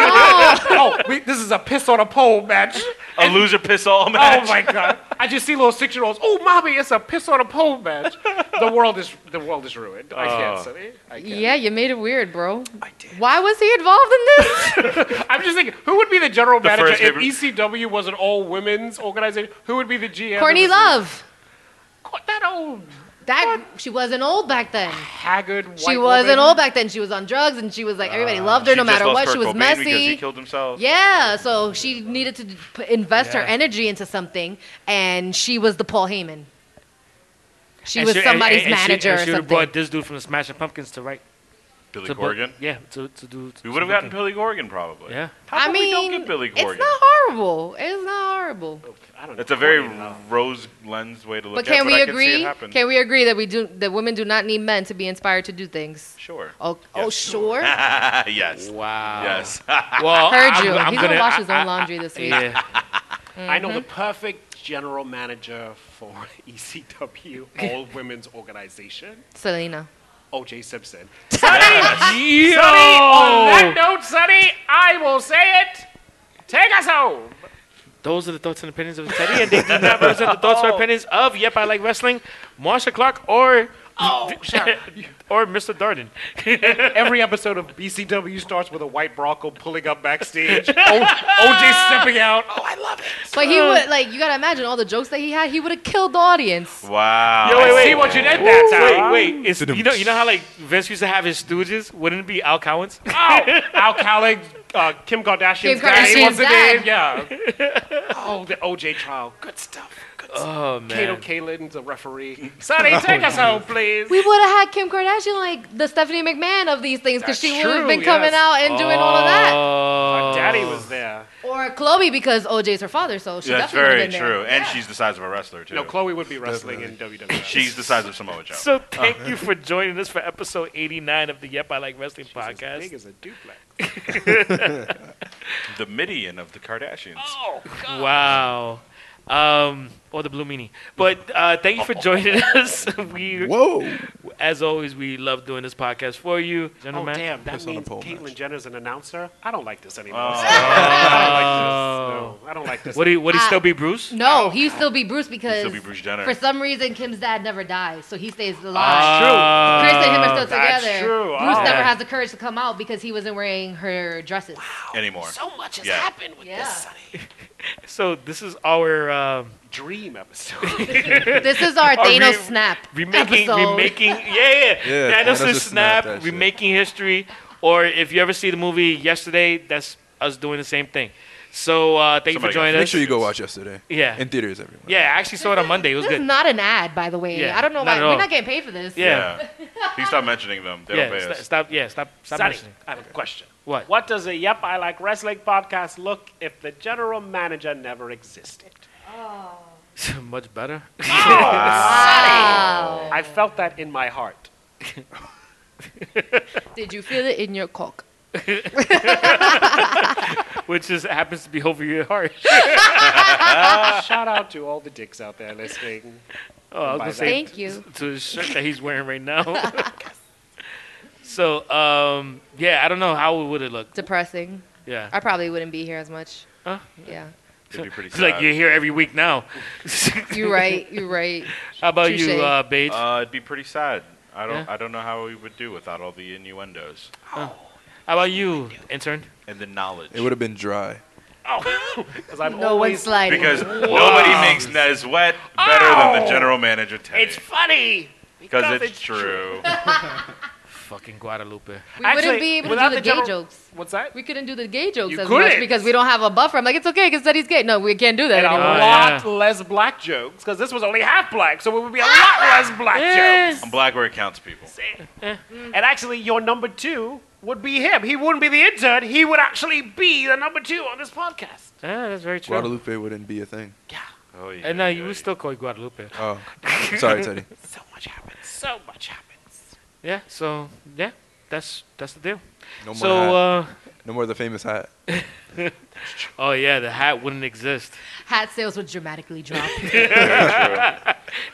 Speaker 4: No.
Speaker 6: oh, we, this is a piss on a pole match.
Speaker 5: A loser piss all match.
Speaker 4: *laughs*
Speaker 6: Oh my god! I just see little six-year-olds. Oh, mommy, it's a piss on a pole match. The world is the world is ruined. I
Speaker 5: Oh.
Speaker 6: can't. Sonny. I can't.
Speaker 4: Yeah, you made it weird, bro. I did. Why was he involved in this?
Speaker 6: I'm just thinking, who would be the general
Speaker 5: The
Speaker 6: manager
Speaker 5: first
Speaker 6: if
Speaker 5: favorite-
Speaker 6: ECW was an all-women's organization? Who would be the GM? of
Speaker 4: Courtney
Speaker 6: this-
Speaker 4: Love.
Speaker 6: That old
Speaker 4: That she wasn't old back then.
Speaker 6: haggard. White
Speaker 4: She wasn't
Speaker 6: woman.
Speaker 4: old back then. She was on drugs, and she was like everybody loved her
Speaker 5: Uh, She
Speaker 4: no
Speaker 5: just
Speaker 4: matter
Speaker 5: lost
Speaker 4: what.
Speaker 5: Kurt
Speaker 4: She was
Speaker 5: Cobain
Speaker 4: messy.
Speaker 5: because he killed himself.
Speaker 4: Yeah, so she needed to p- invest her
Speaker 2: Yeah.
Speaker 4: energy into something, and she was the Paul Heyman. She
Speaker 2: And
Speaker 4: was
Speaker 2: she- and-
Speaker 4: somebody's
Speaker 2: and- and she-
Speaker 4: manager
Speaker 2: and she
Speaker 4: or
Speaker 2: would've
Speaker 4: something.
Speaker 2: brought this dude from the Smashing Pumpkins to write.
Speaker 5: Billy
Speaker 2: To book-
Speaker 5: Corgan.
Speaker 2: Yeah, to, to do.
Speaker 5: We would have gotten Billy Corgan probably.
Speaker 2: Yeah.
Speaker 5: How
Speaker 4: I
Speaker 5: come
Speaker 4: mean,
Speaker 5: we don't get Billy Corgan?
Speaker 4: it's not horrible. It's not horrible.
Speaker 6: I don't know.
Speaker 5: That's a very rose lens way to look
Speaker 4: But
Speaker 5: at it.
Speaker 4: can we
Speaker 5: I Can, see
Speaker 4: agree?
Speaker 5: it happen.
Speaker 4: Can we agree that we do that women do not need men to be inspired to do things?
Speaker 5: sure. Ah,
Speaker 4: Oh,
Speaker 2: *laughs*
Speaker 4: oh, sure.
Speaker 5: yes.
Speaker 2: Wow.
Speaker 5: Yes. *laughs*
Speaker 2: Well,
Speaker 4: Heard
Speaker 2: I'm,
Speaker 4: you.
Speaker 2: I'm
Speaker 4: He's gonna,
Speaker 2: gonna.
Speaker 4: wash his own laundry this week.
Speaker 2: yeah.
Speaker 6: I know
Speaker 4: Mm-hmm.
Speaker 6: the perfect general manager for *laughs* E ECW all women's organization.
Speaker 4: Selena.
Speaker 6: OJ Simpson.
Speaker 2: Yo.
Speaker 5: Oh.
Speaker 6: On that note, Sonny, I will say it. Take us home.
Speaker 2: Those are the thoughts and opinions of Teddy, and they do not represent the thoughts
Speaker 6: Oh.
Speaker 2: or opinions of Yep I Like Wrestling, Marsha Clark, or *laughs*
Speaker 6: Oh, sorry.
Speaker 2: or Mr. Darden.
Speaker 6: Every episode of BCW starts with a white Bronco pulling up backstage. Oh, o- OJ stepping out. Oh, I love it.
Speaker 4: But he would like you gotta imagine all the jokes that he had. He would have killed the audience.
Speaker 5: Wow.
Speaker 2: Yo, wait, wait.
Speaker 6: See what you did that time.
Speaker 2: Wait, wait. It's, you know, you know how like Vince used to have his stooges. Wouldn't it be Al Cowens?
Speaker 6: Oh, Al Kalig, uh, Kim Kardashian's
Speaker 4: Kim
Speaker 6: dad. He
Speaker 4: Kardashian's
Speaker 6: wants a
Speaker 4: dad.
Speaker 6: name, *laughs* Yeah. Oh, the OJ trial. Good stuff. Good stuff.
Speaker 2: Oh
Speaker 6: Kato
Speaker 2: man. Oh,
Speaker 6: Kalin's a referee. Sonny, take us home, please.
Speaker 4: We would have had Kim Kardashian like the Stephanie McMahon of these things because she
Speaker 6: That's
Speaker 4: would have
Speaker 6: true,
Speaker 4: been coming
Speaker 6: yes.
Speaker 4: out and doing all of that.
Speaker 2: Oh.
Speaker 6: Our daddy was there.
Speaker 4: Or Chloe because OJ's her father, so she
Speaker 5: That's
Speaker 4: definitely would
Speaker 5: very
Speaker 4: have been there.
Speaker 5: true. And she's the size of a wrestler, too.
Speaker 6: No, Chloe would be wrestling in E. WWE.
Speaker 5: She's the size of Samoa Joe.
Speaker 2: So
Speaker 6: Uh.
Speaker 2: thank you for joining us for episode 89 of the Yep I Like Wrestling
Speaker 6: as big
Speaker 2: podcast.
Speaker 6: as a duplex.
Speaker 5: the Midian of the Kardashians.
Speaker 2: Oh, Wow.
Speaker 6: Oh.
Speaker 2: Um, or the Blue Meanie. But uh, thank you for joining *laughs* us. We
Speaker 3: *laughs* Whoa.
Speaker 2: As always, we love doing this podcast for you,
Speaker 6: Oh,
Speaker 2: gentlemen.
Speaker 6: damn, that
Speaker 3: Piss on a
Speaker 6: means
Speaker 3: pole
Speaker 6: Caitlyn
Speaker 3: match.
Speaker 6: Jenner's an announcer? I don't like this anymore. *laughs*
Speaker 5: Oh.
Speaker 2: *laughs*
Speaker 6: I don't like this. No, I don't like this.
Speaker 2: What do you? What he
Speaker 4: Ah.
Speaker 2: still be Bruce?
Speaker 4: No, he still be Bruce because
Speaker 5: be Bruce Jenner.
Speaker 4: for some reason Kim's dad never dies, so he stays
Speaker 2: That's
Speaker 4: alive.
Speaker 2: true.
Speaker 4: Chris and him are still
Speaker 6: That's
Speaker 4: together.
Speaker 6: true.
Speaker 4: Bruce
Speaker 6: Oh.
Speaker 4: never
Speaker 2: Yeah.
Speaker 4: has the courage to come out because he wasn't wearing her dresses.
Speaker 5: anymore.
Speaker 6: so much has
Speaker 5: Yeah.
Speaker 6: happened with
Speaker 4: Yeah.
Speaker 6: this Sonny.
Speaker 2: So this is our um,
Speaker 6: dream
Speaker 2: *laughs*
Speaker 6: episode.
Speaker 4: This is our
Speaker 2: Are we
Speaker 4: Thanos snap
Speaker 2: remaking,
Speaker 4: episode.
Speaker 2: remaking. Yeah, yeah.
Speaker 3: Yeah,
Speaker 2: Thanos'
Speaker 3: Thanos'
Speaker 2: is snap,
Speaker 3: snap, that shit.
Speaker 2: remaking history. Or if you ever see the movie yesterday, that's us doing the same thing. So uh, thank
Speaker 5: Somebody
Speaker 2: you for joining
Speaker 5: got-
Speaker 3: Make
Speaker 2: us.
Speaker 3: sure you go watch yesterday.
Speaker 2: Yeah.
Speaker 3: In theaters, everyone.
Speaker 2: yeah, I actually saw it on Monday. It was
Speaker 4: This is
Speaker 2: good.
Speaker 4: not an ad, by the way.
Speaker 2: Yeah,
Speaker 4: I don't know
Speaker 2: not
Speaker 4: why
Speaker 2: at all.
Speaker 4: we're not getting paid for this.
Speaker 2: Yeah,
Speaker 4: *laughs*
Speaker 5: He stopped mentioning them. They
Speaker 2: yeah.
Speaker 5: don't pay
Speaker 2: st-
Speaker 5: us.
Speaker 2: stop. Yeah, stop. Stop
Speaker 6: Sonny,
Speaker 2: mentioning.
Speaker 6: I have a question.
Speaker 2: What?
Speaker 6: What does a Yep I Like Wrestling podcast look if the general manager never existed?
Speaker 2: *laughs* Much better. *laughs*
Speaker 4: Wow.
Speaker 6: I felt that in my heart.
Speaker 4: Did you feel it in your cock?
Speaker 2: Which just happens to be over your heart.
Speaker 6: *laughs* Shout out to all the dicks out there listening.
Speaker 2: Oh, I was
Speaker 6: By
Speaker 2: gonna
Speaker 6: that.
Speaker 2: say
Speaker 4: Thank you.
Speaker 2: to his shirt that he's wearing right now. *laughs* so um, yeah, I don't know how would it look.
Speaker 4: Depressing.
Speaker 2: Yeah,
Speaker 4: I probably wouldn't be here as much.
Speaker 2: Huh?
Speaker 4: Yeah.
Speaker 5: It'd be pretty
Speaker 2: it's like
Speaker 5: sad.
Speaker 2: you're here every week now. *laughs*
Speaker 4: You're right. You're right.
Speaker 2: How about
Speaker 4: Touche.
Speaker 2: you, uh, Bates?
Speaker 5: Uh, it'd be pretty sad. I don't.
Speaker 2: Yeah.
Speaker 5: I don't know how we would do without all the innuendos
Speaker 2: How about you, intern?
Speaker 5: and the knowledge.
Speaker 3: It would have been dry.
Speaker 6: Because I'm
Speaker 4: No one's
Speaker 6: always
Speaker 4: sliding.
Speaker 5: because nobody makes Nez Wet better than the general manager Teddy.
Speaker 6: It's funny.
Speaker 5: Because it's, true.
Speaker 2: Fucking Guadalupe.
Speaker 4: we
Speaker 6: Actually,
Speaker 4: wouldn't be able to
Speaker 6: without
Speaker 4: do the,
Speaker 6: the
Speaker 4: gay
Speaker 6: general-
Speaker 4: jokes.
Speaker 6: What's that?
Speaker 4: We couldn't do the gay jokes
Speaker 6: You
Speaker 4: as
Speaker 6: couldn't.
Speaker 4: much because we don't have a buffer. I'm like, it's okay because Teddy's gay. No, we can't do that
Speaker 6: And a
Speaker 4: anymore.
Speaker 2: Oh,
Speaker 6: lot
Speaker 2: yeah.
Speaker 6: less black jokes, because this was only half black, so it would be a *laughs* lot less black jokes.
Speaker 5: I'm black where it counts, people.
Speaker 6: Eh, And actually, your number two would be him. He wouldn't be the intern. He would actually be the number two on this podcast.
Speaker 2: Yeah, Ah, that's very true.
Speaker 3: Guadalupe wouldn't be
Speaker 2: *laughs*
Speaker 3: a thing.
Speaker 5: Oh, yeah,
Speaker 2: And now you
Speaker 5: yeah,
Speaker 2: would still call it Guadalupe.
Speaker 3: Oh. Sorry, Teddy.
Speaker 6: So much happens. So much happens.
Speaker 2: Yeah. So yeah, that's that's the deal.
Speaker 3: No more hat.
Speaker 2: so uh,
Speaker 3: no more the famous hat.
Speaker 2: oh yeah, the hat wouldn't exist.
Speaker 4: Hat sales would dramatically drop.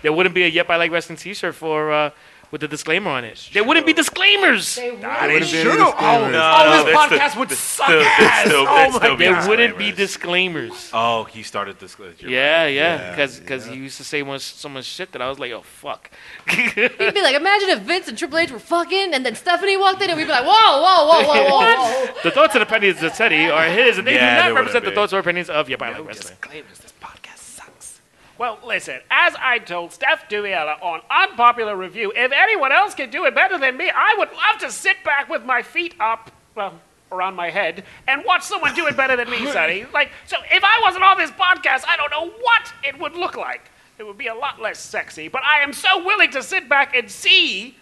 Speaker 2: There wouldn't be a Yep I Like Wrestling T-shirt for uh, with the disclaimer on it. There wouldn't be disclaimers.
Speaker 4: They would.
Speaker 3: Wouldn't be any disclaimers.
Speaker 5: no,
Speaker 6: Oh, this
Speaker 5: there'd still-
Speaker 6: podcast would
Speaker 5: there'd
Speaker 6: suck
Speaker 5: still- there'd
Speaker 6: ass.
Speaker 5: still-
Speaker 6: Oh
Speaker 5: there'd
Speaker 6: my
Speaker 5: still be
Speaker 2: There wouldn't be
Speaker 5: disclaimers.
Speaker 2: disclaimers.
Speaker 5: Oh, he started this. you're right.
Speaker 2: Yeah, yeah, because he used to say much, so much shit that I was like, oh fuck.
Speaker 4: He'd be like, imagine if Vince and Triple H were fucking, and then Stephanie walked in, and we'd be like, whoa, whoa, whoa, whoa, whoa, whoa.
Speaker 2: the thoughts and opinions of Teddy are his, and they
Speaker 5: Yeah,
Speaker 2: do
Speaker 5: they
Speaker 2: not represent
Speaker 5: wouldn't
Speaker 2: the
Speaker 5: be.
Speaker 2: thoughts or opinions of Yep I Like
Speaker 6: No
Speaker 2: Wrestling.
Speaker 6: disclaimers. This podcast sucks. Well, listen, as I told Steph Duella on Unpopular Review, if anyone else can do it better than me, I would love to sit back with my feet up, well, around my head, and watch someone do it better than *laughs* me, Sonny. Like, so if I wasn't on this podcast, I don't know what it would look like. It would be a lot less sexy, but I am so willing to sit back and see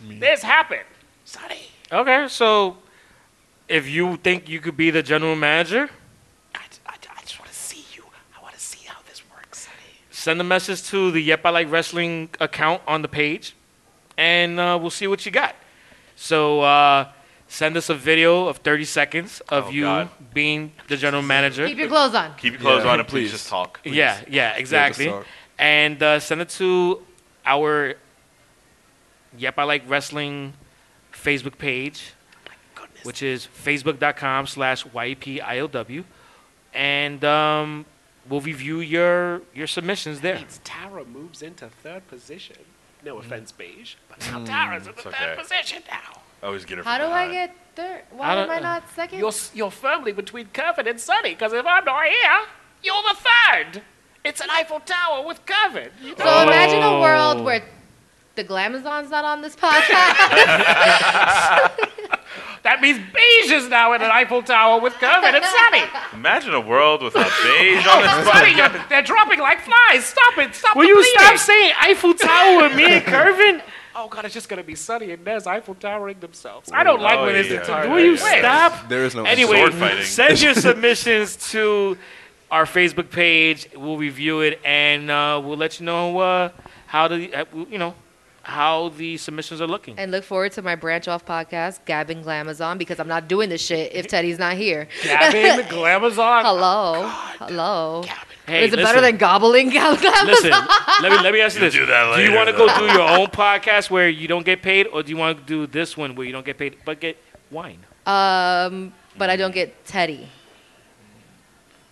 Speaker 6: this happen. Sonny,
Speaker 2: Okay, so if you think you could be the general manager,
Speaker 6: I, I, I just want to see you. I want to see how this works, Sonny.
Speaker 2: send a message to the Yep I Like Wrestling account on the page, and uh, we'll see what you got. So uh, send us a video of 30 seconds of
Speaker 5: Oh,
Speaker 2: you
Speaker 5: God.
Speaker 2: being the general manager.
Speaker 4: Keep your clothes on.
Speaker 5: Keep your clothes
Speaker 3: Yeah,
Speaker 5: on and please,
Speaker 3: please.
Speaker 2: *laughs*
Speaker 5: just talk. please.
Speaker 2: Yeah, yeah, exactly.
Speaker 3: talk.
Speaker 2: And uh, send it to our Yep I Like Wrestling Facebook page, which is facebook.com slash YEPILW. And um, we'll review your, your submissions there.
Speaker 6: means Tara moves into third position. No offense, Beige, but now Tara's in the
Speaker 5: it's
Speaker 6: third
Speaker 5: okay.
Speaker 6: position now.
Speaker 5: I always get it.
Speaker 4: How do
Speaker 5: from
Speaker 4: I
Speaker 5: behind.
Speaker 4: get third?
Speaker 2: I
Speaker 4: Why
Speaker 2: don't
Speaker 4: am I
Speaker 2: know.
Speaker 4: not second?
Speaker 6: You're, s- you're firmly between Curvin and Sunny, because if I'm not here, you're the third. It's an Eiffel Tower with Curvin. You
Speaker 4: So imagine a world where the Glamazon's not on this podcast.
Speaker 6: know, That means Beige is now in an Eiffel Tower with Curvin and Sunny.
Speaker 5: Imagine a world without beige on this.
Speaker 6: Sunny, you're, they're dropping like flies. Stop it. Stop
Speaker 2: Will
Speaker 6: the
Speaker 2: you
Speaker 6: bleeding.
Speaker 2: stop saying Eiffel Tower with me
Speaker 6: *laughs*
Speaker 2: and Curvin?
Speaker 6: Oh, God, it's just going to be Sunny and Nez Eiffel Towering *laughs* themselves. I don't like
Speaker 5: Oh,
Speaker 6: where this
Speaker 5: yeah.
Speaker 6: is going.
Speaker 2: Will you
Speaker 5: Wait.
Speaker 2: stop?
Speaker 3: There is no
Speaker 2: Anyway,
Speaker 5: Sword fighting.
Speaker 2: send
Speaker 5: *laughs*
Speaker 2: your submissions to our Facebook page. We'll review it and uh, we'll let you know uh, how the uh, you know how the submissions are looking.
Speaker 4: and look forward to my branch off podcast, Gabbing Glamazon, because I'm not doing this shit if Teddy's not here.
Speaker 6: Gavin Glamazon.
Speaker 4: Hello. Hello.
Speaker 6: Gavin
Speaker 2: Hey,
Speaker 4: is it
Speaker 2: listen,
Speaker 4: better than gobbling *laughs* Galactus?
Speaker 2: *laughs* Listen, let me let me ask you this:
Speaker 5: do that
Speaker 2: you
Speaker 5: later,
Speaker 2: want to go do your own podcast where you don't get paid, or do you want to do this one where you don't get paid but get wine?
Speaker 4: Um, but I don't get Teddy.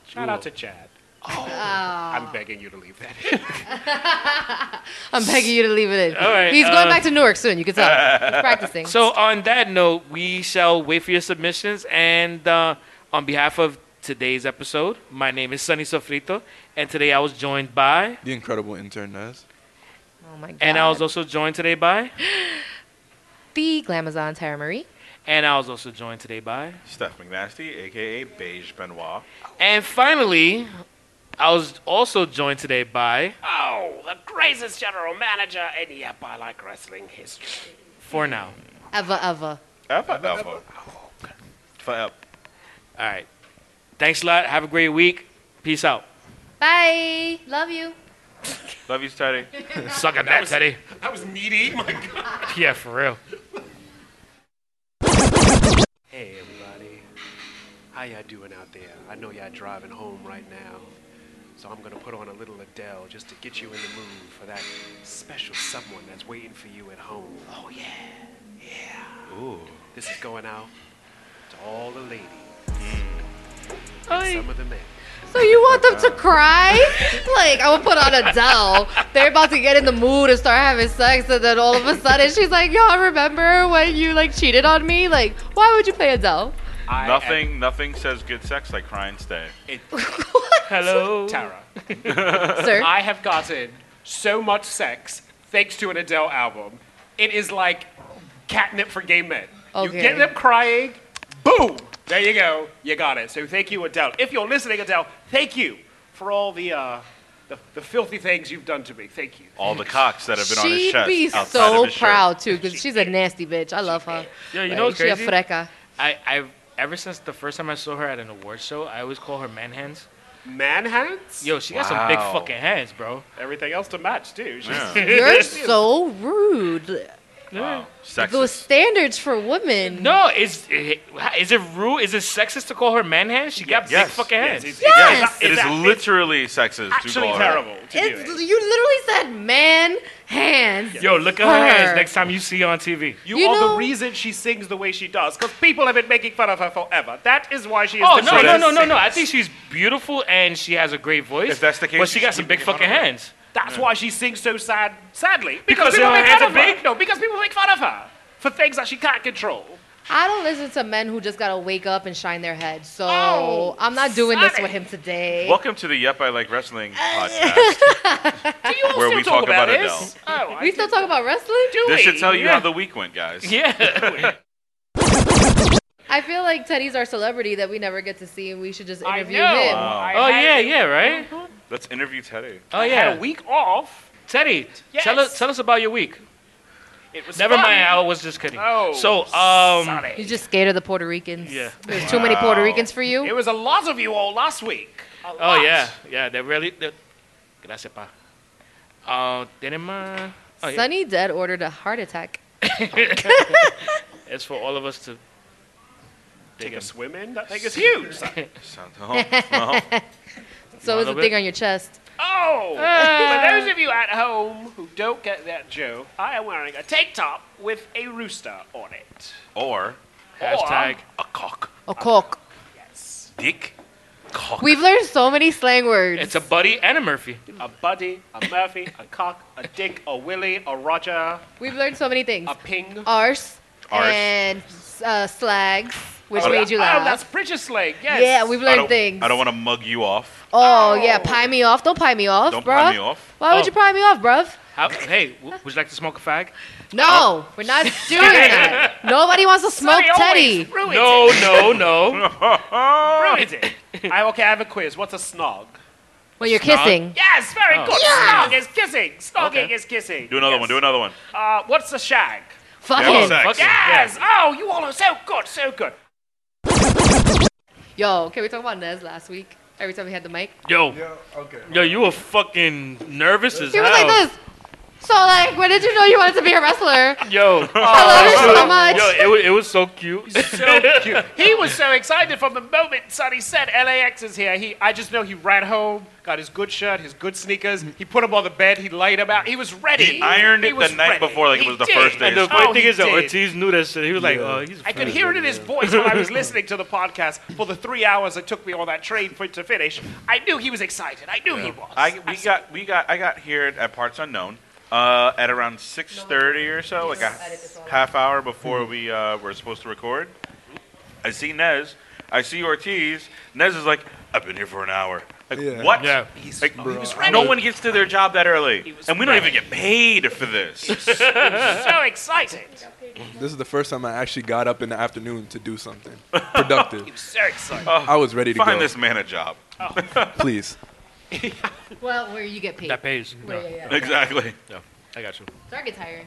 Speaker 6: Shout out to Chad. I'm begging you to leave that. *laughs*
Speaker 4: I'm begging you to leave it in.
Speaker 2: All right,
Speaker 4: He's going
Speaker 2: uh,
Speaker 4: back to Newark soon. You can tell.
Speaker 2: *laughs*
Speaker 4: He's practicing.
Speaker 2: So on that note, we shall wait for your submissions. And uh, on behalf of today's episode, my name is Sunny Sofrito, and today I was joined by,
Speaker 3: The incredible intern Nez.
Speaker 4: oh my god.
Speaker 2: and I was also joined today by,
Speaker 4: the Glamazon Tara Marie.
Speaker 2: and I was also joined today by,
Speaker 5: Steph McNasty, aka Beige Benoit.
Speaker 2: and finally, I was also joined today by.
Speaker 6: Oh, the greatest general manager, and yep, I like wrestling history.
Speaker 2: For now,
Speaker 4: Ever, ever.
Speaker 5: Alpha, Alpha. Forever.
Speaker 2: all right. Thanks a lot. Have a great week. Peace out.
Speaker 4: Bye. Love you.
Speaker 5: Love you, Teddy.
Speaker 2: Suck at that, Teddy.
Speaker 6: That was meaty. My God.
Speaker 2: Yeah, for real.
Speaker 6: Hey, everybody. How y'all doing out there? I know y'all driving home right now, so I'm gonna put on a little Adele just to get you in the mood for that special someone that's waiting for you at home. Oh, yeah. Yeah. Ooh. This is going out to all the ladies,
Speaker 4: Oy.
Speaker 6: some of the men.
Speaker 4: So you want them to cry? like I would put on Adele. They're about to get in the mood and start having sex, and then all of a sudden she's like, "Y'all remember when you like cheated on me? Like, why would you play Adele?"
Speaker 2: *laughs*
Speaker 6: I
Speaker 5: Nothing, nothing says good sex like crying stay.
Speaker 2: Hello.
Speaker 6: Tara.
Speaker 4: Sir,
Speaker 6: I have gotten so much sex thanks to an Adele album. It is like catnip for gay men.
Speaker 4: Okay.
Speaker 6: You get them crying, boom! There you go. You got it. So thank you, Adele. If you're listening, Adele, thank you for all the, uh, the, the filthy things you've done to me. Thank you.
Speaker 5: All the cocks that have been on his
Speaker 4: she'd
Speaker 5: chest.
Speaker 4: be
Speaker 5: outside
Speaker 4: so
Speaker 5: of his shirt.
Speaker 4: proud too, because she's a nasty bitch. I love her.
Speaker 2: Yeah, you
Speaker 4: Like,
Speaker 2: know what's
Speaker 4: she a
Speaker 2: crazy? *laughs*
Speaker 4: freca.
Speaker 2: I, I've ever since the first time I saw her at an award show, I always call her man hands.
Speaker 6: Man hands?
Speaker 2: Yo, she got some big
Speaker 5: Wow.
Speaker 2: fucking hands, bro.
Speaker 6: Everything else to match, too. She's-
Speaker 5: Yeah.
Speaker 4: You're so rude.
Speaker 5: Wow.
Speaker 4: Those
Speaker 5: Oh, Sexist.
Speaker 4: standards for women.
Speaker 2: No, is eh, is it rude? Is it sexist to call her man hands? She got
Speaker 5: Yes.
Speaker 2: big fucking
Speaker 6: Yes,
Speaker 2: hands.
Speaker 6: it's-
Speaker 4: Yes.
Speaker 5: It is
Speaker 6: It's a-
Speaker 5: literally sexist. to
Speaker 6: Actually
Speaker 5: call her.
Speaker 6: terrible to do
Speaker 4: It's,
Speaker 6: it.
Speaker 4: you literally said man hands.
Speaker 2: Yo, look at her, hands
Speaker 4: Her.
Speaker 2: next time you see her on TV.
Speaker 6: You,
Speaker 4: You
Speaker 6: are
Speaker 4: know-
Speaker 6: the reason she sings the way she does, because people have been making fun of her forever. That is why she is
Speaker 2: Oh
Speaker 6: the
Speaker 2: no no
Speaker 6: greatest
Speaker 2: no no
Speaker 6: singer.
Speaker 2: no! I think she's beautiful and she has a great voice.
Speaker 5: If that's the case,
Speaker 2: but she
Speaker 5: you
Speaker 2: got some
Speaker 5: should keep
Speaker 2: big
Speaker 5: making fun
Speaker 2: fucking
Speaker 5: of her.
Speaker 2: hands. *laughs*
Speaker 6: That's why she sings so sad, sadly.
Speaker 2: Because
Speaker 6: Because, people
Speaker 2: her
Speaker 6: make
Speaker 2: hands are
Speaker 6: fun of her.
Speaker 2: big?
Speaker 6: No, because people make fun of her for things that she can't control.
Speaker 4: I don't listen to men who just gotta wake up and shine their head. So
Speaker 6: Oh,
Speaker 4: I'm not doing this
Speaker 6: sorry.
Speaker 4: with him today.
Speaker 5: Welcome to the Yep I Like Wrestling
Speaker 4: Uh, *laughs*
Speaker 5: podcast.
Speaker 6: Do you all
Speaker 5: Where
Speaker 6: still
Speaker 5: we
Speaker 6: talk
Speaker 5: talk about
Speaker 6: this? Oh,
Speaker 4: we
Speaker 6: I
Speaker 4: still talk about wrestling?
Speaker 6: do
Speaker 5: this should
Speaker 6: we?
Speaker 5: tell you
Speaker 2: Yeah.
Speaker 5: how the week went, guys.
Speaker 2: *laughs* Yeah.
Speaker 4: I feel like Teddy's our celebrity that we never get to see, and we should just
Speaker 6: I
Speaker 4: interview
Speaker 6: know.
Speaker 4: him.
Speaker 5: Wow.
Speaker 2: oh yeah yeah right.
Speaker 5: Um, Let's interview Teddy.
Speaker 2: Oh
Speaker 6: I had
Speaker 2: yeah.
Speaker 6: a week off.
Speaker 2: Teddy, tell
Speaker 6: Yes.
Speaker 2: us tell us about your week.
Speaker 6: It was
Speaker 2: Never
Speaker 6: fun.
Speaker 2: mind. I was just kidding.
Speaker 6: Oh,
Speaker 2: so um.
Speaker 6: sorry.
Speaker 4: You just scared of the Puerto Ricans.
Speaker 2: Yeah.
Speaker 4: There's too many Puerto Ricans for you.
Speaker 6: It was a lot of you all last week. A
Speaker 2: Oh
Speaker 6: lot.
Speaker 2: yeah, yeah. They're really. They're, gracias pa. Uh, tienen más. Oh, yeah.
Speaker 4: Sunny Dead ordered a heart attack.
Speaker 2: It's for all of us to.
Speaker 6: Take a swim in. That thing
Speaker 2: *laughs*
Speaker 6: is huge.
Speaker 5: Sound-
Speaker 4: *laughs*
Speaker 5: oh, well,
Speaker 4: So
Speaker 2: want
Speaker 4: is
Speaker 2: a
Speaker 4: the
Speaker 2: bit?
Speaker 4: thing on your chest.
Speaker 6: Oh!
Speaker 2: Uh.
Speaker 6: For those of you at home who don't get that joke, I am wearing a tank top with a rooster on it.
Speaker 5: or
Speaker 2: Hashtag.
Speaker 5: a cock.
Speaker 4: A cock.
Speaker 6: Yes.
Speaker 5: Dick. Cock.
Speaker 4: We've learned so many slang words.
Speaker 2: It's a Buddy and a Murphy.
Speaker 6: A Buddy, a Murphy, a Cock, a Dick, a Willie, a Roger,
Speaker 4: We've learned so many things.
Speaker 6: a Ping.
Speaker 4: Arse,
Speaker 5: Arse.
Speaker 4: and uh, slags, which
Speaker 5: Oh,
Speaker 4: made you
Speaker 6: Oh,
Speaker 4: laugh.
Speaker 6: that's British slang. Yes.
Speaker 4: Yeah, we've
Speaker 5: I
Speaker 4: learned
Speaker 5: don't,
Speaker 4: things.
Speaker 5: I don't want to mug you off.
Speaker 4: Oh, yeah, pie me off. Don't pie me off,
Speaker 5: Don't
Speaker 4: bruh.
Speaker 5: pie me off.
Speaker 4: Why would
Speaker 2: Oh.
Speaker 4: you pie me off, bruv?
Speaker 2: How, hey, w- would you like to smoke a fag?
Speaker 4: No, we're not doing that. Nobody wants to smoke
Speaker 6: Sorry, always
Speaker 4: Teddy.
Speaker 6: Ruins
Speaker 2: No,
Speaker 6: it.
Speaker 2: no,
Speaker 5: *laughs*
Speaker 2: no.
Speaker 6: Ruins it. I, okay, I have a quiz. What's a snog?
Speaker 4: When you're
Speaker 2: Snog.
Speaker 4: kissing.
Speaker 6: Yes, very
Speaker 2: Oh.
Speaker 6: good. Snog is kissing. Snogging is kissing.
Speaker 5: Do another
Speaker 6: Yes.
Speaker 5: one. Do another one.
Speaker 6: Uh, what's a shag?
Speaker 4: Fucking.
Speaker 5: sex.
Speaker 2: Fucking, yeah.
Speaker 6: Yes. Oh, you all are so good, so good.
Speaker 4: Yo, can we talk about Nez last week? Every time he had the mic,
Speaker 2: Yo,
Speaker 3: Yeah, okay.
Speaker 2: yo, you were fucking nervous as
Speaker 4: he
Speaker 2: hell.
Speaker 4: was like this. So like, when did you know you wanted to be a wrestler?
Speaker 2: Yo,
Speaker 4: I love it so much.
Speaker 2: oh, yo, it was, it was so cute.
Speaker 6: so cute. He was so excited from the moment Sonny said LAX is here. He, I just know he ran home, got his good shirt, his good sneakers. He put them on the bed. He laid them out. He was ready.
Speaker 5: He ironed it the
Speaker 6: was
Speaker 5: night
Speaker 6: ready.
Speaker 5: before, like it
Speaker 6: He
Speaker 5: was the
Speaker 6: did.
Speaker 5: first
Speaker 2: *laughs*
Speaker 5: day.
Speaker 2: And the
Speaker 5: or
Speaker 2: funny
Speaker 6: Oh,
Speaker 2: thing
Speaker 6: he
Speaker 2: is that
Speaker 6: did.
Speaker 2: Ortiz knew that shit. He was like, oh, he's.
Speaker 6: I could
Speaker 2: friends
Speaker 6: hear it
Speaker 2: with
Speaker 6: in
Speaker 2: me.
Speaker 6: his voice when I was listening to the podcast for the three hours it took me on that train for, to finish. I knew he was excited. I knew he was.
Speaker 5: I we got we got I got here at Parts Unknown uh, at around six thirty or so, like a half hour before we uh, were supposed to record. I see Nez. I see Ortiz. Nez is like, I've been here for an hour. Like
Speaker 3: Yeah.
Speaker 5: what?
Speaker 2: Yeah.
Speaker 5: Like, no one gets to their job that early, and we don't even get paid for this.
Speaker 6: so excited.
Speaker 3: This is the first time I actually got up in the afternoon to
Speaker 2: *laughs*
Speaker 3: do something productive.
Speaker 6: So excited.
Speaker 5: Uh,
Speaker 2: Oh.
Speaker 3: I was ready to
Speaker 5: Find
Speaker 3: go.
Speaker 5: this man a job.
Speaker 3: Please.
Speaker 4: Well, where you get paid.
Speaker 2: That pays.
Speaker 4: Where, yeah, yeah.
Speaker 5: Exactly.
Speaker 2: I got you.
Speaker 4: Start get tired.